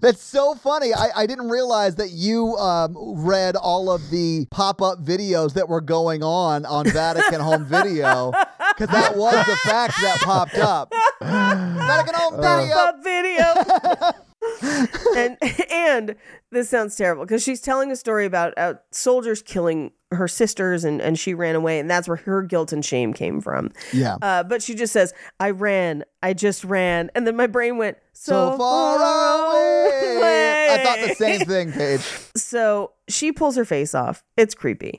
E: That's so funny. I, I didn't realize that you um, read all of the pop up videos that were going on on Vatican Home Video because that was the fact that popped up. Vatican Home Video.
F: Pop video. (laughs) and and this sounds terrible because she's telling a story about uh, soldiers killing her sisters and, and she ran away and that's where her guilt and shame came from.
E: Yeah.
F: Uh, but she just says, I ran, I just ran. And then my brain went, so,
E: so far away. I thought the same thing, Paige.
F: So she pulls her face off. It's creepy.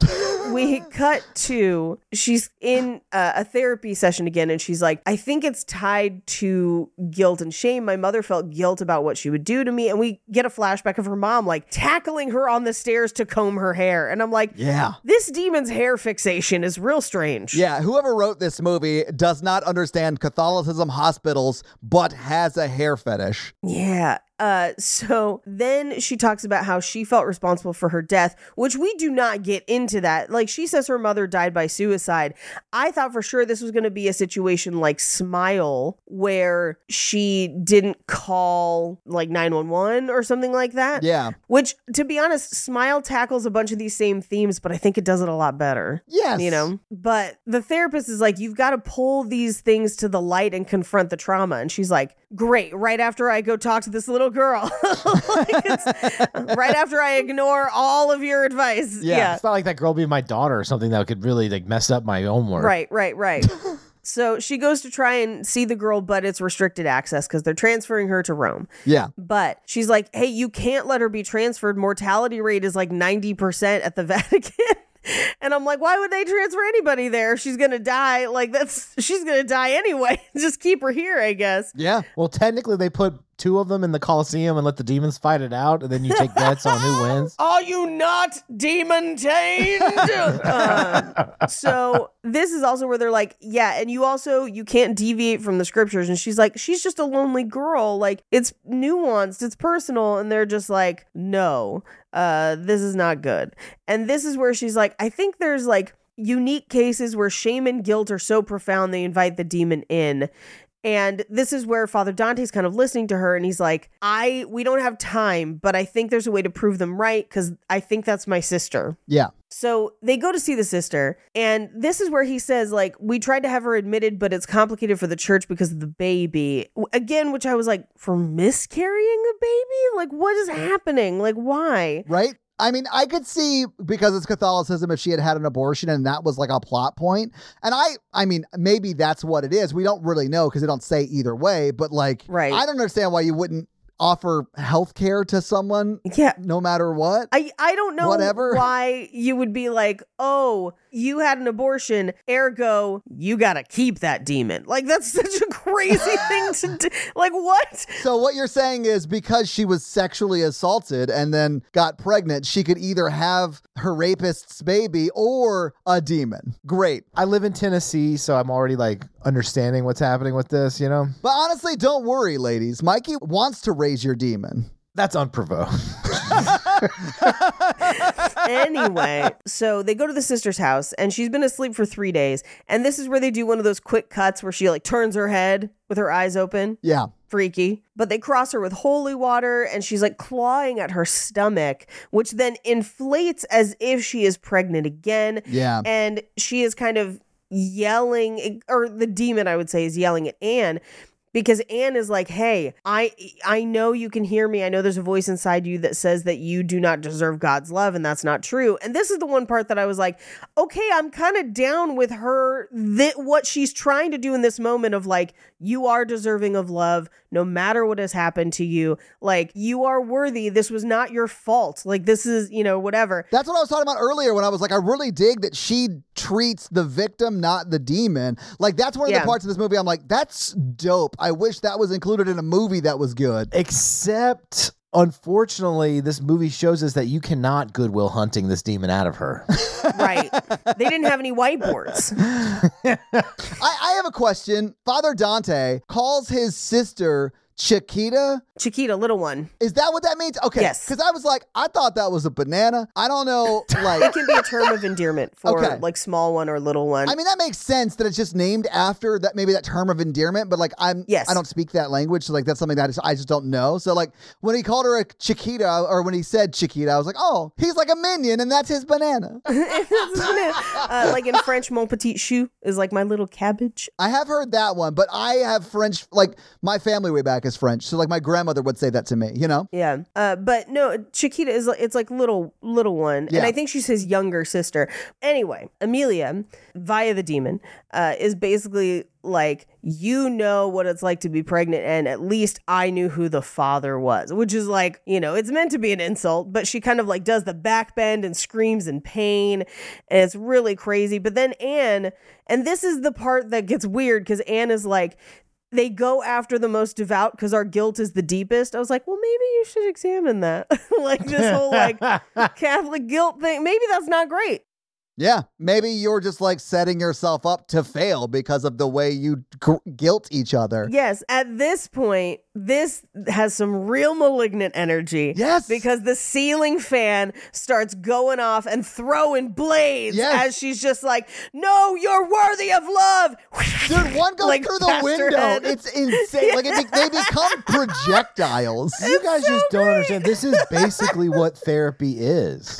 F: we cut to she's in uh, a therapy session again, and she's like, I think it's tied to guilt and shame. My mother felt guilt about what she would do to me. And we get a flashback of her mom like tackling her on the stairs to comb her hair. And I'm like,
E: Yeah.
F: This demon's hair fixation is real strange.
E: Yeah, whoever wrote this movie does not understand Catholicism hospitals, but has a hair fetish.
F: Yeah. Uh, (laughs) so then she talks about how she felt responsible for her death, which we do not get into that. Like she says her mother died by suicide. I thought for sure this was going to be a situation like Smile, where she didn't call like 911 or something like that.
E: Yeah.
F: Which, to be honest, Smile tackles a bunch of these same themes, but I think it does it a lot better.
E: Yes.
F: You know, but the therapist is like, you've got to pull these things to the light and confront the trauma. And she's like, great, right after I go talk to this little girl, (laughs)
D: (laughs)
F: Like, it's- right after I ignore all of your advice.
D: Yeah, it's not like that girl being my daughter or something that could really like mess up my own work.
F: Right, right,
D: (laughs)
F: right. so she goes to try and see the girl, but it's restricted access because they're transferring her to Rome.
E: Yeah.
F: But she's like, hey, you can't let her be transferred. Mortality rate is like 90% at the (laughs) Vatican. And I'm like, why would they transfer anybody there? She's gonna die. Like that's she's gonna die anyway. (laughs) Just keep her here, I guess.
E: Yeah.
D: Well, technically, they put two of them in the Coliseum and let the demons fight it out, and then you take bets on who
F: (laughs)
D: wins.
F: Are you not demon tamed? Um, so this is also where they're like, yeah, and you also you can't deviate from the scriptures. And she's like, she's just a lonely girl. Like it's nuanced, it's personal, and they're just like, no, uh, this is not good. And this is where she's like, I think there's like unique cases where shame and guilt are so profound they invite the demon in. And this is where Father Dante's kind of listening to her and he's like, I we don't have time, but I think there's a way to prove them right because I think that's my sister.
E: Yeah.
F: So they go to see the sister, and this is where he says, like, we tried to have her admitted, but it's complicated for the church because of the baby. W- Again, which I was like, for miscarrying a baby? Like, what is happening? Like, why?
E: Right? I mean, I could see because it's Catholicism if she had had an abortion and that was like a plot point. And I I mean, maybe that's what it is. We don't really know because they don't say either way, but like
F: Right.
E: I don't understand why you wouldn't offer health care to someone
F: Yeah.
E: no matter what.
F: I, I don't know
E: Whatever. (laughs)
F: why you would be like, oh, you had an abortion, ergo, you gotta keep that demon. Like, that's (laughs) such a crazy thing
E: (laughs)
F: to do. Like, what?
E: So what you're saying is because she was sexually assaulted and then got pregnant, she could either have her rapist's baby or a demon. Great.
D: I live in Tennessee, so I'm already like understanding what's happening with this. You know,
E: But honestly, don't worry, ladies. Mikey wants to raise your demon.
D: that's unprovoked. (laughs)
F: anyway, so they go to the sister's house and she's been asleep for three days. And this is where they do one of those quick cuts where she like turns her head with her eyes open.
E: Yeah.
F: Freaky. But they cross her with holy water and she's like clawing at her stomach, which then inflates as if she is pregnant again.
E: Yeah.
F: And she is kind of yelling, or the demon, I would say, is yelling at Anne because Anne is like, "Hey, I I know you can hear me. I know there's a voice inside you that says that you do not deserve God's love and that's not true." And this is the one part that I was like, "Okay, I'm kind of down with her that what she's trying to do in this moment of like you are deserving of love no matter what has happened to you. Like, you are worthy. This was not your fault. Like, this is, you know, whatever.
E: That's what I was talking about earlier when I was like, I really dig that she treats the victim, not the demon. Like, that's one of
F: Yeah.
E: the parts of this movie I'm like, that's dope. I wish that was included in a movie that was good.
D: Except, unfortunately, this movie shows us that you cannot Goodwill hunting this demon out of her. (laughs)
F: right. (laughs) They didn't have any whiteboards.
E: I, I have a question. Father Dante calls his sister Chiquita.
F: Chiquita, little one.
E: Is that what that means? Okay.
F: Yes.
E: Because I was like, I thought that was a banana. I don't
F: (laughs)
E: know.
F: It
E: Like,
F: can be a term of endearment for
E: Okay.
F: like small one or little one.
E: I mean, that makes sense that it's just named after that, maybe that term of endearment, but like, I'm,
F: Yes.
E: I don't speak that language. So, like, that's something that I just, I just don't know. So, like, when he called her a Chiquita or when he said Chiquita, I was like, oh, he's like a minion and that's his banana.
F: (laughs)
E: (laughs)
F: uh, like in French, mon petit chou is like my little cabbage.
E: I have heard that one, but I have French, like, my family way back is French. So, like, my grandmother would say that to me, you know?
F: Yeah. Uh, but no, Chiquita is like, it's like little little one,
E: Yeah.
F: and I think she's his younger sister. Anyway, Amelia, via the demon, uh, is basically like you know what it's like to be pregnant, and at least I knew who the father was, which is like you know it's meant to be an insult, but she kind of like does the back bend and screams in pain, and it's really crazy. But then Anne, and this is the part that gets weird because Anne is like they go after the most devout because our guilt is the deepest. I was like, well, maybe you should examine that. (laughs) like this whole like Catholic guilt thing. Maybe that's not great.
E: Yeah. Maybe you're just like setting yourself up to fail because of the way you gu- guilt each other.
F: Yes, at this point, this has some real malignant energy.
E: Yes.
F: Because the ceiling fan starts going off and throwing blades
E: Yes.
F: as she's just like, no, you're worthy of love.
E: Dude, one goes
F: Like,
E: through the
F: past her
E: window.
F: head.
E: It's insane. Like
F: (laughs)
E: it be- they become projectiles.
D: you guys just don't understand. This is basically what therapy
F: (laughs)
D: is.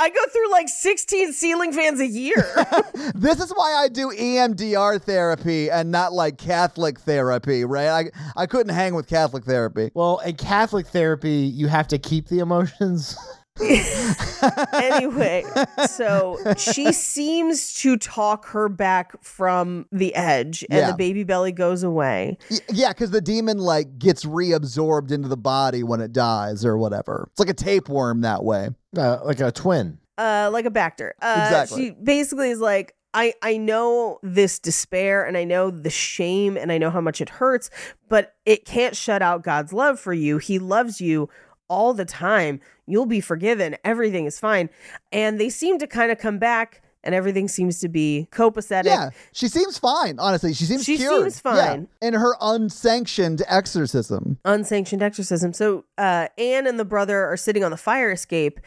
F: I go through like 16 ceiling fans a year.
E: (laughs) this is why I do E EMDR therapy and not like Catholic therapy, right? I I couldn't hang with Catholic therapy.
D: Well, in Catholic therapy, you have to keep the emotions. (laughs)
F: anyway,
E: (laughs)
F: so she seems to talk her back from the edge, and
E: Yeah.
F: the baby belly goes away.
E: Y- yeah, because the demon like gets reabsorbed into the body when it dies or whatever. It's like a tapeworm that way.
D: Uh, like a twin.
F: uh, like a Bacter. Uh,
E: Exactly.
F: She basically is like, I, I know this despair and I know the shame and I know how much it hurts, but it can't shut out God's love for you. He loves you all the time. You'll be forgiven. Everything is fine. And they seem to kind of come back and everything seems to be copacetic.
E: Yeah, she seems fine. Honestly, she seems
F: She
E: cured.
F: seems
E: Yeah,
F: fine.
E: in her unsanctioned exorcism.
F: unsanctioned exorcism. So uh, Anne and the brother are sitting on the fire escape,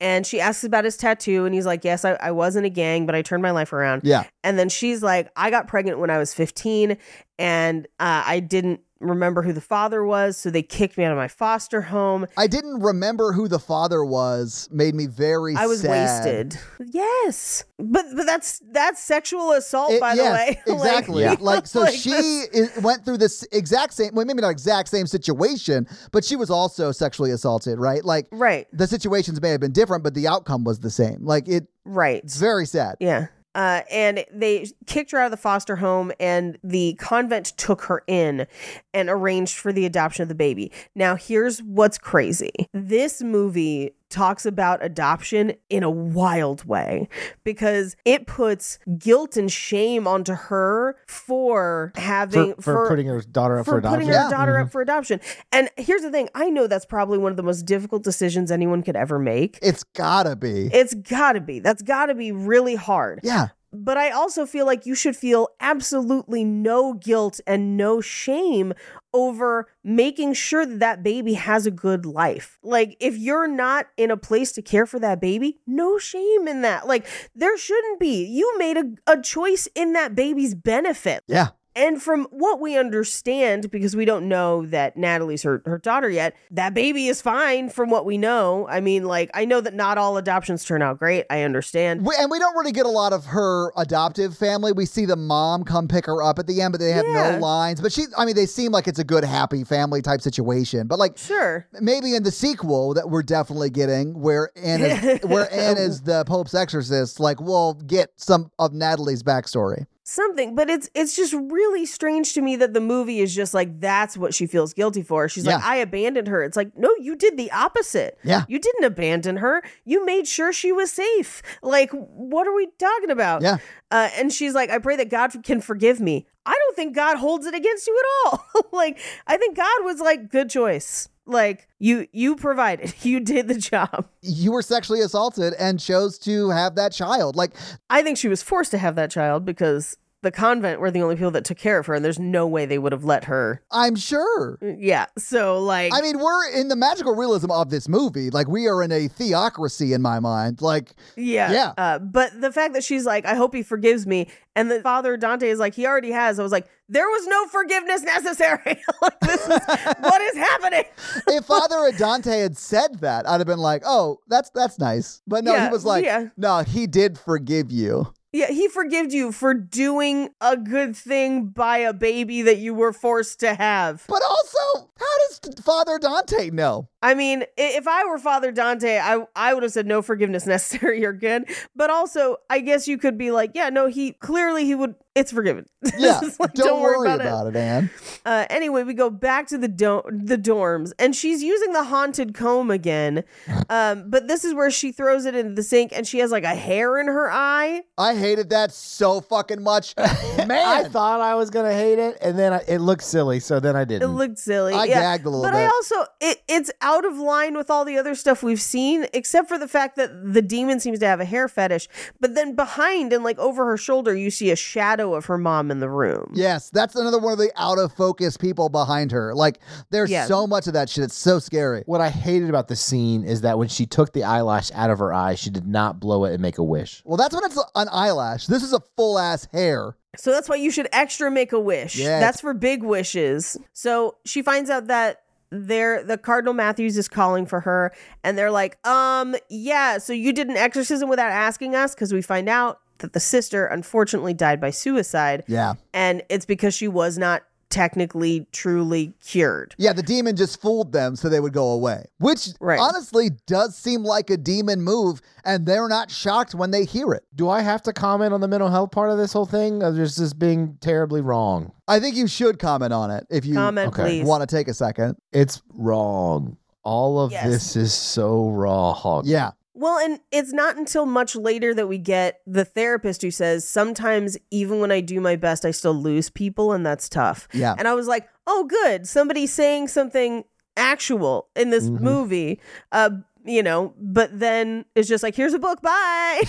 F: and she asks about his tattoo, and he's like, "Yes, I, I was in a gang, but I turned my life around."
E: Yeah.
F: And then she's like, "I got pregnant when I was 15, and uh, I didn't remember who the father was, so they kicked me out of my foster home.
E: I didn't remember who the father was. Made me very.
F: I was
E: sad.
F: wasted." Yes, but but that's that's sexual assault,
E: It-
F: Oh, by
E: yes,
F: the way. (laughs) Like,
E: Exactly.
D: Yeah.
E: Like so
F: (laughs) like
E: she
F: this-
E: is, went through this exact same well, maybe not exact same situation, but she was also sexually assaulted, right? Like
F: Right.
E: the situations may have been different, but the outcome was the same. Like it,
F: Right.
E: it's very sad.
F: Yeah. Uh, and they kicked her out of the foster home, and the convent took her in and arranged for the adoption of the baby. Now, here's what's crazy this movie talks about adoption in a wild way because it puts guilt and shame onto her for having
D: For, for, putting her daughter up for, adoption.
F: putting her
D: (laughs)
F: daughter up for adoption. And here's the thing I know that's probably one of the most difficult decisions anyone could ever make.
E: It's gotta be.
F: It's gotta be. That's gotta be really hard.
E: yeah.
F: But I also feel like you should feel absolutely no guilt and no shame over making sure that that baby has a good life. Like, if you're not in a place to care for that baby, no shame in that. Like, there shouldn't be. You made a, a choice in that baby's benefit.
E: Yeah.
F: And from what we understand, because we don't know that Natalie's her, her daughter yet, that baby is fine from what we know. I mean, like, I know that not all adoptions turn out great. I understand.
E: We, and we don't really get a lot of her adoptive family. We see the mom come pick her up at the end, but they have
F: Yeah.
E: no lines. But she, I mean, they seem like it's a good, happy family type situation. But like,
F: Sure.
E: maybe in the sequel that we're definitely getting where Anne
F: (laughs)
E: is, where Anne is the Pope's exorcist, like we'll get some of Natalie's backstory.
F: something but it's it's just really strange to me that the movie is just like that's what she feels guilty for she's like
E: Yeah.
F: i abandoned her it's like no you did the opposite
E: Yeah.
F: you didn't abandon her you made sure she was safe like what are we talking about
E: Yeah.
F: uh, and she's like i pray that god can forgive me i don't think god holds it against you at all (laughs) like i think god was like good choice like you you provided (laughs) you did the job
E: You were sexually assaulted and chose to have that child. Like,
F: I think she was forced to have that child because the convent were the only people that took care of her, and there's no way they would have let her.
E: I'm sure.
F: Yeah. So, like,
E: I mean, we're in the magical realism of this movie. Like, we are in a theocracy in my mind. Like,
F: yeah.
E: yeah.
F: Uh, but the fact that she's like, I hope he forgives me. And the father, Dante, is like, he already has. I was like, there was no forgiveness necessary. (laughs) like, this
E: (laughs)
F: is what is happening. (laughs)
E: if Father Adante had said that, I'd have been like, "Oh, that's that's nice." But no,
F: Yeah,
E: he was like,
F: yeah.
E: "No, he did forgive you."
F: Yeah. He forgived you for doing a good thing by a baby that you were forced to have.
E: But also, how does Father Dante know?
F: I mean, i- if I were Father Dante, I I would have said no forgiveness (laughs) necessary. You're good, but also I guess you could be like, yeah, no, he clearly he would. It's forgiven. (laughs)
E: (laughs)
F: This
E: Yeah,
F: is like,
E: don't, worry, about it, Anne.
F: Uh, anyway, we go back to the do- the dorms, and she's using the haunted
E: (laughs)
F: comb again, um, but this is where she throws it into the sink, and she has like a hair in her eye.
E: I hated that so fucking (laughs) much, man.
D: I thought I was gonna hate it, and then I, it looked silly, so then I
F: It
D: didn't.
F: looked silly.
E: I
F: yeah.
E: gagged a little
F: but I
E: bit.
F: also it, it's out of line with all the other stuff we've seen, except for the fact that the demon seems to have a hair fetish. But then behind and like over her shoulder, you see a shadow of her mom in the room.
E: yes, that's another one of the out of focus people behind her. Like, there's
F: Yeah.
E: so much of that shit. It's so scary.
D: what I hated about the scene is that when she took the eyelash out of her eye, she did not blow it and make a wish.
E: Well, that's when it's an eyelash. This is a full ass hair.
F: So that's why you should extra make a wish.
E: Yeah,
F: That's for big wishes. So she finds out that there the Cardinal Matthews is calling for her and they're like, "Um, yeah, so you did an exorcism without asking us because we find out that the sister unfortunately died by suicide."
E: Yeah,
F: and it's because she was not technically truly cured.
E: yeah. The demon just fooled them so they would go away, which
F: Right.
E: honestly does seem like a demon move, and they're not shocked when they hear it.
D: Do I have to comment on the mental health part of this whole thing? Or is this being terribly wrong?
E: I think you should comment on it if you
F: Comment,
D: okay.
F: please.
E: want to take a second.
D: It's wrong. All of
F: Yes.
D: this is so wrong.
E: Yeah.
F: Well, and it's not until much later that we get the therapist who says, Sometimes even when I do my best, I still lose people, and that's tough.
E: Yeah.
F: And I was like, Oh, good. Somebody's saying something actual in this movie. Uh, you know, but then it's just like, Here's a book. Bye.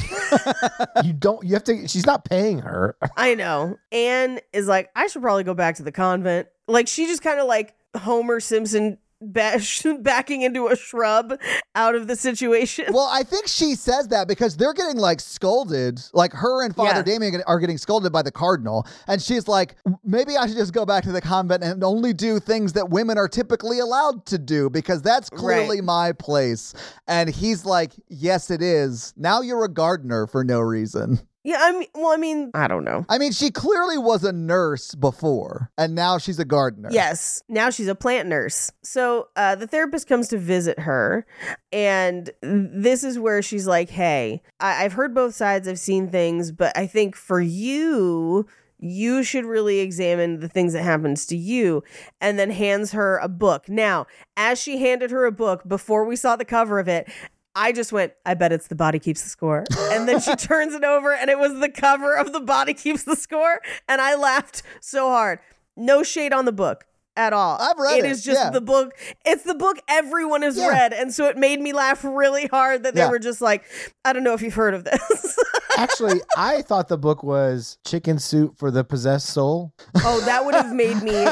D: you don't. You have to. She's not paying her. (laughs)
F: I know. Anne is like, I should probably go back to the convent. Like she just kind of like Homer Simpson bash, (laughs) backing into a shrub out of the situation.
E: Well, I think she says that because they're getting like scolded. Like her and Father
F: Yeah.
E: Damien are getting scolded by the cardinal, and she's like, "Maybe I should just go back to the convent and only do things that women are typically allowed to do because that's clearly
F: Right.
E: my place." And he's like, "Yes, it is. Now you're a gardener for no reason."
F: yeah, I mean, well, I mean, I don't know.
E: I mean, she clearly was a nurse before, and now she's a gardener.
F: Yes. Now she's a plant nurse. So uh, the therapist comes to visit her. And this is where she's like, Hey, I- I've heard both sides. I've seen things. But I think for you, you should really examine the things that happens to you and then hands her a book now as she handed her a book before we saw the cover of it i just went i bet it's the body keeps the score and then
E: (laughs)
F: she turns it over and it was the cover of the body keeps the score and i laughed so hard no shade on the book at all.
E: I've read it,
F: is just
E: yeah.
F: the book. It's the book everyone has
E: Yeah.
F: read, and so it made me laugh really hard that they
E: Yeah.
F: were just like, "I don't know if you've heard
E: (laughs)
F: of this."
D: Actually, I thought the book was Chicken Soup for the Possessed Soul.
F: oh, that would have
E: (laughs)
F: made me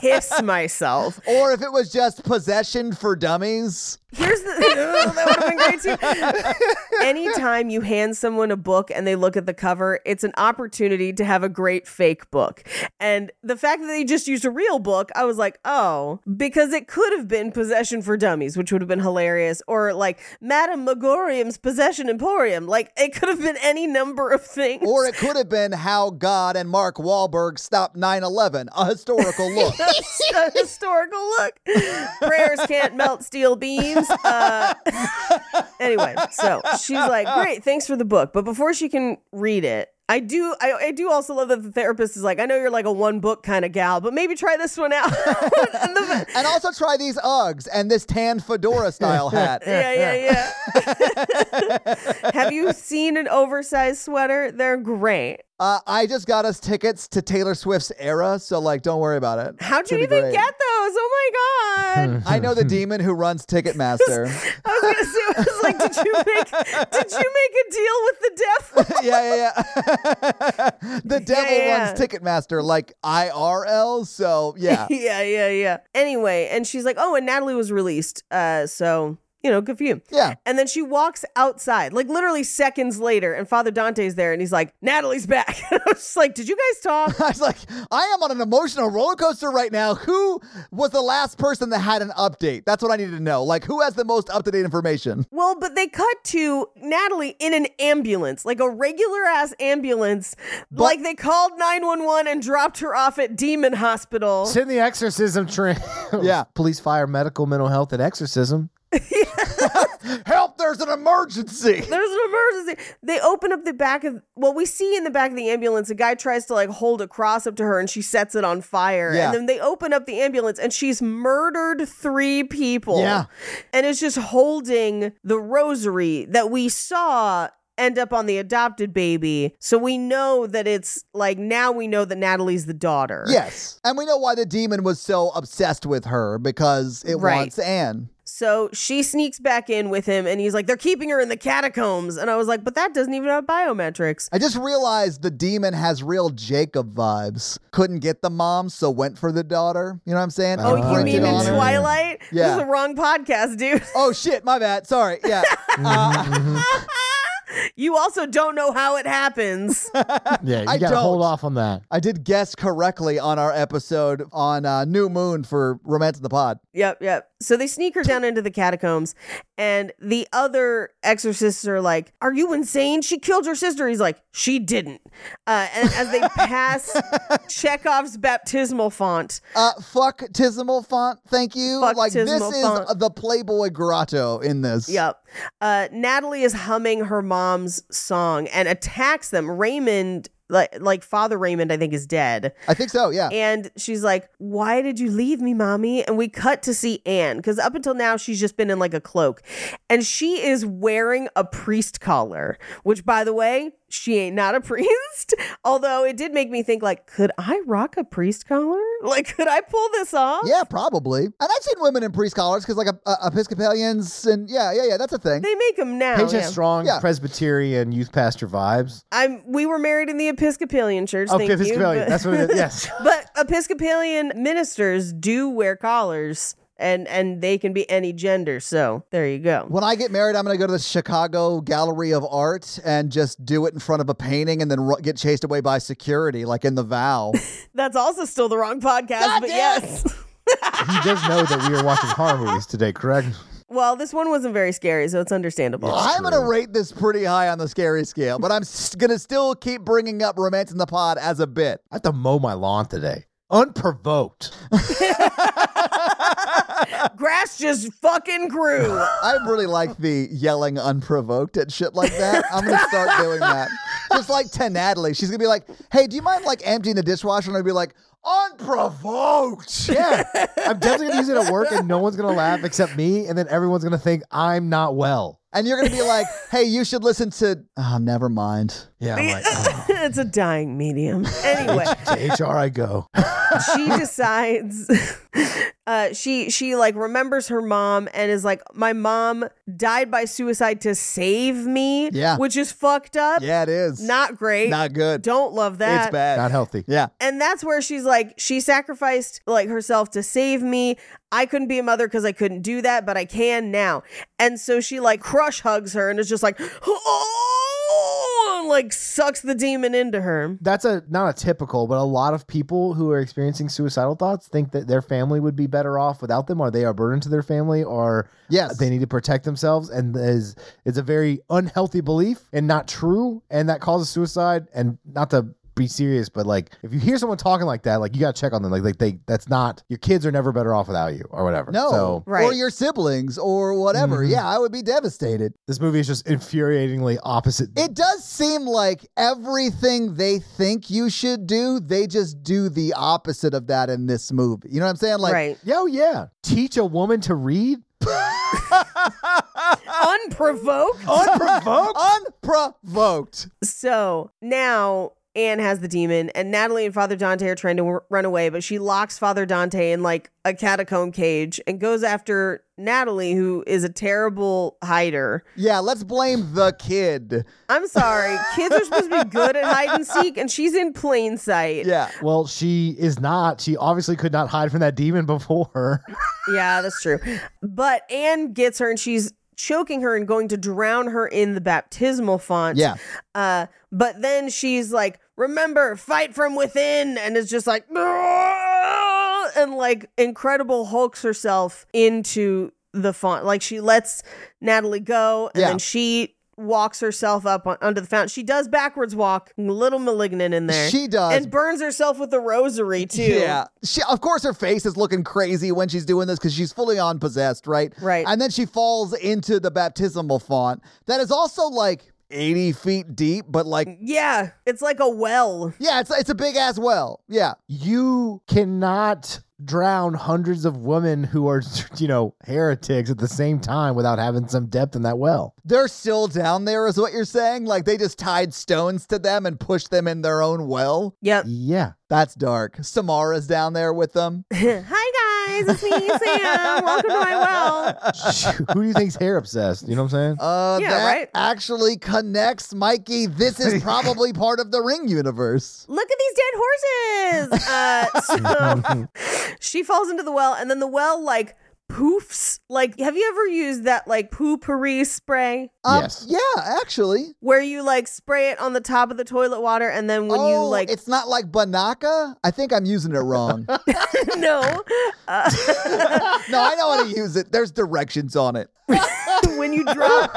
F: piss myself.
E: Or if it was just possession for dummies.
F: Here's the (laughs) that would have been great too. Anytime you hand someone a book and they look at the cover, it's an opportunity to have a great fake book. And the fact that they just used a real book, I was like, oh, because it could have been Possession for Dummies, which would have been hilarious, or like Madame Megorium's Possession Emporium. Like it could have been any number of things.
E: Or it could have been how God and Mark Wahlberg stopped 9 11, a historical
F: (laughs)
E: look.
F: a historical look. Prayers can't melt steel beams. Uh, (laughs) anyway, so she's like, "Great, thanks for the book," but before she can read it, I do. I, I do also love that the therapist is like, I know you're like a one book kind of gal, but maybe try this one out. (laughs) And the-
E: And also try these Uggs and this tan fedora
F: (laughs)
E: style hat.
F: yeah, yeah, yeah. (laughs) Have you seen an oversized sweater? They're great.
E: Uh, I just got us tickets to Taylor Swift's era, so like, don't worry about it.
F: How'd you
E: Should be
F: even
E: great.
F: get those? Oh my god!
E: I know the demon who runs
F: (laughs)
E: Ticketmaster.
F: I was gonna say, I was like, did you make did you make a deal with the devil?
E: yeah, yeah, yeah. (laughs) the devil
F: yeah,
E: runs
F: yeah.
E: Ticketmaster like IRL. So yeah,
F: (laughs) yeah, yeah, yeah. Anyway, and she's like, oh, and Natalie was released. Uh, so you know, good for you.
E: Yeah.
F: And then she walks outside, like literally seconds later, and Father Dante's there, and he's like, Natalie's back. (laughs) And I was just like, did you guys
E: (laughs)
F: talk?
E: I was like, I am on an emotional roller coaster right now. Who was the last person that had an update? That's what I need to know. Like, who has the most up to date information?
F: Well, but they cut to Natalie in an ambulance, like a regular ass ambulance. like they called 911 and dropped her off at Demon Hospital.
D: It's in the exorcism train.
E: Yeah.
D: (laughs) Police, fire, medical, mental health, and exorcism.
E: Help! There's an emergency. (laughs)
F: There's an emergency. They open up the back of well, we see in the back of the ambulance a guy tries to like hold a cross up to her and she sets it on fire.
E: Yeah.
F: And then they open up the ambulance and she's murdered three people.
E: Yeah.
F: And is just holding the rosary that we saw end up on the adopted baby. So we know that it's like now we know that Natalie's the daughter.
E: Yes, and we know why the demon was so obsessed with her because it
F: Right.
E: wants Anne.
F: So she sneaks back in with him and he's like, They're keeping her in the catacombs. And I was like, But that doesn't even have biometrics.
E: I just realized the demon has real Jacob vibes. Couldn't get the mom, so went for the daughter. You know what I'm saying?
F: Oh,
E: And
F: you
E: printed
F: mean in
E: on her.
F: Twilight? This
E: Yeah.
F: is the wrong podcast, dude.
E: Oh shit, my bad. Sorry. Yeah. Uh,
F: (laughs) You also don't know how
E: (laughs)
F: it happens.
D: Yeah, you
E: I
D: gotta
E: don't.
D: hold off on that.
E: I did guess correctly on our episode on uh, New Moon for Romance of the Pod.
F: yep, yep. So they sneak her down into the catacombs, and the other exorcists are like, Are you insane? She killed your sister. He's like, She didn't. Uh, and as they
E: (laughs)
F: pass Chekhov's baptismal font,
E: Uh, fuck Tismal font, thank you.
F: Fuck
E: like this
F: Tismal
E: is
F: font.
E: the Playboy grotto in this.
F: Yep. Uh, Natalie is humming her mom's song and attacks them. Raymond, like, like Father Raymond, I think, is dead.
E: I think so. Yeah.
F: And she's like, Why did you leave me, mommy? And we cut to see Anne because up until now, she's just been in like a cloak. And she is wearing a priest collar, which, by the way, she ain't not a (laughs) priest. Although it did make me think, like, could I rock a priest collar? (laughs) Like, could I pull this off?
E: Yeah, probably. And I've seen women in priest collars because, like, uh, Episcopalians and yeah, yeah, yeah, that's a thing.
F: They make them now.
D: Paige
F: yeah.
D: has strong
E: Yeah.
D: Presbyterian youth pastor vibes.
F: I'm. We were married in the Episcopalian church.
D: Oh,
F: thank you,
D: Episcopalian.
F: but-
D: That's what
F: (laughs)
D: it is. Yes.
F: but Episcopalian ministers do wear collars, and and they can be any gender. So there you go.
E: When I get married, I'm going to go to the Chicago Gallery of Art and just do it in front of a painting and then ru- get chased away by security, like in The Vow.
F: That's also still the wrong podcast, but yes.
D: He does know that we are watching horror movies today, correct?
F: (laughs) Well, this one wasn't very scary, so it's understandable.
E: I'm going to rate this pretty high on the scary scale, but I'm s- going to still keep bringing up Romance in the Pod as a bit.
D: I have to mow my lawn today. Unprovoked.
F: Grass just fucking grew. (laughs)
E: I really like the yelling unprovoked at shit like that. I'm going to start doing that. Just like to Natalie. She's going to be like, hey, do you mind like emptying the dishwasher? And I'll be like, unprovoked.
D: Yeah. I'm definitely gonna use it at work and no one's gonna laugh except me, and then everyone's gonna think I'm not well.
E: And you're going to be
F: (laughs)
E: like, hey, you should listen to, oh, never mind.
D: Yeah, I'm like,
F: it's a dying medium. Anyway.
D: oh, to HR I go.
E: (laughs)
F: she decides (laughs) uh she she like remembers her mom and is like my mom died by suicide to save me
E: Yeah.
F: which is fucked up
E: Yeah, it is.
F: not great
E: Not good.
F: don't love that
E: It's bad.
D: Not healthy.
E: yeah.
F: and that's where she's like she sacrificed like herself to save me i couldn't be a mother because i couldn't do that but i can now and so she like crush hugs her and is just like oh and, like sucks the demon into her
D: That's a not a typical, but a lot of people who are experiencing suicidal thoughts think that their family would be better off without them, or they are a burden to their family, or
E: Yes.
D: they need to protect themselves. And is it's a very unhealthy belief and not true, and that causes suicide. And not to be serious, but like if you hear someone talking like that, like you gotta check on them. Like, like they that's not your kids are never better off without you or whatever.
E: No,
D: So
F: Right.
E: or your siblings or whatever.
D: Mhm.
E: Yeah, I would be devastated.
D: this movie is just infuriatingly opposite.
E: It does seem like everything they think you should do, they just do the opposite of that in this movie. You know what I'm saying? Like, (laughs)
F: right.
D: Yo, yeah. Teach a woman to read?
F: Unprovoked.
E: unprovoked. unprovoked.
F: So now Anne has the demon, and Natalie and Father Dante are trying to w- run away, but she locks Father Dante in like a catacomb cage and goes after Natalie, who is a terrible hider.
E: Yeah, let's blame the kid.
F: I'm sorry, kids are supposed to be good at hide and seek, and she's in plain sight.
E: Yeah.
D: Well, she is not. She obviously could not hide from that demon before. (laughs)
F: Yeah, that's true. But Anne gets her and she's choking her and going to drown her in the baptismal font.
E: Yeah.
F: Uh, but then she's like, remember, fight from within. And it's just like, "Bruh," and like Incredible Hulks herself into the font. Like she lets Natalie go and
E: Yeah.
F: then she walks herself up on, under the fountain. She does backwards walk, a little malignant in there.
E: She does.
F: And burns herself with a
E: (laughs)
F: rosary too.
E: Yeah. She of course her face is looking crazy when she's doing this because she's fully on possessed, right?
F: Right.
E: And then she falls into the baptismal font that is also like 80 feet deep, but
F: Mm.
E: like
F: Yeah. It's like a well.
E: yeah, it's it's a big ass well. Yeah.
D: you cannot drown hundreds of women who are, (laughs) you know, heretics at the same time without having some depth in that well.
E: They're still down there, is what you're saying? Like they just tied stones to them and pushed them in their own well?
F: Yep.
D: Yeah.
F: (laughs)
D: (laughs)
E: That's dark. Samara's down there with them.
F: Hi guys, it's me, Sam. Welcome to my well.
D: Who do you think's hair obsessed? You know what I'm saying?
E: Uh,
F: Yeah,
E: that
F: right.
E: actually connects, Mikey. This is
F: (laughs)
E: probably part of the Ring universe.
F: Look at these
E: (laughs)
F: dead horses. Uh, so (laughs) she falls into the well, and then the well like poofs. Like, have you ever used that like poo pourri spray
D: yes.
E: Yeah, actually.
F: where you like spray it on the top of the toilet water, and then when
E: oh,
F: you like
E: it's not like Banaka. I think I'm using it wrong. no,
F: (laughs) no, (laughs) uh,
E: I know how to use it. There's directions on it.
F: when you
E: (laughs)
F: drop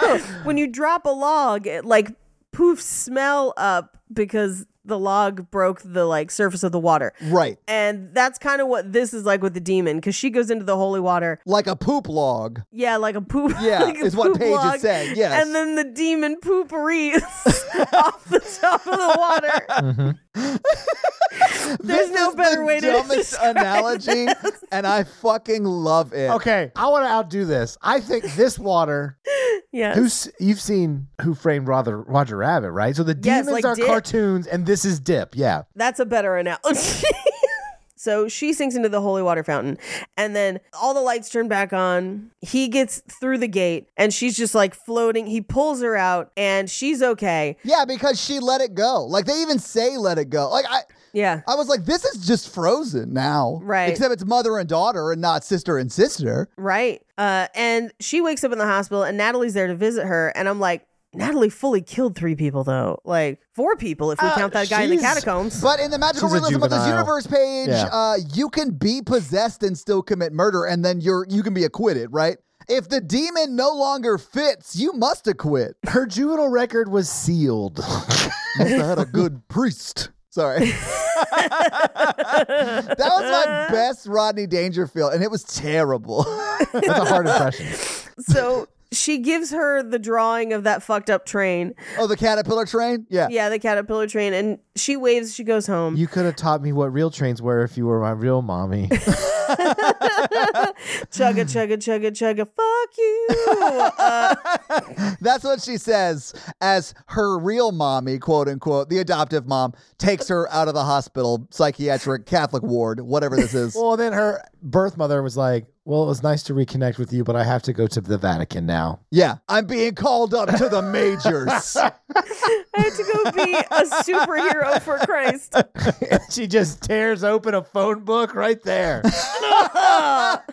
F: when you drop a log, it like poofs smell up because the log broke the like surface of the water.
E: Right.
F: And that's kind of what this is like with the demon, because she goes into the holy water,
E: Like a poop log.
F: yeah, like a poop. (laughs)
E: Yeah,
F: like a
E: is what
F: poop
E: Paige is
F: log,
E: saying, yes.
F: And then the demon pooperies (laughs) off the top of the water. There's
E: (laughs) This
F: no
E: is
F: better
E: the
F: way to
E: dumbest uh,
F: describe
E: analogy, and I fucking love it.
D: Okay, I want to outdo this. I think this
F: (laughs)
D: water.
F: (laughs) Yes.
D: Who's you've seen Who Framed Roger, Roger Rabbit, right? So the
F: Yes,
D: demons
F: like
D: are
F: Dip.
D: cartoons, and this is Dip. Yeah,
F: That's a better analogy. (laughs) so she sinks into the holy water fountain, and then all the lights turn back on. He gets through the gate, and she's just like floating. He pulls her out, and she's okay.
E: Yeah, because she let it go. Like they even say let it go. Like I
F: Yeah.
E: I was like, this is just frozen now.
F: Right.
E: Except it's mother and daughter and not sister and sister.
F: Right. Uh, and she wakes up in the hospital, and Natalie's there to visit her. And I'm like, Natalie fully killed three people, though. Like, four people if we count that guy in the
D: she's-
F: catacombs.
E: But in the magical
D: She's a
E: realism of this
D: juvenile.
E: universe page,
D: Yeah.
E: uh, you can be possessed and still commit murder, and then you're you can be acquitted, right? If the demon no longer fits, you must acquit.
D: her juvenile record was sealed. (laughs)
E: Must have had a good priest. Sorry. (laughs) that was my best Rodney Dangerfield, and it was (laughs) terrible.
D: That's a hard impression.
F: (laughs) so she gives her the drawing of that fucked up train.
E: oh, the caterpillar train? Yeah.
F: Yeah, the caterpillar train. And she waves, she goes home.
D: You could have taught me what real trains were if you were my real mommy.
F: (laughs) chugga, chugga, chugga, chugga, fuck you. Uh,
E: That's what she says as her real mommy, quote unquote, the adoptive mom, takes her out of the hospital, psychiatric Catholic ward, whatever this
D: (laughs)
E: is.
D: well, then her birth mother was like, "Well, it was nice to reconnect with you, but I have to go to the Vatican now." (laughs)
E: yeah, I'm being called up to the majors.
F: (laughs) I had to go be (laughs) a superhero for Christ.
D: she just tears open a phone book right there.
F: but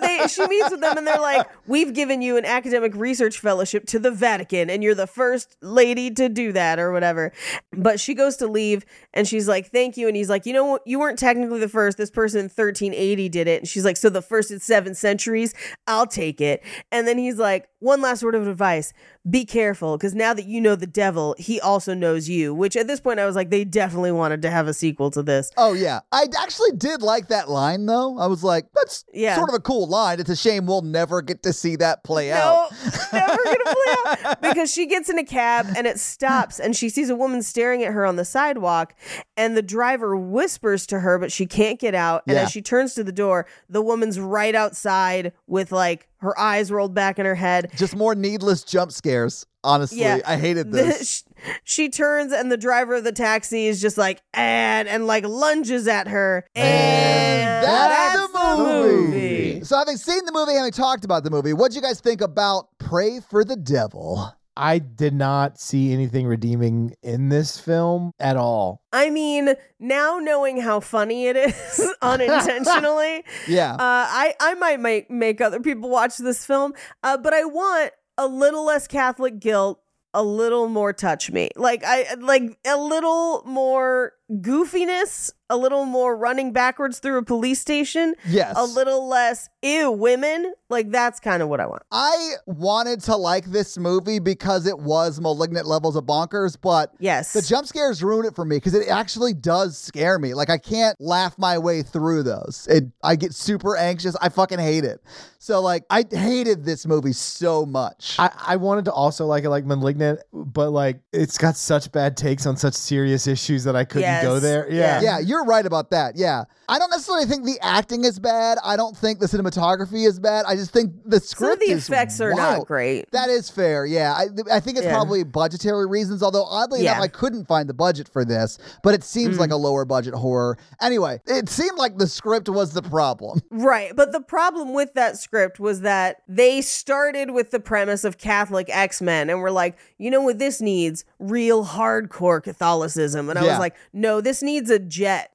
F: they she meets with them and they're like, "We've given you an academic research fellowship to the Vatican, and you're the first lady to do that, or whatever." But she goes to leave, and she's like, "Thank you," and he's like, "You know what? You weren't technically the first. This person in 1380 did it." And she's like, "So to the first and seventh centuries. I'll take it. And then he's like, one last word of advice be careful, because now that you know the devil, he also knows you. Which at this point, I was like, they definitely wanted to have a sequel to this.
E: Oh yeah, I actually did like that line though. I was like, that's
F: Yeah.
E: sort of a cool line. It's a shame we'll never get to see that play
F: No,
E: out.
F: never gonna play out because she gets in a cab and it stops and she sees a woman staring at her on the sidewalk and the driver whispers to her but she can't get out and
E: Yeah.
F: as she turns to the door the woman's right outside with like her eyes rolled back in her head
E: Just more needless jump scares. Honestly, I
F: (laughs)
E: hated
F: The-
E: this.
F: sh- she turns and the driver of the taxi is just like and and like lunges at her and,
E: that's the
F: movie.
E: So, having seen the movie, having talked about the movie, what do you guys think about "Pray for the Devil"?
D: I did not see anything redeeming in this film at all.
F: I mean, now knowing how funny
E: (laughs)
F: it is (laughs) unintentionally,
E: Yeah.
F: uh, I I might make make other people watch this film, uh, but I want a little less Catholic guilt, a little more touch me, like I like a little more goofiness, a little more running backwards through a police station,
E: yes.
F: a little less ew women, like that's kind of what I want.
E: I wanted to like this movie because it was malignant levels of bonkers, but
F: Yes,
E: The jump scares ruin it for me because it actually does scare me. Like I can't laugh my way through those. It, I get super anxious. I fucking hate it. So like I hated this movie so much.
D: I, I wanted to also like it like Malignant, but like it's got such bad takes on such serious issues that I couldn't go
F: Yes.
D: there. Yeah.
E: yeah, you're right about that. Yeah. I don't necessarily think the acting is bad. I don't think the cinematography is bad. I just think the
F: some of
E: script
F: the
E: is
F: effects are
E: wild.
F: not great.
E: That is fair. Yeah. I, th- I think it's
F: Yeah.
E: probably budgetary reasons, although oddly
F: Yeah. Mm.
E: enough, I couldn't find the budget for this, but it seems like a lower budget horror. Anyway, it seemed like the script was the problem.
F: Right. But the problem with that script was that they started with the premise of Catholic X Men and were like, you know what this needs? Real hardcore Catholicism. And I
E: Yeah.
F: was like, no, this needs
E: (laughs)
F: a jet.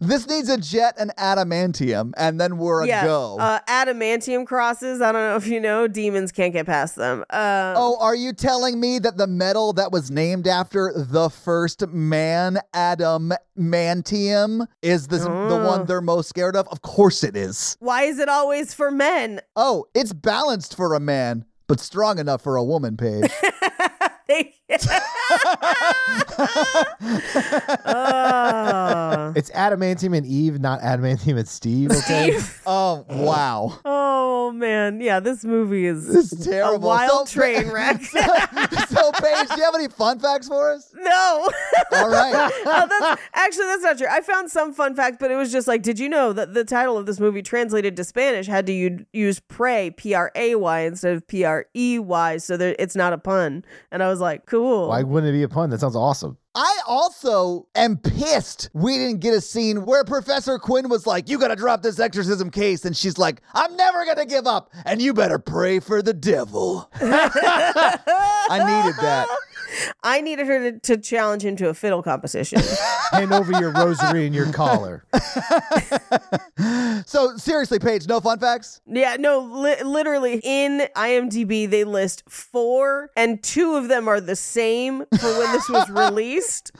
E: this needs a jet and adamantium, and then we're a
F: yeah.
E: go.
F: Uh, adamantium crosses. I don't know if you know, demons can't get past them. Uh,
E: oh, are you telling me that the metal that was named after the first man, adamantium, is this, the
F: Oh.
E: one they're most scared of? Of course it is.
F: Why is it always for men? (laughs)
E: Oh, it's balanced for a man, but strong enough for a woman,
F: (laughs)
E: Paige. (laughs)
F: They-
E: Ah.
F: (laughs) oh.
D: It's Adamantium and Eve, not Adamantium and Steve. Okay.
E: oh, wow.
F: oh, man. Yeah, this movie is
E: This is terrible.
F: a wild
E: So-
F: train
E: (laughs)
F: wreck.
E: so, so, Paige, do you have any fun facts for us?
F: (laughs) no.
E: All right.
F: oh, that's actually that's not true. I found some fun fact, but it was just like, did you know that the title of this movie translated to Spanish had to u- use pray p r a y instead of p r e y, so that it's not a pun. And I was like, cool.
D: Why wouldn't it be a pun? That sounds awesome.
E: I also am pissed we didn't get a scene where Professor Quinn was like, You gotta drop this exorcism case. And she's like, I'm never gonna give up. And you better pray for the devil. (laughs) I needed that.
F: I needed her to, to challenge him to a fiddle competition. (laughs)
D: Hand over your rosary and your collar.
E: So, seriously, Paige, no fun facts?
F: yeah, no, li- literally in IMDb they list four, and two of them are the same for when
E: (laughs)
F: this was released,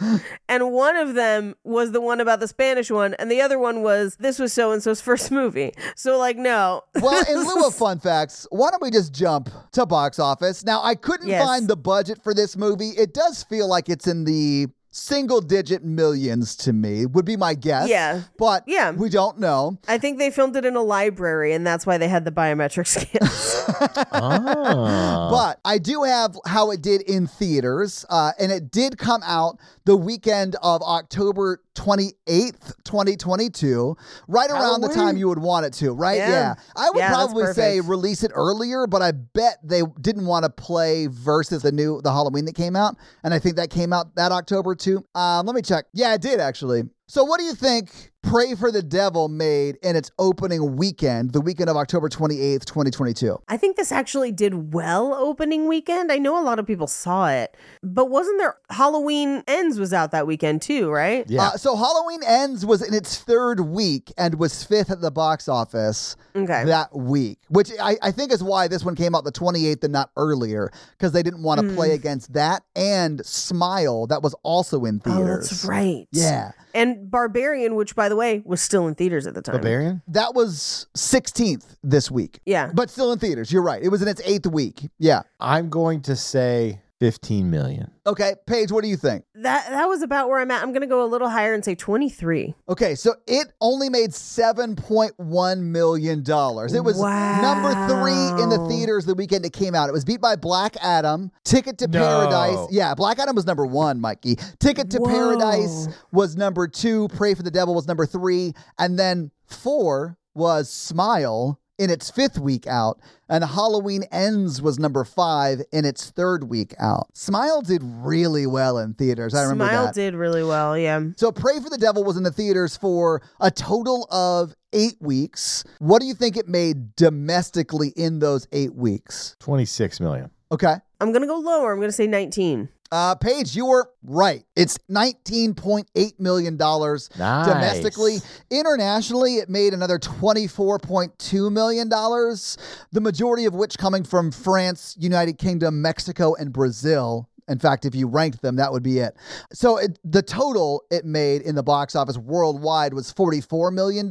F: and one of them was the one about the Spanish one, and the other one was this was so and so's first movie. So like, no,
E: Well, in lieu
F: (laughs)
E: of fun facts, why don't we just jump to box office? Now, I couldn't
F: Yes.
E: find the budget for this movie. It does feel like it's in the single digit millions to me, would be my guess.
F: Yeah.
E: But
F: Yeah.
E: we don't know.
F: I think they filmed it in a library, and that's why they had the biometric (laughs) scans.
D: Ah.
E: (laughs) But I do have how it did in theaters, uh, and it did come out the weekend of October 28th, 2022, right around the time you would want it to, right?
F: Yeah.
E: I would
F: Yeah, that's
E: probably say
F: perfect.
E: release it earlier, but I bet they didn't want to play versus the new the Halloween that came out, and I think that came out that October too. Um, let me check. Yeah, it did actually. So, what do you think Pray for the Devil made in its opening weekend, the weekend of October 28th, 2022?
F: I think this actually did well opening weekend. I know a lot of people saw it, but wasn't there Halloween Ends was out that weekend too, right?
D: Yeah.
E: Uh, so Halloween Ends was in its third week and was fifth at the box office
F: Okay.
E: that week, which I, I think is why this one came out the 28th and not earlier, because they didn't want to
F: Hmm.
E: play against that and Smile, that was also in
F: Oh,
E: theaters.
F: that's right.
E: Yeah.
F: And Barbarian, which by the way, was still in theaters at the time.
D: Barbarian?
E: That was 16th this week.
F: Yeah.
E: But still in theaters. You're right. It was in its eighth week. Yeah.
D: I'm going to say 15 million.
E: Okay. Paige, what do you think?
F: That that was about where I'm at. I'm gonna go a little higher and say 23.
E: Okay. So it only made $7.1 million. It was
F: Wow.
E: number three in the theaters the weekend it came out. It was beat by Black Adam, Ticket to
D: No.
E: Paradise. Yeah. Black Adam was number one, Mikey. Ticket to
F: Whoa.
E: Paradise was number two. Pray for the Devil was number three. And then four was Smile in its fifth week out. And Halloween Ends was number five in its third week out. Smile did really well in theaters. I remember
F: Smile
E: that.
F: did really well. Yeah.
E: So Pray for the Devil was in the theaters for a total of eight weeks. What do you think it made domestically in those eight weeks?
D: 26 million.
E: Okay.
F: I'm gonna go lower. I'm gonna say 19.
E: Uh, Paige, you were right. It's $19.8 million
D: Nice.
E: domestically. Internationally, it made another $24.2 million, the majority of which coming from France, United Kingdom, Mexico, and Brazil. In fact, if you ranked them, that would be it. So it, the total it made in the box office worldwide was $44 million.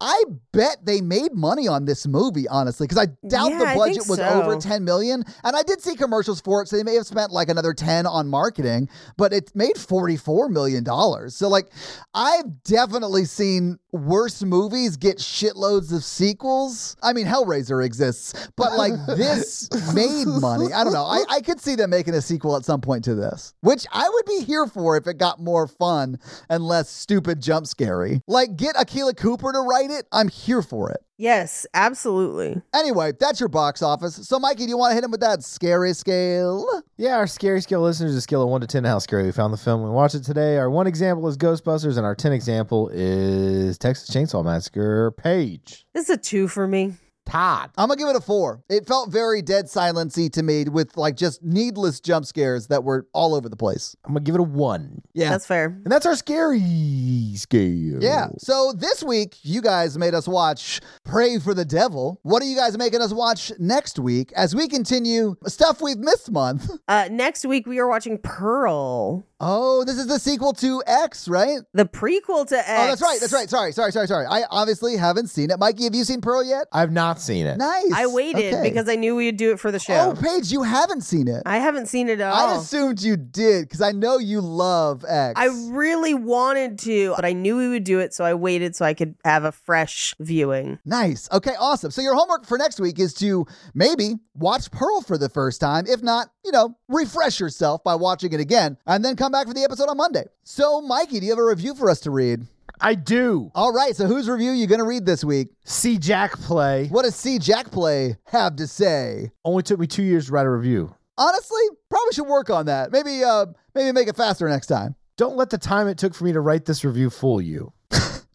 E: I bet they made money on this movie, honestly, because I doubt
F: Yeah,
E: the
F: I
E: budget
F: think
E: was over
F: so.
E: 10 million and i did see commercials for it so they may have spent like another 10 on marketing but it made 44 million dollars so like i've definitely seen worse movies get shitloads of sequels i mean hellraiser exists but like
F: (laughs)
E: this made money i don't know I, I could see them making a sequel at some point to this which i would be here for if it got more fun and less stupid jump scary like get akila cooper to write it i'm here for it
F: Yes, absolutely.
E: Anyway, that's your box office. So, Mikey, do you want to hit him with that scary scale?
D: Yeah, our scary scale listeners is a scale of one to ten. How scary we found the film we watched it today. Our one example is Ghostbusters, and our ten example is Texas Chainsaw Massacre. Page
F: This is a two for me.
D: Todd.
E: I'm gonna give it a four. It felt very dead silency to me, with like just needless jump scares that were all over the place.
D: I'm gonna give it a one,
E: Yeah,
F: That's fair.
D: and that's our scary scale.
E: yeah. So this week, you guys made us watch "Pray for the Devil." What are you guys making us watch next week as we continue stuff we've missed month?
F: Uh, next week we are watching Pearl,
E: Oh, this is the sequel to X, right?
F: the prequel to X.
E: Oh, that's right. That's right. Sorry, sorry, sorry, sorry. I obviously haven't seen it. Mikey, have you seen Pearl yet?
D: I've not seen it.
E: Nice.
F: I waited
E: Okay.
F: because I knew we'd do it for the show.
E: Oh, Paige, you haven't seen it.
F: I haven't seen it at all.
E: I assumed you did because I know you love X.
F: I really wanted to, but I knew we would do it, so I waited so I could have a fresh viewing.
E: nice. Okay, awesome. So your homework for next week is to maybe watch Pearl for the first time. If not, you know, refresh yourself by watching it again and then come back for the episode on Monday. So, Mikey, do you have a review for us to read?
D: I do.
E: All right, so whose review you going to read this week?
D: See Jack play.
E: What does C Jack Play have to say?
D: Only took me two years to write a review.
E: Honestly, probably should work on that. Maybe uh maybe make it faster next time.
D: Don't let the time it took for me to write this review fool you.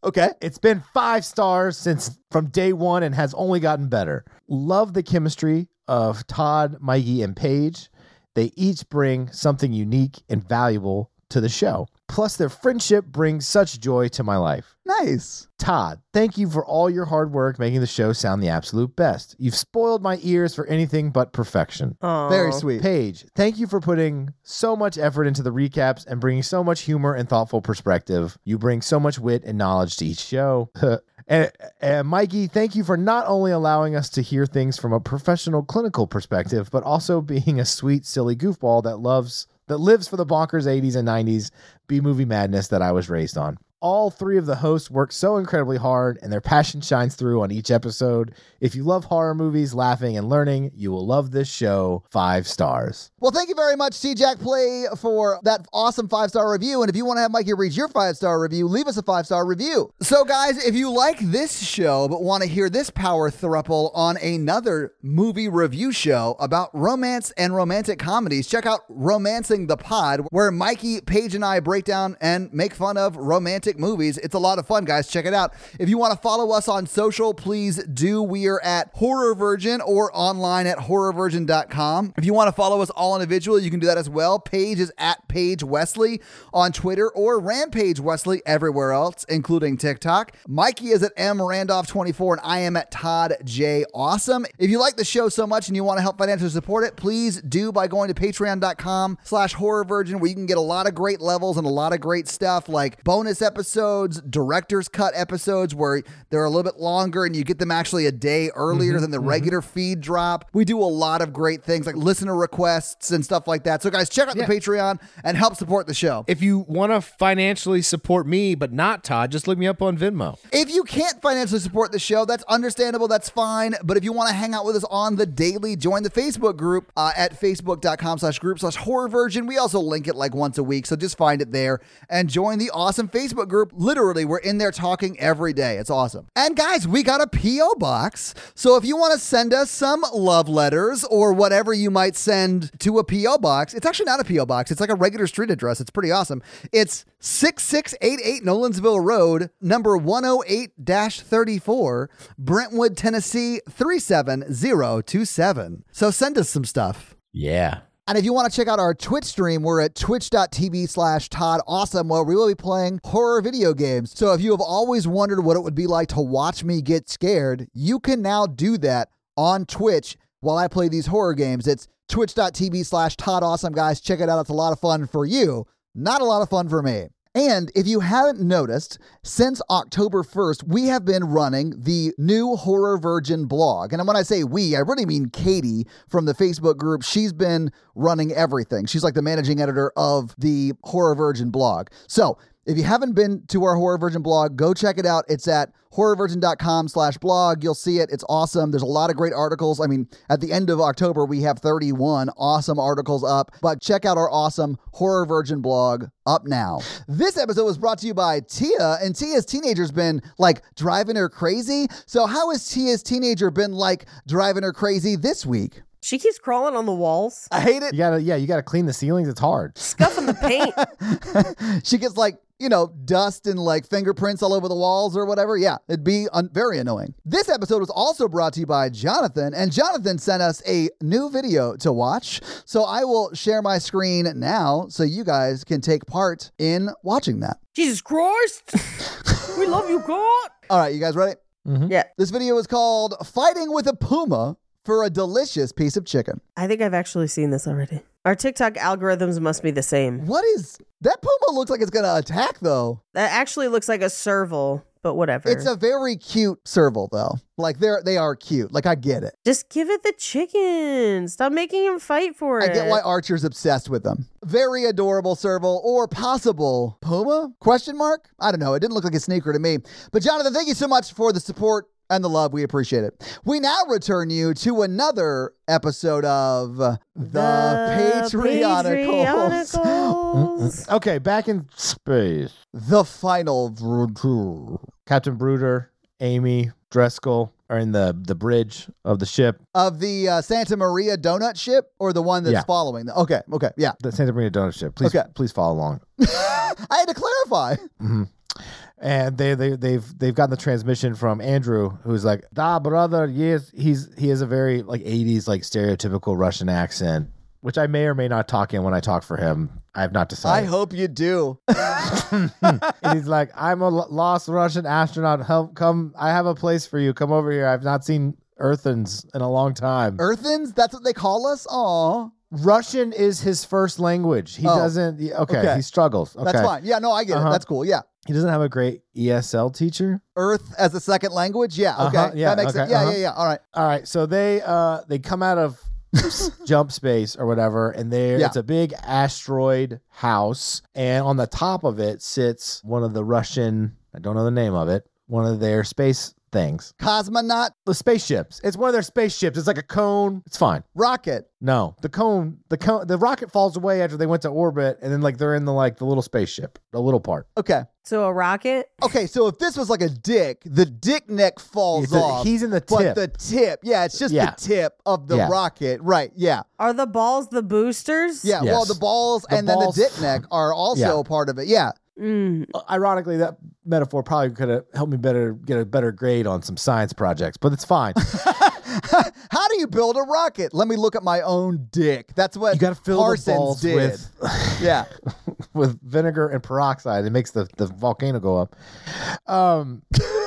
E: Okay.
D: It's been five stars since from day one and has only gotten better. Love the chemistry of Todd, Mikey, and Paige. They each bring something unique and valuable to the show. Plus, their friendship brings such joy to my life.
E: Nice.
D: Todd, thank you for all your hard work making the show sound the absolute best. You've spoiled my ears for anything but perfection.
F: Oh,
E: Very sweet.
D: Paige, thank you for putting so much effort into the recaps and bringing so much humor and thoughtful perspective. You bring so much wit and knowledge to each show. (laughs) and, and Mikey, thank you for not only allowing us to hear things from a professional clinical perspective, but also being a sweet, silly goofball that loves that lives for the bonkers 80s and 90s B movie madness that I was raised on. All three of the hosts work so incredibly hard, and their passion shines through on each episode. If you love horror movies, laughing, and learning, you will love this show. Five stars.
E: Well, thank you very much, C Jack Play, for that awesome five star review. And if you want to have Mikey read your five star review, leave us a five star review. So, guys, if you like this show but want to hear this power thruple on another movie review show about romance and romantic comedies, check out Romancing the Pod, where Mikey, Paige, and I break down and make fun of romantic movies. It's a lot of fun, guys. Check it out. If you want to follow us on social, please do. We are at Horror Virgin or online at horrorvirgin.com. If you want to follow us all individually, you can do that as well. Paige is at Paige Wesley on Twitter or Rampage Wesley everywhere else, including TikTok. Mikey is at M Randolph24 and I am at Todd J Awesome. If you like the show so much and you want to help financially support it, please do by going to patreon.com slash horror virgin where you can get a lot of great levels and a lot of great stuff like bonus episodes
H: episodes, director's cut episodes where they're a little bit longer and you get them actually a day earlier than the regular feed drop. We do a lot of great things like listener requests and stuff like that. So, guys, check out the Patreon and help support the show.
J: If you want to financially support me, but not Todd, just look me up on Venmo.
H: If you can't financially support the show, that's understandable. That's fine. But if you want to hang out with us on the daily, join the Facebook group uh, at facebook.com slash group slash horror virgin. We also link it like once a week. So just find it there and join the awesome Facebook group. Literally, we're in there talking every day. It's awesome. And guys, we got a P.O. box. So if you want to send us some love letters or whatever you might send to a P.O. box, it's actually not a P.O. box. It's like a regular street address. It's pretty awesome. It's 6688 Nolansville Road, number 108 34, Brentwood, Tennessee 37027. So send us some stuff.
J: Yeah.
E: And if you want to check out our Twitch stream, we're at twitch.tv slash Todd Awesome, where we will be playing horror video games. So if you have always wondered what it would be like to watch me get scared, you can now do that on Twitch while I play these horror games. It's twitch.tv slash Todd Awesome, guys. Check it out. It's a lot of fun for you, not a lot of fun for me. And if you haven't noticed, since October 1st, we have been running the new Horror Virgin blog. And when I say we, I really mean Katie from the Facebook group. She's been running everything. She's like the managing editor of the Horror Virgin blog. So if you haven't been to our Horror Virgin blog, go check it out. It's at horrorvirgin.com slash blog. You'll see it. It's awesome. There's a lot of great articles. I mean, at the end of October, we have 31 awesome articles up, but check out our awesome Horror Virgin blog up now. This episode was brought to you by Tia, and Tia's teenager's been like driving her crazy. So, how has Tia's teenager been like driving her crazy this week?
F: She keeps crawling on the walls,
H: I hate it.
D: You gotta, yeah, you gotta clean the ceilings. It's hard.
F: scuffing the
E: (laughs)
F: paint.
E: she gets like you know dust and like fingerprints all over the walls or whatever yeah it'd be un- very annoying this episode was also brought to you by jonathan and jonathan sent us a new video to watch so i will share my screen now so you guys can take part in watching that
F: (laughs) Jesus Christ. we love you, God.
E: all right you guys ready
F: Yeah.
E: this video is called fighting with a puma for a delicious piece of chicken
F: I think I've actually seen this already. Our TikTok algorithms must be the same.
E: what is that puma looks like it's gonna attack though
F: That actually looks like a serval, but whatever.
E: it's a very cute serval though like they're they are cute like i get it
F: Just give it the chicken. Stop making him fight for
E: I
F: it.
E: get why Archer's obsessed with them. Very adorable serval or possible puma? Question mark? I don't know. It didn't look like a sneaker to me. But Jonathan, thank you so much for the support and the love. We appreciate it. We now return you to another episode of The, Patrioticals.
F: Patrioticals.
D: Okay, back in space.
E: (laughs) The final vroom.
D: Captain Bruder, Amy, Dreskel are in the the bridge of the ship.
E: of the uh, Santa Maria donut ship or the one that's
D: Yeah.
E: following. The- okay, okay, yeah.
D: The Santa Maria donut ship. Please,
E: Okay.
D: please follow along.
E: I had to clarify.
D: And they they they've they've gotten the transmission from Andrew, who's like, "Da brother, yes, he's he has a very like '80s like stereotypical Russian accent." Which I may or may not talk in when I talk for him. I have not
E: I
D: decided.
E: hope you do.
D: and he's like, "I'm a lo- lost Russian astronaut. Help, come! I have a place for you. Come over here. I've not seen Earthens in a long time.
E: Earthens, that's what they call us? Aw.
D: Er, Russian is his first language. He
E: Oh.
D: doesn't. yeah, Okay,
E: Okay.
D: he struggles. Okay,
E: That's fine. Yeah, no, I get it.
D: Uh-huh.
E: That's cool. Yeah.
D: He doesn't have a great ESL teacher.
E: Earth as a second language. Yeah. Okay.
D: Uh-huh, yeah,
E: that makes sense.
D: okay,
E: Yeah.
D: uh-huh.
E: Yeah. Yeah. All right.
D: All right, so they uh they come out of
E: (laughs)
D: s- jump space or whatever, and there
E: Yeah.
D: it's a big asteroid house, and on the top of it sits one of the Russian. I don't know the name of it. One of their space things.
E: Cosmonaut
D: The spaceships. It's one of their spaceships. It's like a cone. It's fine.
E: rocket.
D: No, the cone, the cone, the rocket falls away after they went to orbit, and then like they're in the like the little spaceship, the little part.
E: Okay.
F: so a rocket.
E: Okay. So if this was like a dick, the dick neck falls
D: It's a-
E: off.
D: he's in the
E: But
D: tip.
E: the tip. Yeah. It's just
D: Yeah.
E: the tip of the
D: Yeah.
E: rocket. Right. Yeah.
F: Are the balls the boosters?
E: Yeah. Well,
D: Yes.
E: the balls
D: The
E: and
D: balls-
E: then the dick neck are also
D: Yeah.
E: part of it. Yeah. (laughs)
F: Mm.
D: Uh, Ironically, that metaphor probably could have helped me better get a better grade on some science projects, but it's fine.
E: How do you build a rocket? Let me look at my own dick. That's what
D: you got to fill
E: Parsons
D: the balls
E: did.
D: with (laughs)
E: yeah.
D: with vinegar and peroxide. It makes the the volcano go up. Um,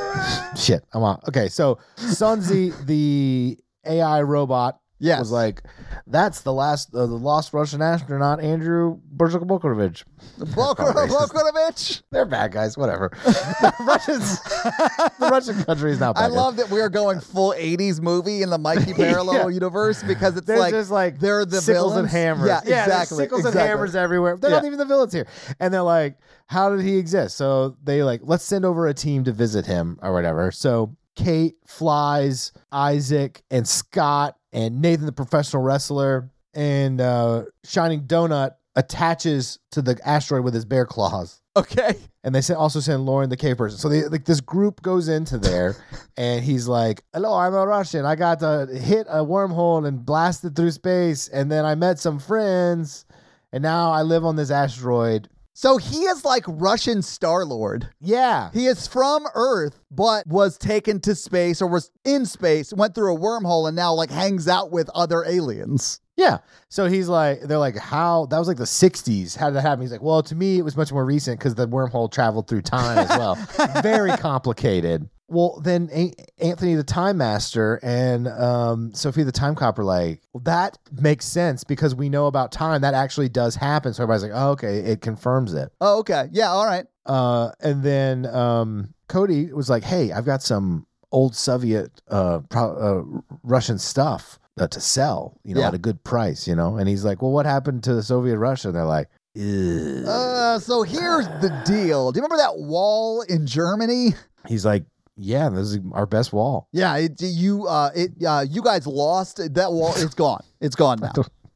D: (laughs) shit, I'm on. Okay, so Sunzi, the AI robot Yes. Was like, that's the last, uh, the lost Russian astronaut, Andrew Borzakov-Bokorovich.
K: Bokorovich.
D: They're bad guys, whatever. (laughs) the, Russians, (laughs) the Russian country is not bad.
E: I
D: guys.
E: love that we're going full 80s movie in the
D: (laughs)
E: Mikey Parallel universe because it's
D: There's
E: like,
D: just like
E: they're the
D: sickles
E: villains.
D: and hammers.
E: Yeah,
D: there's
E: exactly.
D: Sickles
E: exactly.
D: and hammers everywhere. They're not
E: Yeah.
D: even the villains here. And they're like, how did he exist? So they like, let's send over a team to visit him or whatever. So Kate flies Isaac and Scott and Nathan, the professional wrestler, and uh, Shining Donut attaches to the asteroid with his bear claws
E: Okay.
D: and they sent, also send Lauren the K person. So they like this group goes into there, and he's like, "Hello, I'm a Russian. I got uh, hit a wormhole and blasted through space, and then I met some friends, and now I live on this asteroid."
E: So he is like Russian Star Lord.
D: Yeah,
E: He is from Earth, but was taken to space or was in space, went through a wormhole, and now like hangs out with other aliens.
D: yeah. So he's like, they're like, "How?" That was like the '60s. How did that happen? He's like, "Well, to me, it was much more recent because the wormhole traveled through time as well. Very complicated." Well, then A- Anthony the Time Master and um, Sophie the Time Cop are like, well, that makes sense because we know about time. That actually does happen. So everybody's like, oh, okay, it confirms it.
E: Oh, okay. Yeah, all right.
D: Uh, and then um, Cody was like, hey, I've got some old Soviet uh, pro- uh, Russian stuff uh, to sell, you know,
E: Yeah.
D: at a good price, you know? And he's like, well, what happened to the Soviet Russia? And they're like, Ugh.
E: Uh, so here's the deal. Do you remember that wall in Germany?
D: he's like, yeah, this is our best wall.
E: Yeah, it, you uh, it uh, you guys lost that wall. It's gone.
D: (laughs)
E: It's gone now.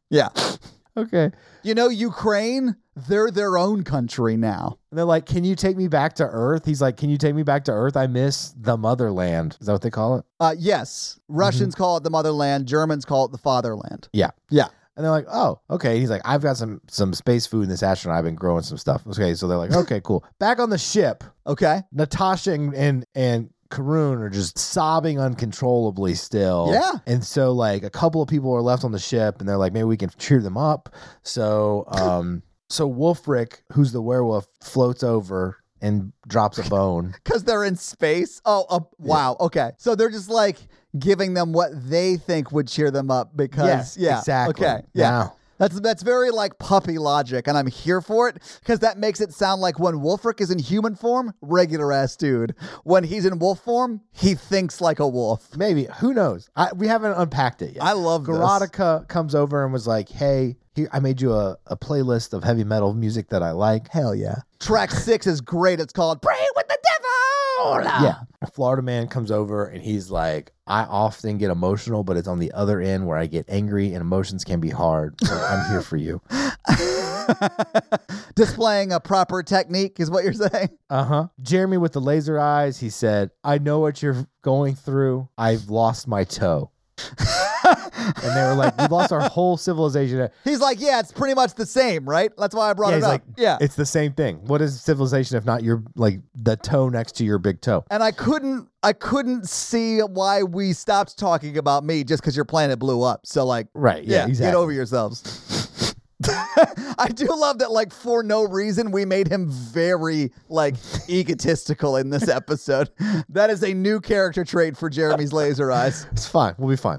E: Yeah,
D: Okay.
E: you know Ukraine. They're their own country now.
D: And they're like, "Can you take me back to Earth?" He's like, "Can you take me back to Earth? I miss the motherland." Is that what they call it?
E: Uh, yes, Russians call it the motherland. Germans call it the fatherland.
D: Yeah.
E: Yeah.
D: And they're like, "Oh, okay." He's like, "I've got some some space food in this astronaut. I've been growing some stuff." Okay, so they're like, "Okay, cool." Back on the ship,
E: Okay.
D: Natasha and and, and Karun are just sobbing uncontrollably still.
E: Yeah.
D: And so like a couple of people are left on the ship and they're like, maybe we can cheer them up. So
E: (laughs)
D: um so Wolfric, who's the werewolf, floats over and drops a
E: (laughs)
D: bone.
E: Because they're in space. Oh, uh, wow. Okay. So they're just like giving them what they think would cheer them up because, yeah.
D: exactly.
E: Okay. Yeah.
D: Now.
E: That's, that's very like puppy logic, and I'm here for it because that makes it sound like when Wolfric is in human form, regular ass dude. When he's in wolf form, he thinks like a wolf.
D: Maybe who knows? I, we haven't unpacked it yet.
E: I love this.
D: Garotica comes over and was like, "Hey, here I made you a, a playlist of heavy metal music that I like."
E: Hell yeah. Track six is great. It's called Pray with the Devil.
D: Yeah. A Florida man comes over and he's like, I often get emotional, but it's on the other end where I get angry and emotions can be hard. So I'm here for you.
E: (laughs) Displaying a proper technique is what you're saying.
D: Uh huh. Jeremy with the laser eyes, he said, I know what you're going through. I've lost my toe. (laughs) and they were like, We lost our whole civilization.
E: He's like, yeah, it's pretty much the same, right? That's why I brought
D: Yeah,
E: it
D: he's
E: up.
D: like,
E: yeah.
D: It's the same thing. What is civilization if not your, like, the toe next to your big toe?
E: and I couldn't I couldn't see why we stopped talking about me just because your planet blew up. So like
D: Right, yeah,
E: Get
D: exactly.
E: over yourselves. (laughs) I do love that like for no reason we made him very like egotistical
D: (laughs)
E: in this episode. That is a new character trait for Jeremy's
D: (laughs)
E: laser eyes.
D: It's fine. We'll be fine.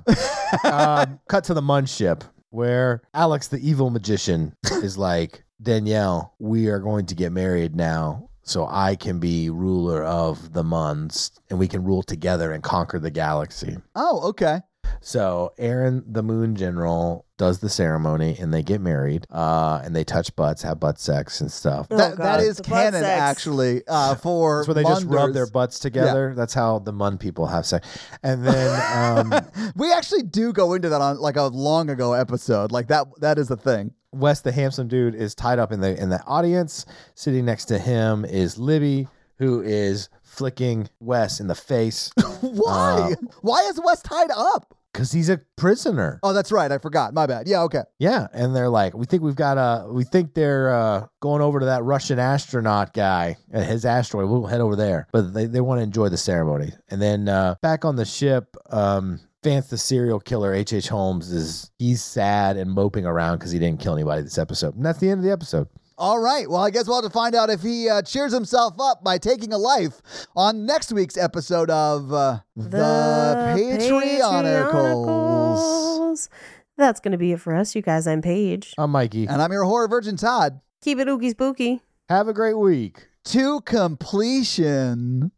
D: um, cut to the Mun ship where Alex, the evil magician, is like, Danielle, we are going to get married now. So I can be ruler of the Muns and we can rule together and conquer the galaxy.
E: Oh, okay.
D: So Aaron, the moon general, does the ceremony and they get married uh, and they touch butts, have butt sex and stuff.
F: Oh,
E: that that
F: God.
E: is
F: The butt
E: canon
F: sex.
E: actually uh, for
D: That's where they just rub
E: Munders.
D: their butts together. That's how the Mun people have sex. And then um,
E: we actually do go into that on like a long ago episode. Like that that is a thing. (laughs)
D: Wes, the handsome dude, is tied up in the in the audience. Sitting next to him is Libby, who is flicking Wes in the face Uh,
E: Why? Why is Wes tied up?
D: because he's a prisoner.
E: Oh, that's right. I forgot. My bad. Yeah, okay.
D: Yeah, and they're like, we think we've got a, we think they're uh, going over to that Russian astronaut guy and his asteroid. We'll head over there, but they, they want to enjoy the ceremony. And then uh, back on the ship, um, Vance the serial killer H.H. H. Holmes is he's sad and moping around because he didn't kill anybody this episode. And that's the end of the episode.
E: All right. Well, I guess we'll have to find out if he uh, cheers himself up by taking a life on next week's episode of uh, The, Patreonicles.
F: Files. That's going to be it for us, you guys. I'm Paige.
D: I'm Mikey.
E: And I'm your horror virgin, Todd.
F: Keep it oogie spooky.
D: Have a great week.
E: To completion.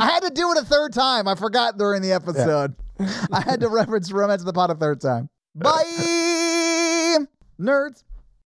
E: I had to do it a third time. I forgot during the episode. I had to reference Romance of the Pot a third time. Bye, nerds.